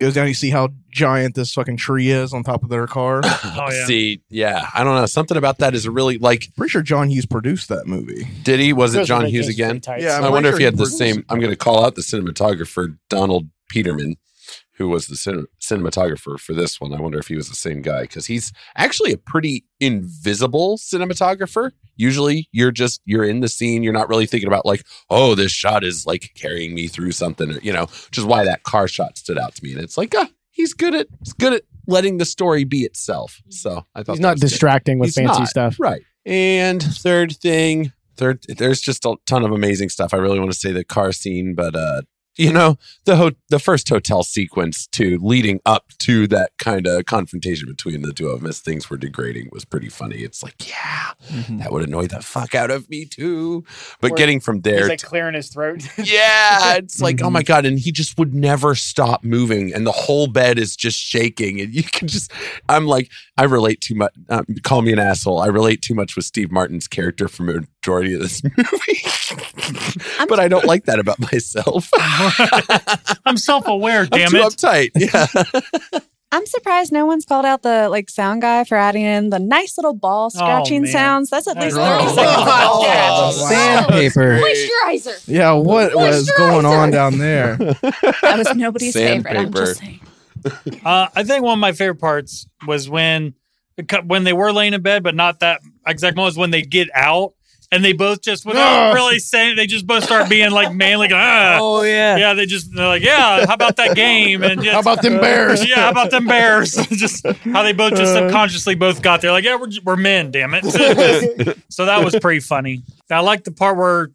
Speaker 6: goes down. You see how giant this fucking tree is on top of their car.
Speaker 7: Oh yeah.
Speaker 2: see, yeah, I don't know, something about that is really like,
Speaker 6: Pretty sure John Hughes produced that movie.
Speaker 2: did he? Was it John Hughes again?
Speaker 6: Yeah, I'm
Speaker 2: I wonder
Speaker 6: pretty
Speaker 2: if he
Speaker 6: sure
Speaker 2: had the
Speaker 6: he
Speaker 2: same.
Speaker 6: produced
Speaker 2: I'm going to call out the cinematographer Donald Peterman, who was the cin- cinematographer for this one. I wonder if he was the same guy because he's actually a pretty invisible cinematographer. Usually, you're just you're in the scene. You're not really thinking about like, oh, this shot is like carrying me through something. Or, you know, which is why that car shot stood out to me. And it's like, ah, he's good at he's good at letting the story be itself.
Speaker 6: Mm.
Speaker 2: So I thought
Speaker 1: He's
Speaker 2: that
Speaker 1: not
Speaker 2: was good.
Speaker 1: distracting with
Speaker 2: He's
Speaker 1: fancy
Speaker 2: not.
Speaker 1: stuff.
Speaker 2: Right. And third thing, third, there's just a ton of amazing stuff. I really want to say the car scene, but uh, you know, the ho- the first hotel sequence too, leading up to that kind of confrontation between the two of them as things were degrading was pretty funny. It's like, yeah, that would annoy the fuck out of me too. But
Speaker 7: Or
Speaker 2: getting from there, to-
Speaker 7: clearing his throat.
Speaker 2: yeah, it's like, oh
Speaker 6: Mhm.
Speaker 2: my god, and he just would never stop moving, and the whole bed is just shaking, and you can just, I'm like, I relate too much. Um, call me an asshole. I relate too much with Steve Martin's character for majority of this movie, but I don't like that about myself.
Speaker 7: I'm self-aware.
Speaker 2: I'm
Speaker 7: Damn
Speaker 2: too
Speaker 7: it.
Speaker 2: uptight. Yeah.
Speaker 9: I'm surprised no one's called out the like sound guy for adding in the nice little ball scratching
Speaker 7: man.
Speaker 9: sounds. Oh, That's at least
Speaker 7: Oh.
Speaker 9: 30 seconds. of ball
Speaker 2: Oh.
Speaker 9: scratch.
Speaker 6: Sandpaper.
Speaker 8: Moisturizer.
Speaker 6: Yeah, what was going on down there?
Speaker 9: That was nobody's favorite. I'm
Speaker 2: Sandpaper.
Speaker 9: just saying.
Speaker 7: Uh, I think one of my favorite parts was when when they were laying in bed, but not that exact moment. Was when they get out and they both just without
Speaker 6: Ah.
Speaker 7: really saying, they just both start being like manly. like, Ah.
Speaker 3: Oh yeah.
Speaker 7: Yeah, they just they're like, yeah, how about that game? And just,
Speaker 6: How about them bears? Uh.
Speaker 7: yeah, how about them bears? just how they both just subconsciously both got there. Like, yeah, we're j- we're men, damn it. so that was pretty funny. I like the part where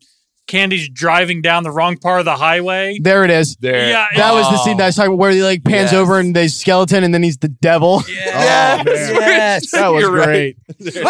Speaker 7: Candy's driving down the wrong part of the highway.
Speaker 1: There it is.
Speaker 2: There.
Speaker 7: Yeah,
Speaker 1: That was the scene that I was talking about where he like pans
Speaker 2: Yes.
Speaker 1: over and they skeleton and then he's the devil.
Speaker 2: Yes.
Speaker 3: Yes.
Speaker 6: That was
Speaker 2: You're right.
Speaker 6: great.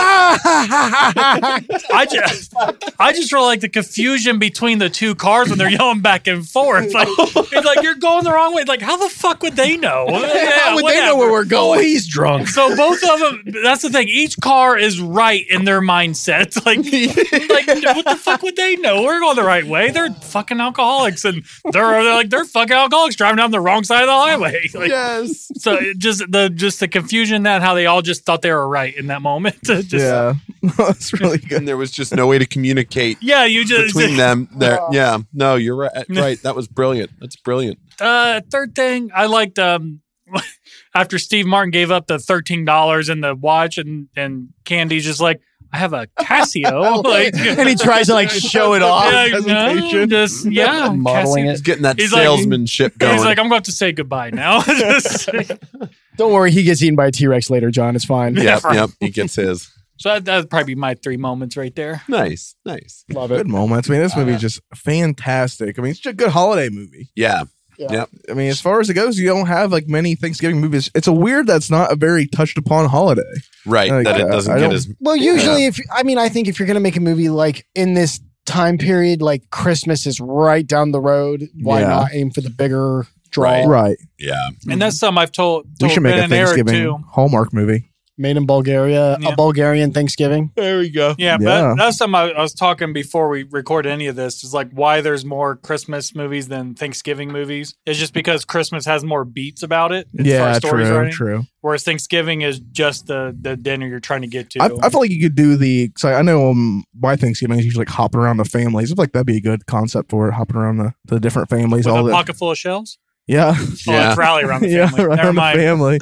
Speaker 7: I just, I just really like the confusion between the two cars when they're yelling back and forth. Like, it's like you're going the wrong way. Like, how the fuck would they know?
Speaker 1: How would they know where we're going?
Speaker 6: he's drunk.
Speaker 7: So both of them. That's the thing. Each car is right in their mindset. Like, like what the fuck would they know? We're going the right way. They're fucking alcoholics, and they're, they're like they're fucking alcoholics driving down the wrong side of the highway. Like,
Speaker 6: Yes.
Speaker 7: So it just the just the confusion that how they all just thought they were right in that moment. just,
Speaker 6: yeah, that's really good.
Speaker 2: And there was just no way to communicate
Speaker 7: yeah, you just
Speaker 2: between them. There. Yeah. No, you're right. Right. That was brilliant. That's brilliant.
Speaker 7: Uh, third thing I liked um after Steve Martin gave up the thirteen dollars and the watch and and Candy's just like I have a Casio like
Speaker 1: and he tries to like show it off.
Speaker 7: yeah, no,
Speaker 6: presentation.
Speaker 7: just yeah
Speaker 1: Modeling
Speaker 7: Casio.
Speaker 1: it.
Speaker 2: He's getting that
Speaker 7: He's like-
Speaker 2: salesmanship going.
Speaker 7: He's like I'm going to say goodbye now. Just-
Speaker 1: Don't worry, he gets eaten by a T Rex later, John. It's fine.
Speaker 2: yep, yep. He gets his.
Speaker 7: so that that'd probably be my three moments right there.
Speaker 2: Nice, nice.
Speaker 1: Love it.
Speaker 6: Good moments. I mean, this movie is just fantastic. I mean, it's just a good holiday movie.
Speaker 2: Yeah,
Speaker 6: I mean, as far as it goes, you don't have like many Thanksgiving movies. It's a weird that's not a very touched upon holiday.
Speaker 2: right.
Speaker 6: Like,
Speaker 2: that it
Speaker 6: uh,
Speaker 2: doesn't
Speaker 6: I
Speaker 2: get
Speaker 6: don't-
Speaker 2: as
Speaker 1: Well, usually, if I mean, I think if you're going to make a movie like in this time period, like Christmas is right down the road, why
Speaker 6: Yeah.
Speaker 1: not aim for the bigger draw?
Speaker 2: Right.
Speaker 6: Right.
Speaker 2: yeah.
Speaker 1: Mm-hmm.
Speaker 7: And that's something I've told,
Speaker 6: We
Speaker 7: told
Speaker 6: should make
Speaker 7: Ben
Speaker 6: a
Speaker 7: and Eric
Speaker 6: Thanksgiving
Speaker 7: too.
Speaker 6: Hallmark movie.
Speaker 1: Made in Bulgaria,
Speaker 7: Yeah.
Speaker 1: a Bulgarian Thanksgiving.
Speaker 2: There we go.
Speaker 6: Yeah.
Speaker 7: Yeah, but that's something I, I was talking before we recorded any of this. Is like why there's more Christmas movies than Thanksgiving movies. It's just because Christmas has more beats about it. as far
Speaker 6: yeah,
Speaker 7: as stories
Speaker 6: true,
Speaker 7: writing,
Speaker 6: true.
Speaker 7: Whereas Thanksgiving is just the the dinner you're trying to get to.
Speaker 6: I, I feel like you could do the. So I know um, my Thanksgiving is usually like hopping around the families. I feel like that'd be a good concept for it, hopping around the, the different families.
Speaker 7: with
Speaker 6: all
Speaker 7: a
Speaker 6: the
Speaker 7: pocket full of shells.
Speaker 6: yeah,
Speaker 7: Oh,
Speaker 2: Yeah.
Speaker 7: it's rally around the
Speaker 6: yeah,
Speaker 7: family.
Speaker 6: around
Speaker 7: Never
Speaker 6: the
Speaker 7: mind.
Speaker 6: family.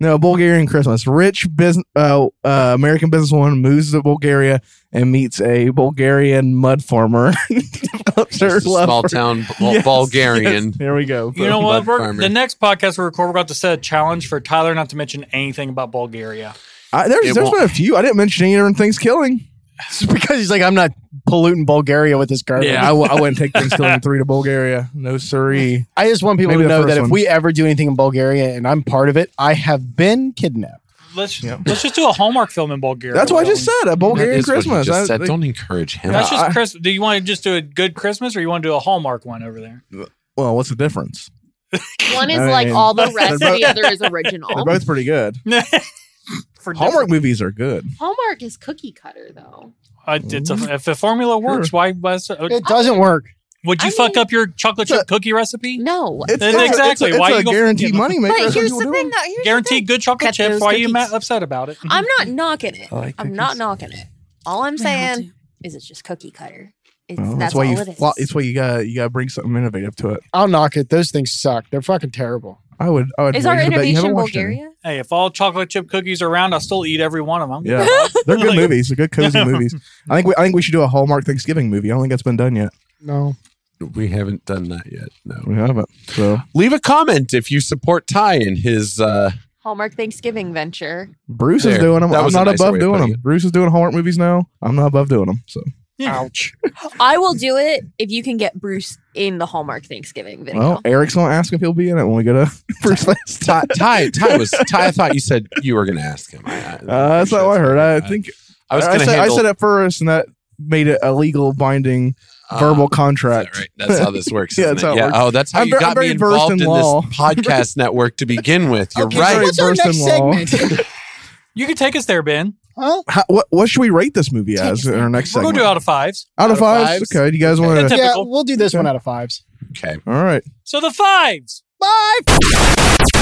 Speaker 6: No, Bulgarian Christmas. Rich business, uh, uh, American businesswoman moves to Bulgaria and meets a Bulgarian mud farmer. Develops her
Speaker 2: Just a
Speaker 6: love
Speaker 2: small
Speaker 6: for-
Speaker 2: town Bul-
Speaker 6: Yes,
Speaker 2: Bulgarian.
Speaker 6: yes. There we go.
Speaker 7: You know
Speaker 2: Mud
Speaker 7: what? We're,
Speaker 2: farmer.
Speaker 7: the next podcast we record, we're going to set a challenge for Tyler not to mention anything about Bulgaria.
Speaker 6: I, there's
Speaker 2: It
Speaker 6: there's
Speaker 2: won't-
Speaker 6: been a few. I didn't mention any during Thanksgiving.
Speaker 1: It's because he's like, I'm not polluting Bulgaria with this garbage.
Speaker 6: Yeah, I, w- I wouldn't take Thanksgiving three to Bulgaria. No siree.
Speaker 1: I just want people
Speaker 6: Maybe
Speaker 1: to
Speaker 6: the
Speaker 1: know
Speaker 6: first
Speaker 1: that if
Speaker 6: one.
Speaker 1: we ever do anything in Bulgaria and I'm part of it, I have been kidnapped.
Speaker 7: Let's
Speaker 6: Yeah.
Speaker 7: let's just do a homework film in Bulgaria.
Speaker 6: That's what I just said. A
Speaker 2: That
Speaker 6: Bulgarian
Speaker 2: is what he
Speaker 6: Christmas.
Speaker 2: just
Speaker 6: I-
Speaker 2: said.
Speaker 6: like-
Speaker 2: Don't encourage him.
Speaker 7: That's just
Speaker 6: I-
Speaker 7: Chris. Do you want to just do a good Christmas, or you want to do a Hallmark one over there?
Speaker 6: well, what's the difference?
Speaker 8: One is
Speaker 6: I
Speaker 8: like
Speaker 6: mean,
Speaker 8: all the
Speaker 6: they're
Speaker 8: rest,
Speaker 6: both-
Speaker 8: the other is
Speaker 6: They're
Speaker 8: original.
Speaker 6: both pretty good.
Speaker 7: For
Speaker 6: Hallmark movies are good.
Speaker 10: Hallmark is cookie cutter though.
Speaker 7: Uh, it's a, if the formula works, why was
Speaker 1: It doesn't work.
Speaker 7: would you
Speaker 10: I
Speaker 7: fuck
Speaker 10: mean-
Speaker 7: up your chocolate chip cookie recipe?
Speaker 10: No.
Speaker 6: It's,
Speaker 7: That's
Speaker 6: a,
Speaker 7: exactly
Speaker 6: it's
Speaker 7: why
Speaker 6: a
Speaker 7: you go-
Speaker 6: guaranteed money maker.
Speaker 10: But here's the thing though. Here's
Speaker 7: Guaranteed good chocolate
Speaker 10: Mm-hmm. Cut
Speaker 7: chips.
Speaker 10: those
Speaker 7: Why are you ma-
Speaker 10: cookies.
Speaker 7: upset about it? Mm-hmm.
Speaker 8: I'm not knocking it.
Speaker 9: Oh,
Speaker 3: Oh, I like
Speaker 8: I'm
Speaker 3: cookies.
Speaker 8: not knocking it. All I'm
Speaker 9: Well,
Speaker 8: saying is it's just cookie cutter.
Speaker 9: Oh,
Speaker 8: It's,
Speaker 6: Well,
Speaker 8: that's,
Speaker 6: that's why
Speaker 8: all
Speaker 6: you.
Speaker 8: it is.
Speaker 6: fla- It's why you got. You got to bring something innovative to it.
Speaker 1: I'll knock it. Those things suck. They're fucking terrible.
Speaker 6: I would. I would.
Speaker 8: is our
Speaker 6: wager that you haven't
Speaker 8: innovation
Speaker 6: watched any.
Speaker 8: Bulgaria?
Speaker 7: the- hey, if all chocolate chip cookies are around, I'll still eat every one of them.
Speaker 6: Yeah, they're good
Speaker 7: Like-
Speaker 6: movies. They're good cozy movies. I think. We, I think we should do a Hallmark Thanksgiving movie. I don't think that's been done yet.
Speaker 1: No.
Speaker 2: Uh, we haven't done that yet. No.
Speaker 6: We haven't. So
Speaker 2: Leave a comment if you support Ty in his. uh
Speaker 8: Hallmark Thanksgiving venture.
Speaker 6: Bruce is
Speaker 2: There.
Speaker 6: doing them.
Speaker 2: That
Speaker 6: I'm
Speaker 2: was a
Speaker 6: not
Speaker 2: nicer way
Speaker 6: above
Speaker 2: of
Speaker 6: doing
Speaker 2: putting
Speaker 6: them. Bruce is doing Hallmark movies now. I'm not above doing them. So
Speaker 1: Ouch.
Speaker 8: I will do it if you can get Bruce in the Hallmark Thanksgiving video.
Speaker 6: well, Eric's gonna ask if he'll be in it when we go to Bruce. Last.
Speaker 2: Ty, Ty, Ty was Ty. I thought you said you were going to ask him. I, I- I'm
Speaker 6: Uh, that's
Speaker 2: pretty
Speaker 6: not
Speaker 2: sure
Speaker 6: what I heard. I
Speaker 2: that's what
Speaker 6: think
Speaker 2: I was
Speaker 6: I
Speaker 2: going to
Speaker 6: said,
Speaker 2: handle.
Speaker 6: I said it first, and that made it a legal binding
Speaker 2: uh,
Speaker 6: verbal
Speaker 2: Is that
Speaker 6: contract.
Speaker 2: right? That's how this works.
Speaker 6: Yeah,
Speaker 2: isn't
Speaker 6: that's
Speaker 2: it?
Speaker 6: how it works.
Speaker 2: Oh, that's how
Speaker 6: I'm
Speaker 2: you
Speaker 6: ver-
Speaker 2: got
Speaker 6: I'm very
Speaker 2: me
Speaker 6: versed
Speaker 2: involved
Speaker 6: in
Speaker 2: in,
Speaker 6: law.
Speaker 2: this podcast network to begin with. You're
Speaker 1: Okay,
Speaker 2: right.
Speaker 1: What's our
Speaker 6: First
Speaker 1: next
Speaker 6: in law.
Speaker 1: segment?
Speaker 7: You can take us there, Ben.
Speaker 1: huh?
Speaker 6: How, what what should we rate this movie as in our next
Speaker 7: We're
Speaker 6: segment?
Speaker 7: gonna do out of fives.
Speaker 2: out
Speaker 6: out, of
Speaker 2: of
Speaker 6: fives?
Speaker 2: fives.
Speaker 6: Okay, do you guys want to?
Speaker 1: Yeah,
Speaker 7: Typical.
Speaker 1: we'll do this one out of fives.
Speaker 2: Okay.
Speaker 6: All right.
Speaker 7: So the fives.
Speaker 1: Bye.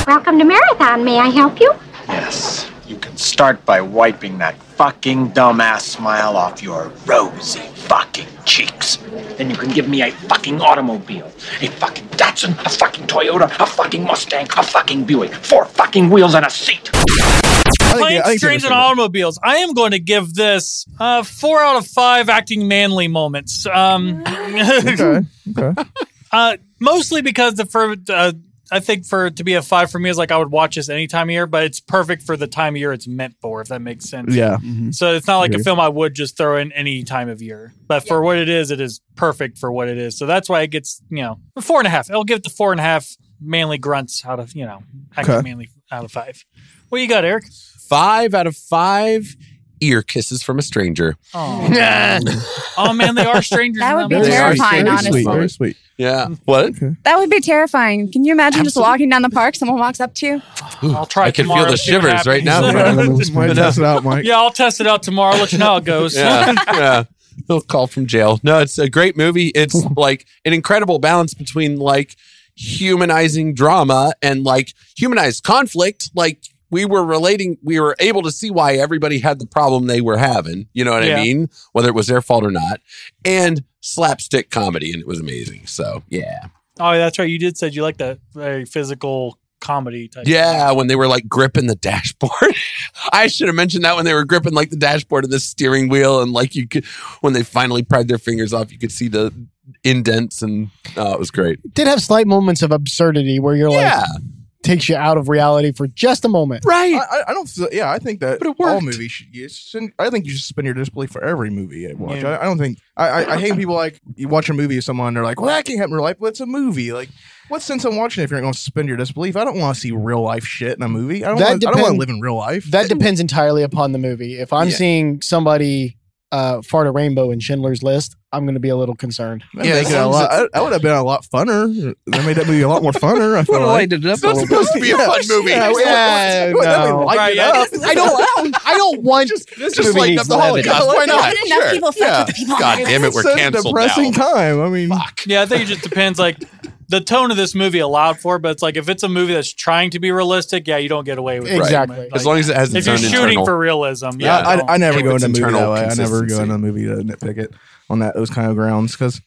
Speaker 10: Welcome to Marathon. May I help you?
Speaker 11: Yes. You can start by wiping that fucking dumbass smile off your rosy fucking cheeks. Then you can give me a fucking automobile, a fucking Datsun, a fucking Toyota, a fucking Mustang, a fucking Buick, four fucking wheels and a seat.
Speaker 6: I think,
Speaker 7: Planes,
Speaker 6: I think
Speaker 7: trains, and
Speaker 6: so.
Speaker 7: automobiles. I am going to give this uh, four out of five acting manly moments. Um,
Speaker 6: Okay. Okay.
Speaker 7: Uh, mostly because the for uh, I think for it to be a five for me is like I would watch this any time of year, but it's perfect for the time of year it's meant for, if that makes sense.
Speaker 6: yeah.
Speaker 7: So it's not like a
Speaker 6: Agreed.
Speaker 7: film I would just throw in any time of year, but for what it is, it is perfect for what it is. So that's why it gets you know four and a half. I'll give it the four and a half manly grunts out of you know acting
Speaker 6: Okay.
Speaker 7: manly out of five. What you got, Eric?
Speaker 2: Five out of five ear kisses from a stranger.
Speaker 7: Oh, oh man, they are strangers.
Speaker 9: That
Speaker 7: in
Speaker 9: would be
Speaker 7: movie.
Speaker 2: They are
Speaker 9: terrifying,
Speaker 2: very
Speaker 9: honestly.
Speaker 6: Sweet. Very sweet.
Speaker 2: Yeah. What?
Speaker 9: That would be terrifying. Can you imagine just walking down the park? Someone walks up to you.
Speaker 7: I'll try
Speaker 2: I can
Speaker 7: tomorrow
Speaker 2: feel the
Speaker 7: if it
Speaker 2: shivers right
Speaker 6: All
Speaker 2: now.
Speaker 6: right, let me- let me test it out, Mike.
Speaker 7: Yeah, I'll test it out tomorrow. I'll let you know how it goes.
Speaker 2: yeah, yeah. He'll call from jail. No, it's a great movie. It's like an incredible balance between like humanizing drama and like humanized conflict. Like we were relating, we were able to see why everybody had the problem they were having. You know what
Speaker 7: Yeah.
Speaker 2: I mean? Whether it was their fault or not. And slapstick comedy, and it was amazing. So yeah,
Speaker 7: Oh, that's right. You did said you like that very physical comedy type.
Speaker 2: yeah. When they were like gripping the dashboard, I should have mentioned that when they were gripping like the dashboard of the steering wheel, and like you could, when they finally pried their fingers off, you could see the indents, and oh, it was great.
Speaker 1: Did have slight moments of absurdity where you're
Speaker 2: yeah,
Speaker 1: like takes you out of reality for just a moment.
Speaker 2: right.
Speaker 6: I, I- I don't. feel- Yeah, I think that
Speaker 2: But it
Speaker 6: all
Speaker 2: worked.
Speaker 6: movies should. You shouldn't, I think you should suspend your disbelief for every movie you watch.
Speaker 7: Yeah.
Speaker 6: I, I don't think. I, I, I hate when people like you watch a movie with someone. They're like, "Well, that can't happen in real life." But it's a movie. Like, what sense in watching if you're not going to suspend your disbelief? I don't want to see real life shit in a movie. I don't.
Speaker 1: That
Speaker 6: Wanna, I don't want to
Speaker 1: depend-
Speaker 6: live in real life.
Speaker 1: That depends entirely upon the movie. If I'm
Speaker 6: Yeah.
Speaker 1: seeing somebody uh, fart a rainbow in Schindler's List, I'm going to be a little concerned.
Speaker 6: yeah, make it a lot, that, that would have been a lot funner. That made that movie a lot more funner. I feel like
Speaker 3: lightened it up
Speaker 6: It's
Speaker 3: a
Speaker 6: not
Speaker 3: little
Speaker 6: supposed to be a fun movie. Yeah,
Speaker 1: Yeah,
Speaker 6: we- that
Speaker 1: no.
Speaker 6: we lighten
Speaker 7: Right,
Speaker 6: it
Speaker 7: yeah.
Speaker 6: up.
Speaker 1: I don't. I don't, I don't want.
Speaker 2: Just
Speaker 7: movie
Speaker 2: lighten
Speaker 7: needs
Speaker 2: up the
Speaker 7: levity.
Speaker 2: Holocaust. Why not?
Speaker 9: Not enough people fuck with the people.
Speaker 2: God damn it, we're
Speaker 6: Such a
Speaker 2: canceled
Speaker 6: depressing
Speaker 2: now.
Speaker 6: time. I mean,
Speaker 7: Yeah, I think it just depends. Like the tone of this movie allowed for, it, but it's like if it's a movie that's trying to be realistic, yeah, you don't get away with it.
Speaker 1: Exactly.
Speaker 7: Like,
Speaker 2: As long as it has its
Speaker 7: if you're
Speaker 2: own
Speaker 7: shooting
Speaker 2: internal.
Speaker 7: for realism,
Speaker 2: Yeah,
Speaker 7: yeah,
Speaker 6: I, I, I never
Speaker 2: Keep
Speaker 6: go
Speaker 2: its
Speaker 6: in a movie that
Speaker 2: internal
Speaker 6: way. I never go in
Speaker 2: consistency.
Speaker 6: a movie to nitpick it on that those kind of grounds because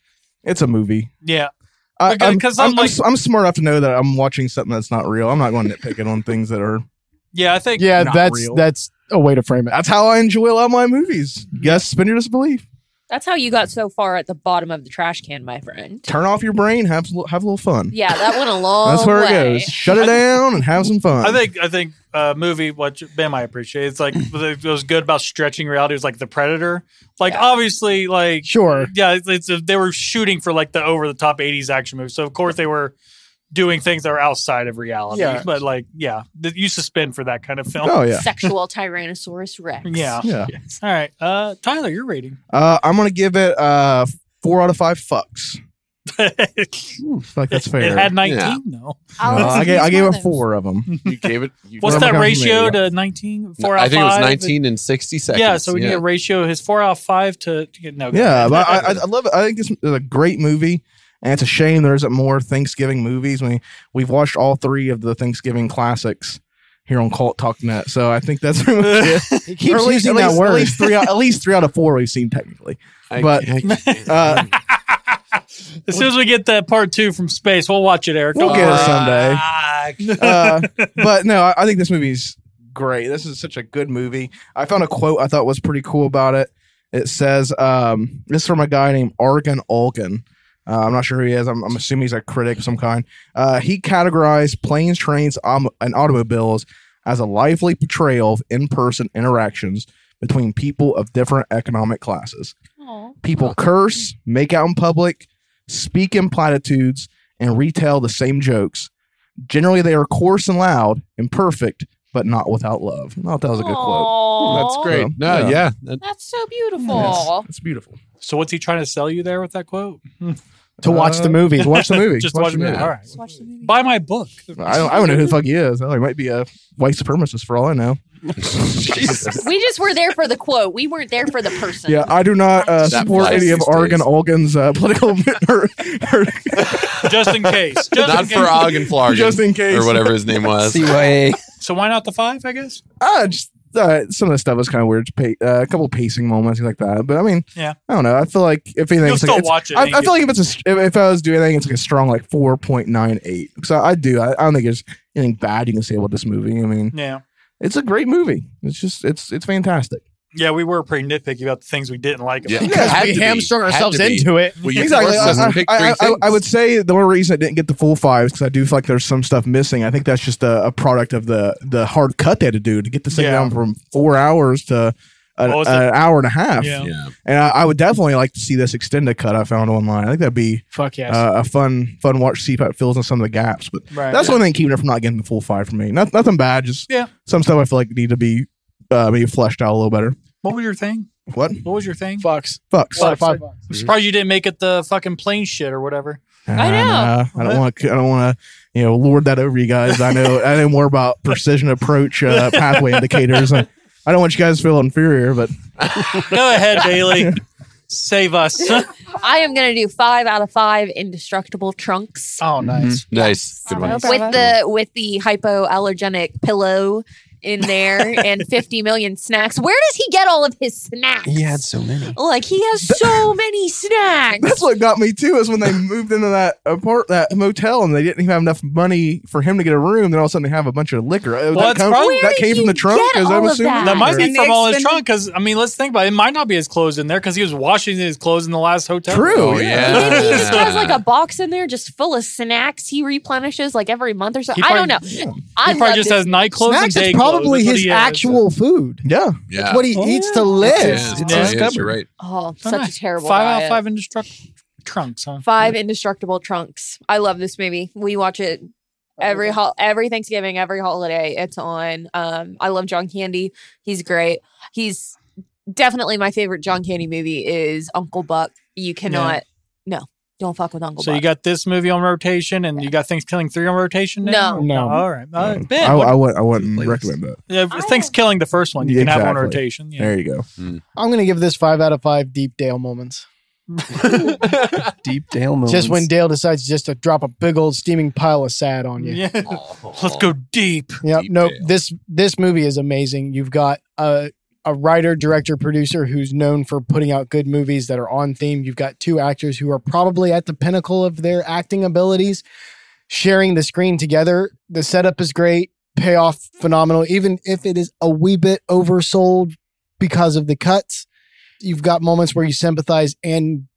Speaker 6: it's a movie.
Speaker 7: yeah.
Speaker 6: I,
Speaker 7: Because-
Speaker 6: I'm, I'm,
Speaker 7: 'cause I'm
Speaker 6: I'm,
Speaker 7: like-
Speaker 6: s- I'm smart enough to know that I'm watching something that's not real. I'm not going to nitpick it on things that are.
Speaker 7: Yeah, I think.
Speaker 1: Yeah,
Speaker 6: Not
Speaker 1: that's
Speaker 6: real.
Speaker 1: that's a way to frame it.
Speaker 6: That's how I enjoy a lot of my movies. Yes, spin your disbelief.
Speaker 8: That's how you got so far at the bottom of the trash can, my friend.
Speaker 6: Turn off your brain. Have s- have a little fun.
Speaker 8: Yeah, that went a long
Speaker 6: that's where
Speaker 8: way.
Speaker 6: it goes. Shut it
Speaker 7: I-
Speaker 6: down and have some fun.
Speaker 7: I think I think uh, movie what Bam I appreciate it's like it was good about stretching reality was like the Predator like obviously like
Speaker 1: Sure.
Speaker 7: yeah it's, it's they were shooting for like the over the top eighties action movies so of course they were doing things that were outside of reality
Speaker 1: Yeah.
Speaker 7: but like yeah th- you suspend for that kind of film
Speaker 6: Oh yeah,
Speaker 8: Sexual Tyrannosaurus Rex.
Speaker 7: yeah
Speaker 6: yeah.
Speaker 7: all right uh Tyler you're rating
Speaker 6: Uh, I'm gonna give it uh four out of five fucks.
Speaker 7: it
Speaker 6: I feel like that's fair.
Speaker 7: had nineteen
Speaker 2: Yeah.
Speaker 7: no
Speaker 6: Uh,
Speaker 8: Alex,
Speaker 6: I gave, I
Speaker 8: who's
Speaker 6: gave
Speaker 8: one
Speaker 6: it
Speaker 8: of those?
Speaker 6: four of them.
Speaker 2: You gave it. You
Speaker 7: what's
Speaker 6: Where am
Speaker 7: that
Speaker 6: I going from
Speaker 7: ratio
Speaker 6: here?
Speaker 7: to 19 four out
Speaker 2: I think it was
Speaker 7: five?
Speaker 2: 19 and 60 seconds.
Speaker 7: yeah so we need a ratio his four out of five to, to get no
Speaker 6: Yeah, but I, I- I love it. I think this is a great movie, and it's a shame there isn't more Thanksgiving movies. I mean, we've watched all three of the Thanksgiving classics here on Cult Talk Net, so I think that's pretty much it.
Speaker 1: He keeps
Speaker 6: Or at least-
Speaker 1: using that
Speaker 6: at least,
Speaker 1: word.
Speaker 6: At least three, out, at least three out of four we've seen technically. but- Uh,
Speaker 7: As soon as we get that part two from space, we'll watch it, Eric.
Speaker 6: We'll
Speaker 7: Don't
Speaker 6: get it someday.
Speaker 7: worry. Fuck.
Speaker 6: uh, but no, I, I think this movie's great. This is such a good movie. I found a quote I thought was pretty cool about it. It says, um, this is from a guy named Argan Olgan. Uh, I'm not sure who he is. I'm, I'm assuming he's a critic of some kind. Uh, he categorized planes, trains, um, and automobiles as a lively portrayal of in person interactions between people of different economic classes.
Speaker 8: Aw.
Speaker 6: People curse, make out in public, speak in platitudes, and retell the same jokes. Generally, they are coarse and loud, imperfect, but not without love. I thought that was a good quote.
Speaker 8: Aw.
Speaker 2: That's great.
Speaker 6: Um,
Speaker 2: No,
Speaker 6: yeah.
Speaker 2: yeah. That-
Speaker 8: That's so beautiful.
Speaker 6: Yes, It's beautiful.
Speaker 7: So what's he trying to sell you there with that quote?
Speaker 1: to watch the
Speaker 2: Oh.
Speaker 6: Uh,
Speaker 1: movie.
Speaker 6: Watch the movie.
Speaker 7: Just watch the movie.
Speaker 2: movie.
Speaker 7: All right.
Speaker 8: Let's watch the movie.
Speaker 7: Buy my book.
Speaker 6: I don't, I don't know who the fuck he is. He might be a white supremacist for all I know.
Speaker 8: We just were there for the quote. We weren't there for the person.
Speaker 6: Yeah, I do not uh,
Speaker 2: That
Speaker 6: support
Speaker 2: flies
Speaker 6: any of
Speaker 2: these
Speaker 6: Argan
Speaker 2: days.
Speaker 6: Olgan's uh, political. or, or,
Speaker 7: Just in case. Just
Speaker 2: Not
Speaker 7: in
Speaker 2: for
Speaker 7: case.
Speaker 2: Og and Flargan.
Speaker 6: Just in case.
Speaker 2: Or whatever his name was.
Speaker 3: CYA.
Speaker 7: So why not the five, I guess?
Speaker 6: uh, just, uh, some of the stuff was kind of weird. Pa- uh, a couple of pacing moments, things like that. But I mean,
Speaker 7: Yeah.
Speaker 6: I don't know. I feel like if anything,
Speaker 7: You'll
Speaker 6: it's
Speaker 7: still
Speaker 6: like, it's-
Speaker 7: watch it.
Speaker 6: I,
Speaker 7: ain't
Speaker 6: I
Speaker 7: you?
Speaker 6: feel like if it's a, str- if, if I was doing anything, it's like a strong like four point nine eight. So I do. I, I don't think there's anything bad you can say about this movie. I mean,
Speaker 7: yeah.
Speaker 6: it's a great movie. It's just it's it's fantastic.
Speaker 7: Yeah, we were pretty nitpicky about the things we didn't like about
Speaker 2: Yeah.
Speaker 7: it.
Speaker 1: because
Speaker 2: Had
Speaker 1: we
Speaker 2: to be.
Speaker 1: hamstrung
Speaker 2: Had to
Speaker 1: ourselves
Speaker 2: be.
Speaker 1: into it.
Speaker 2: Well, you
Speaker 6: exactly.
Speaker 2: forced us
Speaker 6: I,
Speaker 2: to pick
Speaker 6: I-
Speaker 2: three
Speaker 6: I- I-
Speaker 2: things.
Speaker 6: I would say the only reason I didn't get the full five is because I do feel like there's some stuff missing. I think that's just a, a product of the the hard cut they had to do to get this thing
Speaker 7: Yeah.
Speaker 6: down from four hours to an,
Speaker 7: What was
Speaker 6: an hour and a half.
Speaker 7: Yeah.
Speaker 2: Yeah.
Speaker 6: And I, I would definitely like to see this extended cut I found online. I think that'd be
Speaker 1: Fuck yes.
Speaker 6: uh, a fun fun watch to see if it fills in some of the gaps. But
Speaker 7: Right.
Speaker 6: that's the one thing keeping it from not getting the full five for me. Not, nothing bad, just
Speaker 7: Yeah.
Speaker 6: some stuff I feel like need to be uh, maybe fleshed out a little better.
Speaker 7: What was your thing?
Speaker 6: What
Speaker 7: What was your thing?
Speaker 1: Fucks.
Speaker 6: fucks?
Speaker 1: Out of five.
Speaker 7: I'm surprised you didn't make it the fucking plane shit or whatever.
Speaker 8: I know.
Speaker 6: Uh, I don't want. to. I don't want to. You know, lord that over you guys. I know. I know more about precision approach uh, pathway indicators. I, I don't want you guys to feel inferior, but
Speaker 7: Go ahead, Bailey. Save us.
Speaker 8: I am going to do five out of five indestructible trunks
Speaker 7: oh, nice.
Speaker 2: Mm-hmm. Nice. Good one.
Speaker 9: Bravo.
Speaker 8: with the with the hypoallergenic pillow in there and 50 million snacks. Where does he get all of his snacks?
Speaker 3: He had so many.
Speaker 8: Like he has so many snacks.
Speaker 6: that's what got me too. Is when they moved into that apart that motel and they didn't even have enough money for him to get a room. Then all of a sudden they have a bunch of liquor. Uh,
Speaker 7: Well,
Speaker 6: that
Speaker 7: that's
Speaker 6: come-
Speaker 7: probably-
Speaker 6: that came from the trunk.
Speaker 8: Where did
Speaker 6: Because
Speaker 8: you
Speaker 6: I'm assuming
Speaker 8: get all of
Speaker 7: That might be
Speaker 9: And they
Speaker 7: from all his
Speaker 9: expended-
Speaker 7: trunk because I mean, let's think about it. It might not be his clothes in there because he was washing his clothes in the last hotel.
Speaker 6: True.
Speaker 7: room.
Speaker 2: Oh,
Speaker 6: yeah.
Speaker 2: yeah.
Speaker 8: And he just has like a box in there just full of snacks he replenishes like every month or so.
Speaker 7: He
Speaker 8: I
Speaker 7: probably-
Speaker 8: don't know. I
Speaker 7: He probably
Speaker 8: love
Speaker 7: just
Speaker 8: this
Speaker 7: has night clothes
Speaker 1: Snacks
Speaker 7: and day
Speaker 1: is probably
Speaker 7: clothes. That's what
Speaker 1: his
Speaker 7: he has.
Speaker 1: actual food.
Speaker 6: Yeah.
Speaker 2: Yeah.
Speaker 1: It's what he
Speaker 7: Oh,
Speaker 1: eats
Speaker 7: yeah.
Speaker 1: to
Speaker 2: It
Speaker 1: live.
Speaker 2: is.
Speaker 7: It's
Speaker 2: It
Speaker 7: his
Speaker 2: is.
Speaker 7: cupboard.
Speaker 2: You're right.
Speaker 8: Oh,
Speaker 7: Oh,
Speaker 8: such
Speaker 7: nice.
Speaker 8: a terrible
Speaker 7: five out
Speaker 8: diet.
Speaker 7: of five indestructible trunks, huh?
Speaker 8: Five indestructible trunks. I love this movie. We watch it every ho- every Thanksgiving, every holiday. It's on. Um, I love John Candy. He's great. He's definitely my favorite John Candy movie is Uncle Buck. You cannot. No, don't fuck with Uncle
Speaker 7: So
Speaker 8: Buck.
Speaker 7: you got this movie on rotation, and you got Things Killing Three on rotation. Now?
Speaker 8: No.
Speaker 6: No.
Speaker 7: All right. All right.
Speaker 6: I,
Speaker 7: Uh, Ben,
Speaker 6: I
Speaker 7: what-
Speaker 6: would. I wouldn't recommend that.
Speaker 7: yeah, Things Killing the first one. You can have on rotation. Yeah.
Speaker 6: There you go.
Speaker 1: I'm gonna give this five out of five deep Dale moments.
Speaker 3: Deep Dale moments.
Speaker 1: Just when Dale decides just to drop a big old steaming pile of sad on you.
Speaker 7: Yeah. Let's go deep.
Speaker 1: Yep.
Speaker 2: Deep
Speaker 1: no,
Speaker 2: Dale.
Speaker 1: this this movie is amazing. You've got a a writer, director, producer who's known for putting out good movies that are on theme. You've got two actors who are probably at the pinnacle of their acting abilities, sharing the screen together. The setup is great, payoff phenomenal, even if it is a wee bit oversold because of the cuts. You've got moments where you sympathize and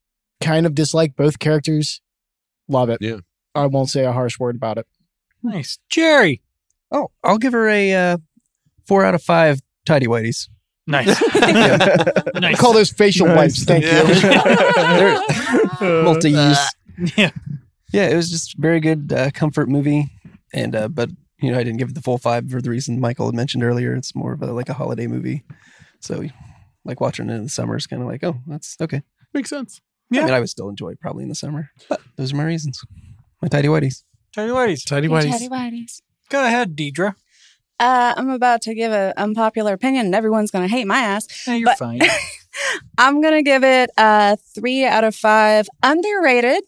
Speaker 1: kind of dislike both characters. Love it.
Speaker 2: Yeah.
Speaker 1: I won't say a harsh word about it.
Speaker 7: Nice, Jerry.
Speaker 3: Oh, I'll give her a uh, four out of five tidy whities.
Speaker 7: Nice.
Speaker 1: I
Speaker 7: nice.
Speaker 1: call those facial wipes. Thank you.
Speaker 3: They're multi-use.
Speaker 7: Yeah.
Speaker 3: Yeah, it was just very good uh, comfort movie, and uh, but you know I didn't give it the full five for the reason Michael had mentioned earlier. It's more of a, like a holiday movie, so like watching it in the summer is kind of like oh that's okay.
Speaker 2: Makes sense.
Speaker 3: I mean I would still enjoy it probably in the summer, but those are my reasons. My tidy whities.
Speaker 7: Tell you what, he's-
Speaker 2: Tidy
Speaker 9: Teddy Whiteys.
Speaker 7: go ahead, Deidre.
Speaker 9: Uh, I'm about to give an unpopular opinion, and everyone's going to hate my ass.
Speaker 7: Yeah, you're
Speaker 9: But-
Speaker 7: fine.
Speaker 9: I'm going to give it a three out of five underrated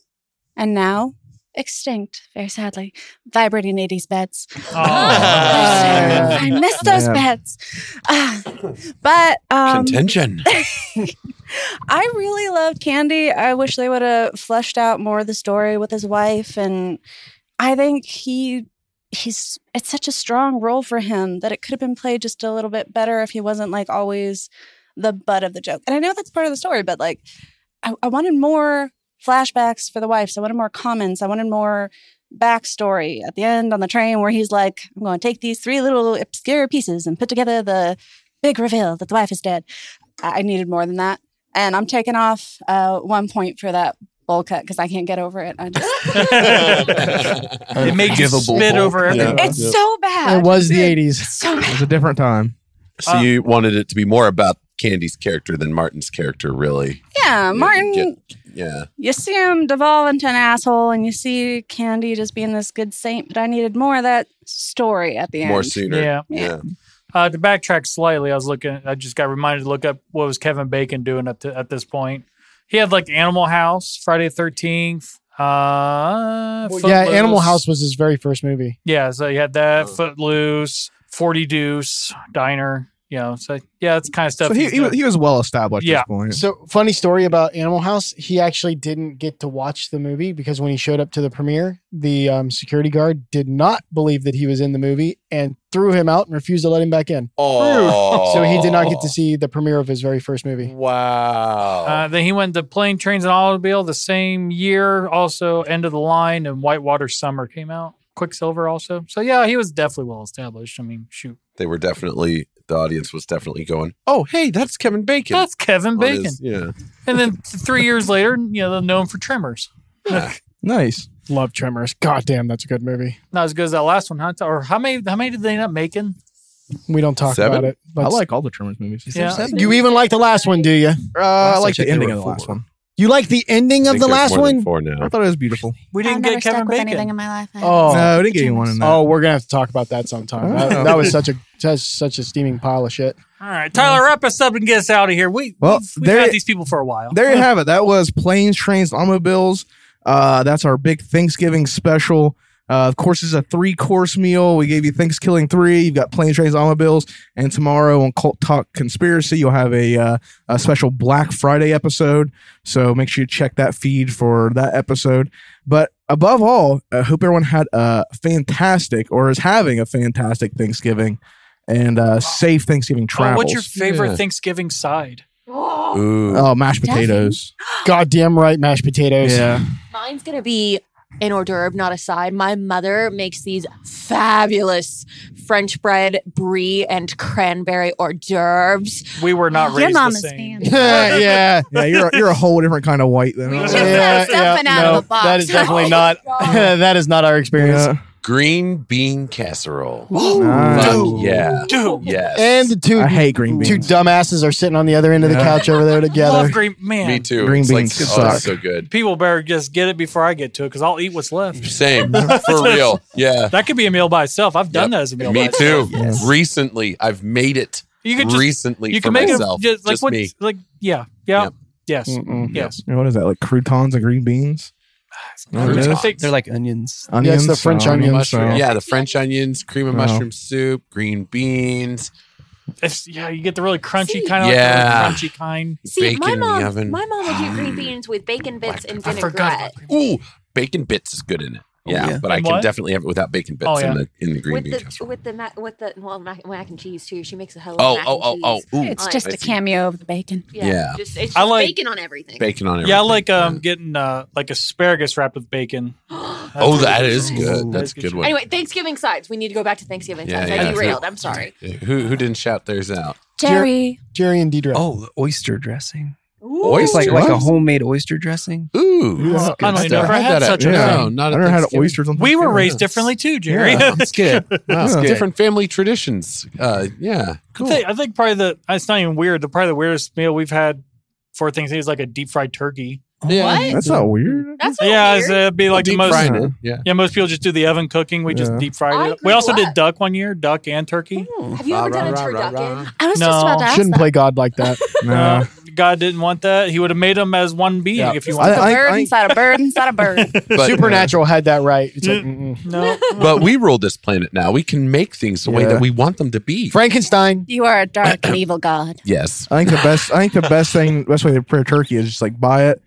Speaker 9: and now extinct, very sadly, vibrating 80s beds.
Speaker 7: Aw.
Speaker 9: I miss those
Speaker 6: Yeah.
Speaker 9: beds. Ah, but um,
Speaker 2: Contention.
Speaker 9: I really loved Candy. I wish they would have fleshed out more of the story with his wife, and I think he he's it's such a strong role for him that it could have been played just a little bit better if he wasn't like always the butt of the joke. And I know that's part of the story, but like I, I wanted more flashbacks for the wives. I wanted more comments. I wanted more backstory at the end on the train where he's like, I'm going to take these three little obscure pieces and put together the big reveal that the wife is dead. I I needed more than that. And I'm taking off uh, one point for that bowl cut because I can't get over it. I just,
Speaker 1: uh,
Speaker 7: it made you
Speaker 3: Unforgivable
Speaker 7: spit
Speaker 3: bulk.
Speaker 7: over everything.
Speaker 9: it's so bad.
Speaker 1: It was the 80s.
Speaker 9: So bad.
Speaker 6: It's a different time.
Speaker 2: So
Speaker 7: Uh,
Speaker 2: you wanted it to be more about Candy's character than Martin's character, really?
Speaker 9: Yeah, Martin,
Speaker 2: get- Yeah.
Speaker 9: you see him devolve into an asshole and you see Candy just being this good saint, but I needed more of that story at the end.
Speaker 2: More sooner.
Speaker 7: Yeah.
Speaker 2: Yeah.
Speaker 7: Uh, to backtrack slightly, I was looking. I just got reminded to look up what was Kevin Bacon doing up to at this point. He had like Animal House, Friday the Thirteenth. Uh,
Speaker 1: Well, yeah,
Speaker 7: Footloose.
Speaker 1: Animal House was his very first movie.
Speaker 7: Yeah, so you had that
Speaker 2: Oh.
Speaker 7: Footloose, Forty Deuce, Diner. You know, so yeah, that's kind of stuff.
Speaker 6: So he,
Speaker 7: he's
Speaker 6: he, was-
Speaker 7: doing.
Speaker 6: he was well established at
Speaker 7: Yeah.
Speaker 6: this point.
Speaker 1: So, funny story about Animal House. He actually didn't get to watch the movie because when he showed up to the premiere, the um, security guard did not believe that he was in the movie and threw him out and refused to let him back in.
Speaker 2: Oh.
Speaker 1: So he did not get to see the premiere of his very first movie.
Speaker 2: Wow.
Speaker 7: uh, then he went to Plane, Trains, and Automobile the same year. Also, End of the Line and Whitewater Summer came out. Quicksilver also. So yeah, he was definitely well established. I mean, shoot,
Speaker 2: they were definitely the audience was definitely going. Oh, hey, that's Kevin Bacon.
Speaker 7: that's Kevin
Speaker 2: On
Speaker 7: Bacon.
Speaker 2: his- yeah.
Speaker 7: And then th- three years later, you know, they're known for Tremors.
Speaker 6: Nice.
Speaker 1: Love Tremors. God damn, that's a good movie.
Speaker 7: Not as good as that last one, huh? Or how many? How many did they end up making?
Speaker 1: We don't talk
Speaker 2: Seven?
Speaker 1: about it.
Speaker 6: I
Speaker 1: Let's-
Speaker 6: like all the Tremors movies.
Speaker 7: Yeah.
Speaker 1: You even like the last one, do you?
Speaker 6: Uh, I like
Speaker 3: checked
Speaker 6: the
Speaker 3: there
Speaker 6: ending
Speaker 3: were
Speaker 6: of the last
Speaker 3: four.
Speaker 6: one.
Speaker 1: You like the ending
Speaker 2: I
Speaker 1: of
Speaker 2: think
Speaker 1: the
Speaker 2: there's
Speaker 1: last
Speaker 2: more than
Speaker 1: one?
Speaker 2: Four
Speaker 6: I
Speaker 2: now.
Speaker 6: thought it was beautiful.
Speaker 7: We didn't
Speaker 9: I've never
Speaker 7: get Kevin
Speaker 9: stuck with anything
Speaker 7: Bacon.
Speaker 9: in my life. I
Speaker 1: Oh.
Speaker 6: No, we didn't get anyone in that.
Speaker 1: Oh, we're gonna have to talk about that sometime. That,
Speaker 6: Oh.
Speaker 1: that was such a that's such a steaming pile of shit.
Speaker 7: All right, Tyler, wrap us up and get us out of here. We
Speaker 6: Well,
Speaker 7: we've, we've
Speaker 6: there-
Speaker 7: had these people for a while.
Speaker 6: There you have it. That was planes, trains, automobiles. Uh, that's our big Thanksgiving special. Uh, of course, it's a three course meal. We gave you Thanksgiving three. You've got planes, trains, automobiles, and tomorrow on Cult Talk Conspiracy, you'll have a, uh, a special Black Friday episode. So make sure you check that feed for that episode. But above all, I hope everyone had a fantastic or is having a fantastic Thanksgiving and uh, safe Thanksgiving
Speaker 7: Oh,
Speaker 6: travels.
Speaker 7: what's your favorite
Speaker 2: Yeah.
Speaker 7: Thanksgiving side?
Speaker 2: Ooh.
Speaker 6: oh mashed
Speaker 9: Stuffing.
Speaker 6: potatoes?
Speaker 1: Goddamn right, mashed potatoes.
Speaker 6: Yeah.
Speaker 8: Mine's gonna be an hors d'oeuvre, not a side. My mother makes these fabulous French bread, brie, and cranberry hors d'oeuvres.
Speaker 7: We were not
Speaker 9: Your
Speaker 7: raised the
Speaker 9: mama's
Speaker 7: same.
Speaker 9: fan.
Speaker 1: yeah.
Speaker 6: Yeah, you're a, you're a whole different kind of white than
Speaker 9: Just throw stuff in out of a box. Oh
Speaker 1: That is definitely not. that is not our experience.
Speaker 6: Yeah.
Speaker 2: green bean casserole.
Speaker 1: Ooh.
Speaker 2: Fuck
Speaker 1: Nice.
Speaker 2: yeah.
Speaker 7: Dude.
Speaker 2: Yes.
Speaker 1: And the two
Speaker 6: I hate green
Speaker 1: two
Speaker 6: beans.
Speaker 1: dumbasses are sitting on the other end of the
Speaker 2: Yeah.
Speaker 1: couch over there
Speaker 7: Love
Speaker 1: together.
Speaker 9: Oh.
Speaker 7: green man.
Speaker 2: Me too.
Speaker 6: Green
Speaker 2: it's like,
Speaker 6: beans
Speaker 2: oh,
Speaker 6: suck.
Speaker 2: it's so good.
Speaker 7: People better just get it before I get to it because I'll eat what's left.
Speaker 2: Same. For real. Yeah.
Speaker 7: That could be a meal by itself. I've done that as a meal. by
Speaker 2: Me
Speaker 7: itself.
Speaker 2: too. Recently, I've made it
Speaker 7: You could just
Speaker 2: recently
Speaker 7: you
Speaker 2: for
Speaker 7: can make
Speaker 2: myself.
Speaker 7: it just like
Speaker 2: just
Speaker 7: what
Speaker 2: me.
Speaker 7: like yeah yeah
Speaker 2: Yep.
Speaker 7: yes
Speaker 6: Mm-mm.
Speaker 7: yes.
Speaker 6: What is that? Like croutons and green beans? Oh,
Speaker 7: I
Speaker 6: it is?
Speaker 7: think
Speaker 3: They're like onions.
Speaker 1: Yeah, it's the French
Speaker 6: so-
Speaker 1: onions.
Speaker 2: Mushroom.
Speaker 6: so-
Speaker 2: Yeah, the French onions, cream of
Speaker 6: Wow.
Speaker 2: mushroom soup, green beans,
Speaker 7: It's, yeah, you get the really crunchy
Speaker 8: See?
Speaker 7: kind of
Speaker 2: Yeah.
Speaker 7: like the really crunchy kind.
Speaker 8: See,
Speaker 2: bacon
Speaker 8: my
Speaker 2: in
Speaker 8: mom,
Speaker 2: the oven.
Speaker 8: my mom would do green beans with bacon bits and
Speaker 7: I forgot. About
Speaker 8: vinaigrette
Speaker 7: cream.
Speaker 2: Ooh, bacon bits is good in it.
Speaker 6: Oh,
Speaker 2: Yeah,
Speaker 3: yeah.
Speaker 2: but I
Speaker 7: And
Speaker 2: can
Speaker 7: what?
Speaker 2: definitely have it without bacon bits
Speaker 7: Oh, yeah.
Speaker 2: in the in the green
Speaker 8: with
Speaker 2: bean
Speaker 8: the
Speaker 2: casserole.
Speaker 8: with the mac, with the well mac, mac and cheese too. She makes a hell of
Speaker 2: Oh,
Speaker 8: mac
Speaker 2: oh, oh,
Speaker 8: and
Speaker 2: oh,
Speaker 8: cheese.
Speaker 2: ooh.
Speaker 9: It's
Speaker 8: Like-
Speaker 9: just a cameo of the bacon.
Speaker 8: Yeah,
Speaker 2: Yeah.
Speaker 8: Just, it's just
Speaker 7: I like-
Speaker 8: bacon on everything.
Speaker 2: Bacon on it.
Speaker 7: Yeah, I like um getting uh like asparagus wrapped with bacon.
Speaker 2: Oh,
Speaker 7: That's
Speaker 2: that
Speaker 7: really
Speaker 2: is good. That's a
Speaker 7: Ooh.
Speaker 2: good one.
Speaker 8: Anyway, Thanksgiving sides. We need to go back to Thanksgiving
Speaker 2: Yeah,
Speaker 8: sides.
Speaker 2: yeah.
Speaker 8: I derailed. I'm sorry.
Speaker 2: Who who didn't shout theirs out?
Speaker 9: Jerry.
Speaker 1: Jerry and Deidre.
Speaker 3: Oh, the oyster dressing.
Speaker 2: Oyster
Speaker 3: It's like like a
Speaker 2: what?
Speaker 3: homemade oyster dressing.
Speaker 2: Ooh,
Speaker 6: Yeah.
Speaker 7: I don't even know if
Speaker 2: Never
Speaker 7: I
Speaker 2: had
Speaker 7: had
Speaker 2: that at-
Speaker 7: such a
Speaker 6: yeah.
Speaker 7: thing.
Speaker 2: No, not
Speaker 6: I
Speaker 2: at
Speaker 6: never had
Speaker 2: Thanksgiving.
Speaker 6: oysters on
Speaker 7: We were
Speaker 6: Thanksgiving.
Speaker 7: raised differently too, Jerry.
Speaker 6: Yeah.
Speaker 7: That's good.
Speaker 2: Wow,
Speaker 6: Yeah.
Speaker 2: different family traditions. Uh, yeah, cool.
Speaker 7: I, think, I think probably the uh, it's not even weird. The probably the weirdest meal we've had for Thanksgiving is like a deep fried turkey.
Speaker 2: yeah,
Speaker 8: What?
Speaker 6: That's not weird.
Speaker 8: That's not
Speaker 7: Yeah,
Speaker 8: weird.
Speaker 7: it's, uh, it'd be like the
Speaker 2: deep
Speaker 7: most.
Speaker 2: fried it. Yeah.
Speaker 7: Yeah, most people just do the oven cooking. We just
Speaker 6: Yeah.
Speaker 7: deep fried
Speaker 8: I
Speaker 7: it. We also
Speaker 8: grew
Speaker 7: did
Speaker 8: up-
Speaker 7: duck one year, duck and turkey.
Speaker 8: Have you
Speaker 2: Rah,
Speaker 8: ever done a
Speaker 2: rah, rah, rah,
Speaker 8: turducken?
Speaker 2: rah.
Speaker 9: I was just
Speaker 7: No.
Speaker 9: about to ask
Speaker 1: Shouldn't
Speaker 9: that.
Speaker 1: play God like that.
Speaker 6: Nah.
Speaker 7: Uh, God didn't want that. He would have made them as one being
Speaker 1: Yeah.
Speaker 7: if you
Speaker 6: I-
Speaker 7: wanted.
Speaker 9: a
Speaker 6: I-
Speaker 9: bird
Speaker 6: I-
Speaker 9: inside a bird inside a bird.
Speaker 2: But,
Speaker 1: Supernatural had that right. It's like, mm-mm.
Speaker 7: no,
Speaker 2: but we rule this planet now. We can make things the way
Speaker 6: Yeah.
Speaker 2: that we want them to be.
Speaker 1: Frankenstein.
Speaker 9: you are a dark and evil god.
Speaker 2: Yes.
Speaker 6: I think the best. I think the best thing, best way to prepare turkey is just like buy it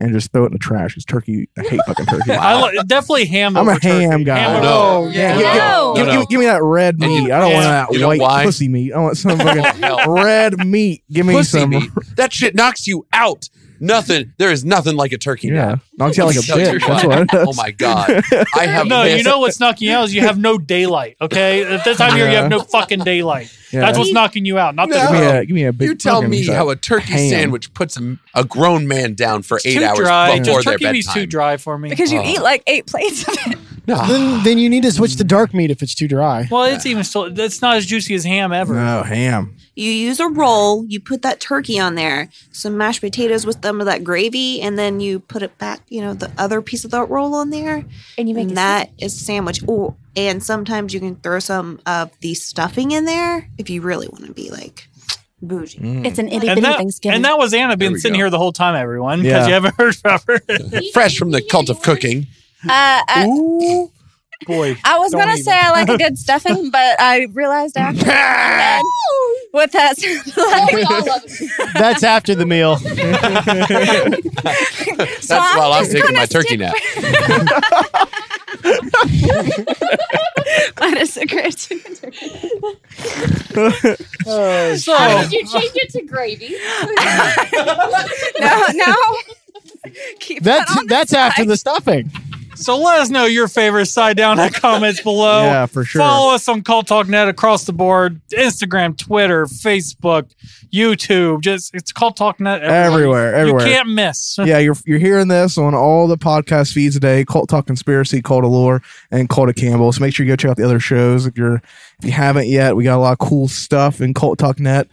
Speaker 6: and just throw it in the trash. Because turkey, I hate fucking turkey.
Speaker 7: I li- definitely ham.
Speaker 6: I'm a
Speaker 7: over turkey.
Speaker 6: ham guy.
Speaker 7: Ham
Speaker 2: Oh,
Speaker 7: over-
Speaker 2: no.
Speaker 6: yeah,
Speaker 8: No.
Speaker 6: give,
Speaker 8: No.
Speaker 6: Oh, give- give- give- give me that red
Speaker 2: And you-
Speaker 6: meat. I don't
Speaker 7: yeah.
Speaker 6: want that
Speaker 2: You know
Speaker 6: white
Speaker 2: why? Oh,
Speaker 6: pussy meat. I want some
Speaker 2: hell.
Speaker 6: fucking red meat. Give me
Speaker 2: Pussy
Speaker 6: some.
Speaker 2: meat. That shit knocks you out. Nothing. There is nothing like a turkey.
Speaker 6: Yeah,
Speaker 2: now.
Speaker 6: knocks you out like a
Speaker 2: Shut your
Speaker 6: bitch. That's
Speaker 2: butt.
Speaker 6: what it
Speaker 2: Oh
Speaker 6: does.
Speaker 2: my god. I have
Speaker 7: No, you
Speaker 2: missed-
Speaker 7: know what's knocking you out is you have no daylight. Okay, at this time of year you have no fucking daylight.
Speaker 6: Yeah.
Speaker 7: That's what's knocking you out. Not
Speaker 6: Give
Speaker 7: the
Speaker 6: me
Speaker 2: No.
Speaker 6: a, give me a big.
Speaker 2: You tell
Speaker 6: fucking
Speaker 2: me
Speaker 6: shot.
Speaker 2: how a turkey
Speaker 6: ham.
Speaker 2: sandwich puts a, a grown man down for
Speaker 7: It's
Speaker 2: eight
Speaker 7: too
Speaker 2: hours
Speaker 7: dry.
Speaker 2: before
Speaker 7: Just turkey
Speaker 2: their
Speaker 7: meat's
Speaker 2: bedtime.
Speaker 7: too dry for me.
Speaker 9: Because you eat like eight plates of it.
Speaker 1: Then, then you need to switch to dark meat if it's too dry.
Speaker 7: Well, it's even still. It's not as juicy as ham ever.
Speaker 6: No ham.
Speaker 12: You use a roll, you put that turkey on there, some mashed potatoes with some of that gravy, and then you put it back, you know, the other piece of that roll on there.
Speaker 8: And you make
Speaker 12: And
Speaker 8: a
Speaker 12: that is a sandwich. Oh, and sometimes you can throw some of the stuffing in there if you really want to be like bougie.
Speaker 9: It's an itty
Speaker 7: And
Speaker 9: bitty
Speaker 7: that,
Speaker 9: Thanksgiving.
Speaker 7: and that was Anna being
Speaker 2: we
Speaker 7: sitting
Speaker 2: go.
Speaker 7: here the whole time, everyone, because
Speaker 6: Yeah.
Speaker 7: you haven't heard from her.
Speaker 2: Fresh from the cult of cooking.
Speaker 9: uh, I,
Speaker 2: Ooh.
Speaker 7: Boy,
Speaker 9: I was
Speaker 7: don't
Speaker 9: gonna
Speaker 7: even.
Speaker 9: say I like a good stuffing, but I realized after that what that sounded like.
Speaker 8: We all love it.
Speaker 1: That's after the meal.
Speaker 2: That's while I'm taking my turkey nap.
Speaker 9: Minus a great chicken turkey.
Speaker 7: Oh.
Speaker 8: How did you change it to gravy?
Speaker 9: No, no. Keep that
Speaker 1: That's
Speaker 9: on the
Speaker 1: that's after
Speaker 9: side.
Speaker 1: the stuffing.
Speaker 7: So let us know your favorite side down at comments below.
Speaker 6: Yeah, for sure.
Speaker 7: Follow us on Cult Talk Net across the board: Instagram, Twitter, Facebook, YouTube. Just it's Cult Talk Net everywhere.
Speaker 6: Everywhere,
Speaker 7: You
Speaker 6: everywhere.
Speaker 7: can't miss.
Speaker 6: yeah, you're you're hearing this on all the podcast feeds today. Cult Talk Conspiracy, Cult of Lore, and Cult of Campbell. So make sure you go check out the other shows if you're if you haven't yet. We got a lot of cool stuff in Cult Talk Net.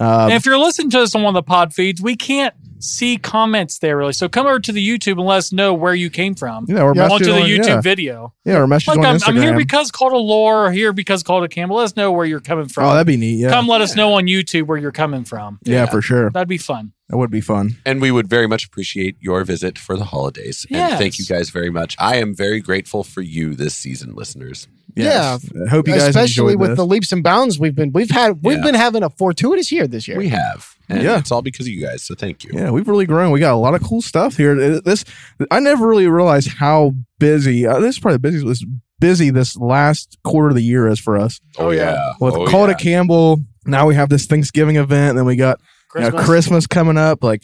Speaker 6: Um,
Speaker 7: And if you're listening to us on one of the pod feeds, we can't see comments there really. So come over to the YouTube and let us know where you came from.
Speaker 6: yeah, or
Speaker 1: Yeah.
Speaker 7: Onto
Speaker 6: messages
Speaker 7: the
Speaker 6: on-
Speaker 7: YouTube
Speaker 6: yeah.
Speaker 7: video.
Speaker 6: Yeah, or messages
Speaker 7: Like
Speaker 6: on
Speaker 7: I'm,
Speaker 6: Instagram.
Speaker 7: I'm here because called a lore, or here because called a Campbell. Let us know where you're coming from.
Speaker 6: oh, that'd be neat. Yeah,
Speaker 7: Come let us know on YouTube where you're coming from.
Speaker 6: yeah, for sure.
Speaker 7: That'd be fun.
Speaker 6: That would be fun.
Speaker 2: And we would very much appreciate your visit for the holidays.
Speaker 7: Yes.
Speaker 2: And thank you guys very much. I am very grateful for you this season, listeners.
Speaker 6: Yes. I hope you guys
Speaker 1: Especially
Speaker 6: enjoyed
Speaker 1: with
Speaker 6: this.
Speaker 1: the leaps and bounds we've been we've had we've
Speaker 2: Yeah.
Speaker 1: been having a fortuitous year this year.
Speaker 2: We have. And
Speaker 6: Yeah.
Speaker 2: it's all because of you guys. So thank you.
Speaker 6: Yeah, we've really grown. We got a lot of cool stuff here. It- This I never really realized how busy uh, this is probably the busiest was busy this last quarter of the year is for us.
Speaker 2: Oh, yeah.
Speaker 6: With
Speaker 2: oh,
Speaker 6: Call
Speaker 2: yeah.
Speaker 6: to Campbell, now we have this Thanksgiving event, and then we got you know, Christmas, coming up. Like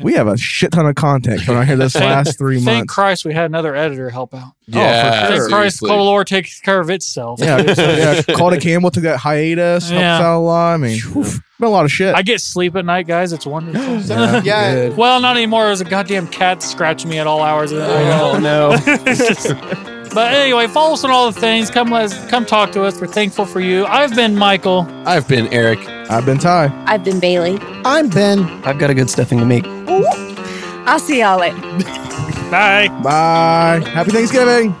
Speaker 6: we have a shit ton of content coming out here this
Speaker 7: Thank-
Speaker 6: last three
Speaker 7: Thank
Speaker 6: months.
Speaker 7: Christ we had another editor help out.
Speaker 6: oh,
Speaker 2: Yeah.
Speaker 7: Thank Christ
Speaker 2: seriously.
Speaker 7: Call the Lord takes care of itself.
Speaker 6: Yeah, so, yeah. Call to Campbell took that hiatus, helped
Speaker 7: Yeah.
Speaker 6: us out a lot. I mean, whew, been a lot of shit.
Speaker 7: I get sleep at night, guys. It's wonderful.
Speaker 1: Yeah.
Speaker 6: Good.
Speaker 7: well, not anymore. There's a goddamn cat scratching me at all hours of the night.
Speaker 3: no.
Speaker 7: But anyway, follow us on all the things. Come let us, come talk to us. We're thankful for you. I've been Michael.
Speaker 2: I've been Eric.
Speaker 6: I've been Ty.
Speaker 8: I've been Bailey.
Speaker 1: I'm Ben.
Speaker 3: I've got a good stuffing to make.
Speaker 9: I'll see y'all later.
Speaker 7: Bye.
Speaker 6: Bye. Happy Thanksgiving.